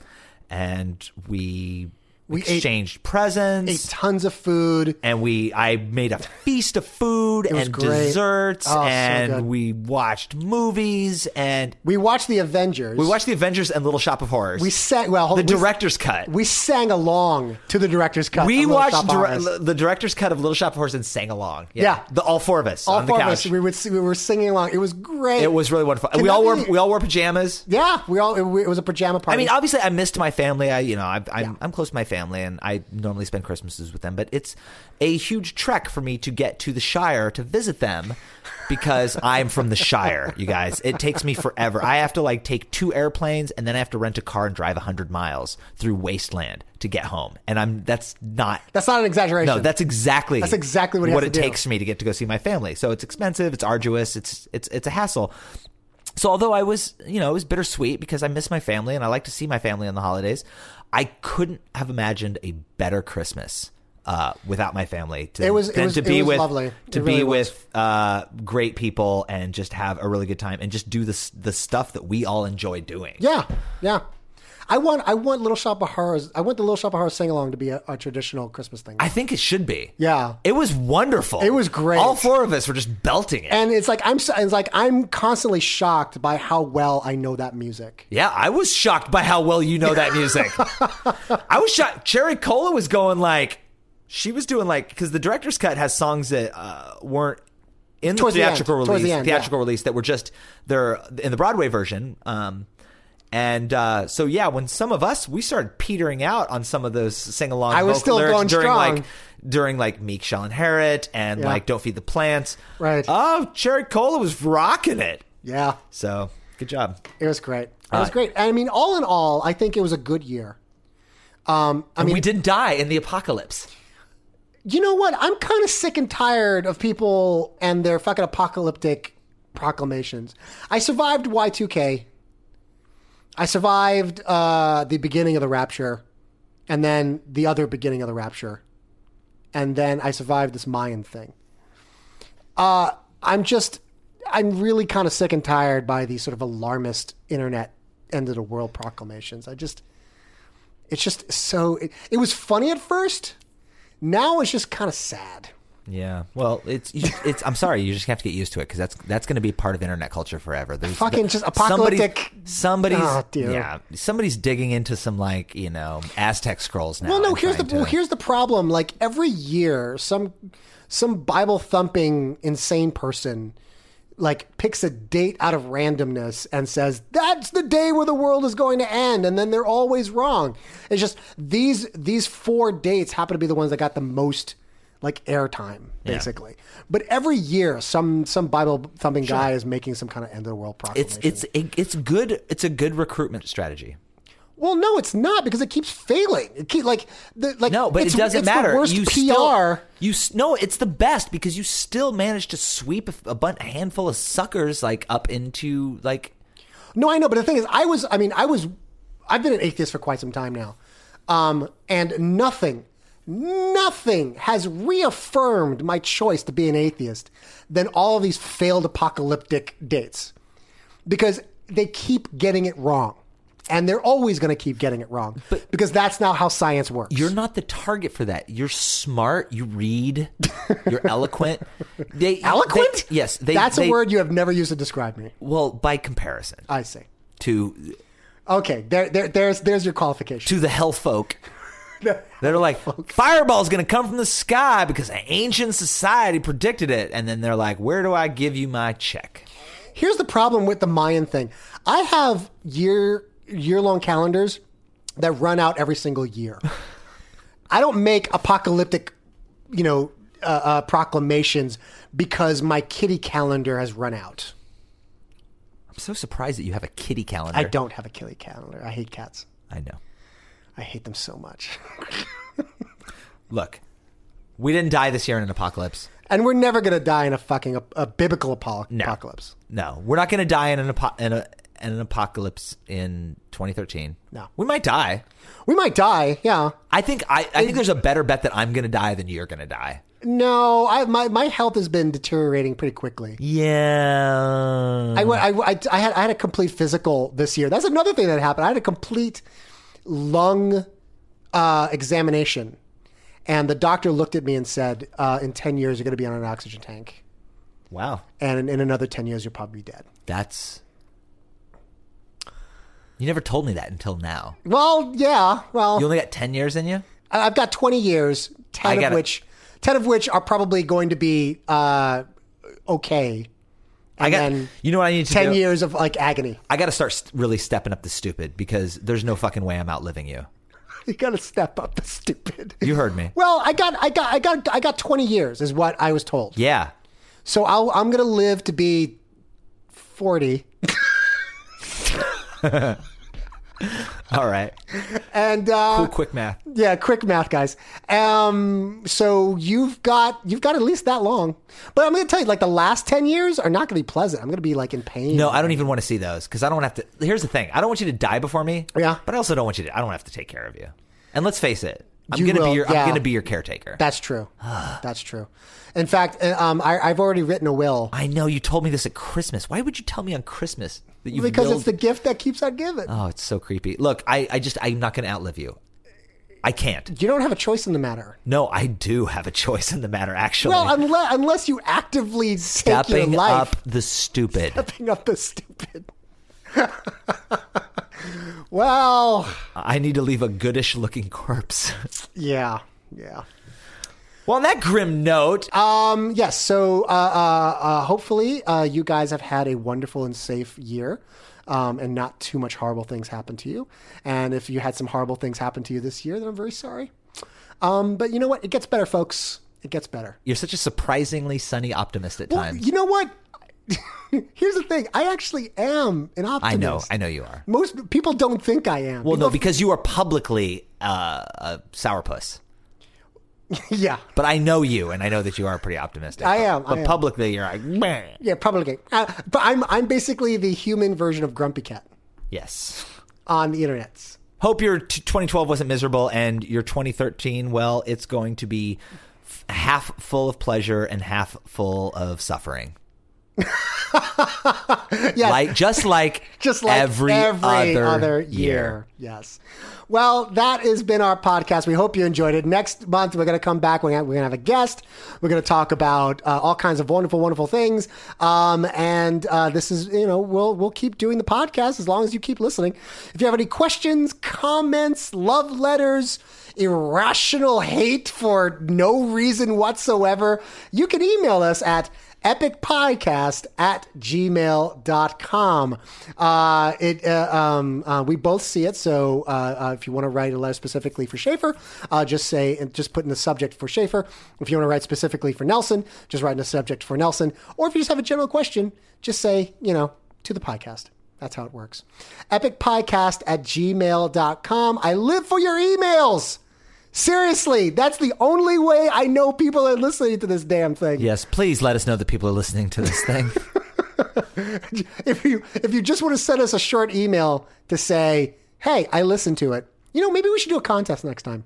And we, We ate- exchanged Ate presents. tons of food. and we, I made a feast of food was and great. desserts, Oh, so and good. we watched movies, and We watched the Avengers. we watched The Avengers and Little Shop of Horrors. We sang. Well, hold the we- director's cut. We sang along to the director's cut. We of Little watched Shop of dir- Horrors. the director's cut of Little Shop of Horrors and sang along. Yeah, Yeah. The, all four of us all on four the of couch. us. We would we were singing along. It was great. it was really wonderful. Can we that all wore be- we all wore pajamas. yeah. We all it, it was a pajama I party. mean, obviously, I missed my family. I, you know, I, I'm I'm close to my family, and I normally spend Christmases with them. But it's a huge trek for me to get to the Shire to visit them because I'm from the Shire. You guys, it takes me forever. I have to like take two airplanes, and then I have to rent a car and drive hundred miles through wasteland to get home. And I'm that's not that's not an exaggeration. No, that's exactly That's exactly what he has it to do. takes me to get to go see my family. So it's expensive, it's arduous, it's it's it's a hassle. So although I was, you know, it was bittersweet because I miss my family and I like to see my family on the holidays, I couldn't have imagined a better Christmas uh, without my family. To, It was- it than was- to it be was with lovely. to It be really was. with uh, great people and just have a really good time and just do this the stuff that we all enjoy doing. yeah, yeah. I want I want Little Shop of Horrors. I want the Little Shop of Horrors sing along to be a, a traditional Christmas thing. I think it should be. Yeah. It was wonderful. It was great. All four of us were just belting it. and it's like I'm so- it's like I'm constantly shocked by how well I know that music. Yeah, I was shocked by how well you know that music. I was shocked. Cherry Cola was going like, she was doing like, because the director's cut has songs that uh, weren't in Towards the the end. theatrical Towards release, the end, yeah. theatrical release that were just they're in the Broadway version. Um, and uh, so yeah, when some of us we started petering out on some of those sing along, I was still going during strong. like during like Meek shall inherit and Yeah. like Don't feed the plants. Right. Oh, Cherry Cola was rocking it. Yeah, So good job. it was great. It was great. I mean, all in all, I think it was a good year. Um, I And mean, we didn't die in the apocalypse. you know what? I'm kind of sick and tired of people and their fucking apocalyptic proclamations. I survived Y2K. I survived uh, the beginning of the rapture and then the other beginning of the rapture. And then I survived this Mayan thing. Uh, I'm just, I'm really kind of sick and tired by these sort of alarmist internet end of the world proclamations. I just, it's just so, it, it was funny at first now it's just kind of sad. Yeah. Well, it's you- it's. I'm sorry. You just have to get used to it because that's that's going to be part of internet culture forever. There's Fucking just somebody's- apocalyptic- Somebody's, Oh, dear. yeah. Somebody's digging into some like you know Aztec scrolls now. Well, no, and here's the trying well, to- here's the problem. Like every year, some some Bible thumping insane person like picks a date out of randomness and says that's the day where the world is going to end, and then they're always wrong. It's just these these four dates happen to be the ones that got the most like airtime basically but every year some some bible thumping guy is making some kind of end of the world It's proclamation it's it, it's good. It's a good recruitment strategy. Well, no, it's not because it keeps failing. It keep, like the like No, but it's- it doesn't it's matter. The worst you PR. Still, you s- no, it's the best because you still manage to sweep a, a bun- a handful of suckers like up into like No, I know, but the thing is, I was. I mean, I was. I've been an atheist for quite some time now, um, and nothing, nothing has reaffirmed my choice to be an atheist than all of these failed apocalyptic dates, because they keep getting it wrong, and they're always going to keep getting it wrong, because that's now how science works. You're not the target for that. You're smart. You read. You're eloquent. They eloquent. they- yes, they, that's they- a word you have never used to describe me. Well, by comparison I see. to Okay, there, there, there's, there's your qualification. to the hell folk that are like fireball's going to come from the sky because an ancient society predicted it, and then they're like, "Where do I give you my check?" Here's the problem with the Mayan thing. I have year, year long calendars that run out every single year. I don't make apocalyptic, you know, uh, uh, proclamations because my kitty calendar has run out. I'm so surprised that you have a kitty calendar. I don't have a kitty calendar. I hate cats. I know. I hate them so much. Look, we didn't die this year in an apocalypse. and we're never going to die in a fucking ap- a biblical apo- apocalypse. No, we're not going to die in an apo- in, a, in an apocalypse in 2013. No. we might die. We might die, yeah. I think I, I think there's a better bet that I'm going to die than you're going to die. No, I, my, my health has been deteriorating pretty quickly. Yeah. I, went- I, I, I had I had a complete physical this year. That's another thing that happened. I had a complete lung uh, examination, and the doctor looked at me and said, uh, "In ten years, you're going to be on an oxygen tank, wow, and in, in another ten years, you'll probably be dead." that's. You never told me that until now. Well, yeah. Well, You only got 10 years in you? I- I've got twenty years, I ten of gotta- which ten of which are probably going to be uh, okay, and I got then You know what I need to ten do? years of like agony. I got to start st- really stepping up the stupid because there's no fucking way I'm outliving you. You got to step up, the stupid. You heard me. Well, I got, I got, I got, I got twenty years, is what I was told. Yeah. So I'll, I'm gonna live to be forty, All right. and uh, Cool quick math. yeah, quick math, guys. Um, so you've got, you've got at least that long. But I'm gonna tell you, like the last ten years are not gonna be pleasant. I'm gonna be like in pain. No, I don't even want to see those because I don't have to. Here's the thing: I don't want you to die before me. Yeah. but I also don't want you to. I don't have to take care of you. And let's face it, I'm You gonna will, be your. yeah. I'm gonna be your caretaker. that's true. that's true. In fact, uh, um, I, I've already written a will I know you told me this at Christmas. Why would you tell me on Christmas that you? because it's willed- the gift that keeps on giving. Oh, it's so creepy. Look, I, I just, I'm not gonna outlive you. I can't. you don't have a choice in the matter. No, I do have a choice in the matter. Actually, Well, unless unless you actively take stepping your life. up the stupid. Stepping up the stupid. well, I need to leave a goodish-looking corpse. yeah, yeah. well, on that grim note, Um, yes. So, uh, uh, uh, hopefully, uh, you guys have had a wonderful and safe year. Um, and not too much horrible things happen to you. And if you had some horrible things happen to you this year, then I'm very sorry. Um, but you know what? It gets better, folks. It gets better. you're such a surprisingly sunny optimist at Well, times. you know what? Here's the thing. I actually am an optimist. I know, I know you are. Most people don't think I am. Well, no, People- because you are publicly uh, a sourpuss. yeah, But I know you, and I know that you are pretty optimistic. I am, But I am. publicly, you're like, "Meh." Yeah, probably. Uh, but I'm I'm basically the human version of Grumpy Cat yes. on the internet. Hope your t- 2012 wasn't miserable, and your 2013, well, it's going to be f- half full of pleasure and half full of suffering. Like just like Just like every, other, year. year. Yes. Well, that has been our podcast. We hope you enjoyed it. Next month, we're going to come back. We're going to have a guest. We're going to talk about uh, all kinds of wonderful, wonderful things. Um, and uh, this is, you know, we'll we'll keep doing the podcast as long as you keep listening. If you have any questions, comments, love letters, irrational hate for no reason whatsoever, you can email us at epicpodcast at gmail.com. Uh, it, uh, um, uh, we both see it. So uh, uh, if you want to write a letter specifically for Schaefer, uh, just say, and just put in the subject for Schaefer. If you want to write specifically for Nelson, just write in the subject for Nelson. Or if you just have a general question, just say, you know, to the podcast. That's how it works. Epicpodcast at gmail.com. I live for your emails. Seriously, that's the only way I know people are listening to this damn thing. Yes, please let us know that people are listening to this thing. if you if you just want to send us a short email to say, "Hey, I listened to it," you know, maybe we should do a contest next time.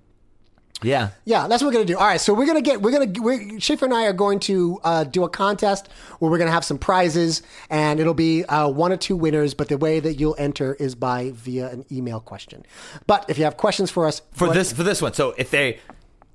yeah. Yeah, that's what we're gonna do. All right, so we're gonna get we're gonna we Schaefer and I are going to uh, do a contest where we're gonna have some prizes, and it'll be uh, one or two winners. But the way that you'll enter is by via an email question. But if you have questions for us for what- this for this one. So if they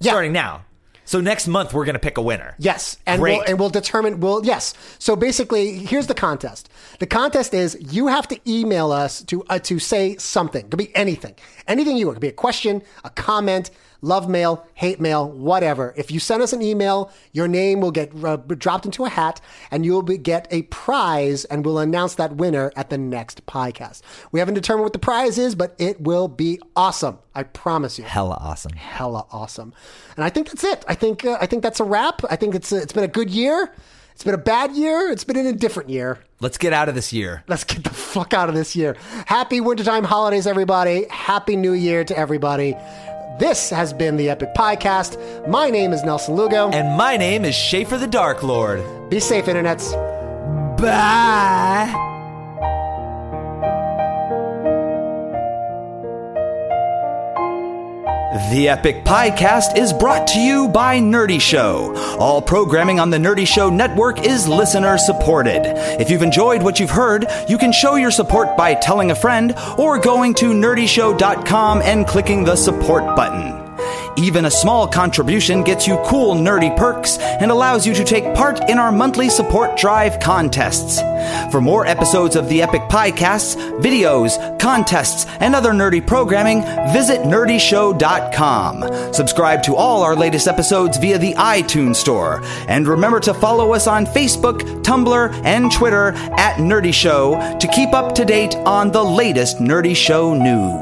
starting now, so next month we're gonna pick a winner. Yes, and Great. we'll and we'll determine. We'll yes. So basically, here's the contest. The contest is you have to email us to uh, to say something. Could be anything, anything you want. Could be a question, a comment, love mail, hate mail, whatever. If you send us an email, your name will get uh, dropped into a hat, and you will be, get a prize, and we'll announce that winner at the next podcast. We haven't determined what the prize is, but it will be awesome. I promise you Hella awesome. hella awesome. And I think that's it. I think uh, I think that's a wrap. I think it's uh, it's been a good year. It's been a bad year. It's been an indifferent year. Let's get out of this year. Let's get the fuck out of this year. Happy wintertime holidays, everybody. Happy New Year to everybody. This has been the Epic Podcast. My name is Nelson Lugo. And my name is Schaefer the Dark Lord. Be safe, internets. Bye. The Epic Podcast is brought to you by Nerdy Show. All programming on the Nerdy Show network is listener supported. If you've enjoyed what you've heard, you can show your support by telling a friend or going to nerdyshow.com and clicking the support button. Even a small contribution gets you cool nerdy perks and allows you to take part in our monthly support drive contests. For more episodes of the Epic Podcasts, videos, contests, and other nerdy programming, visit nerdyshow.com. Subscribe to all our latest episodes via the iTunes Store. And remember to follow us on Facebook, Tumblr, and Twitter at Nerdy Show to keep up to date on the latest Nerdy Show news.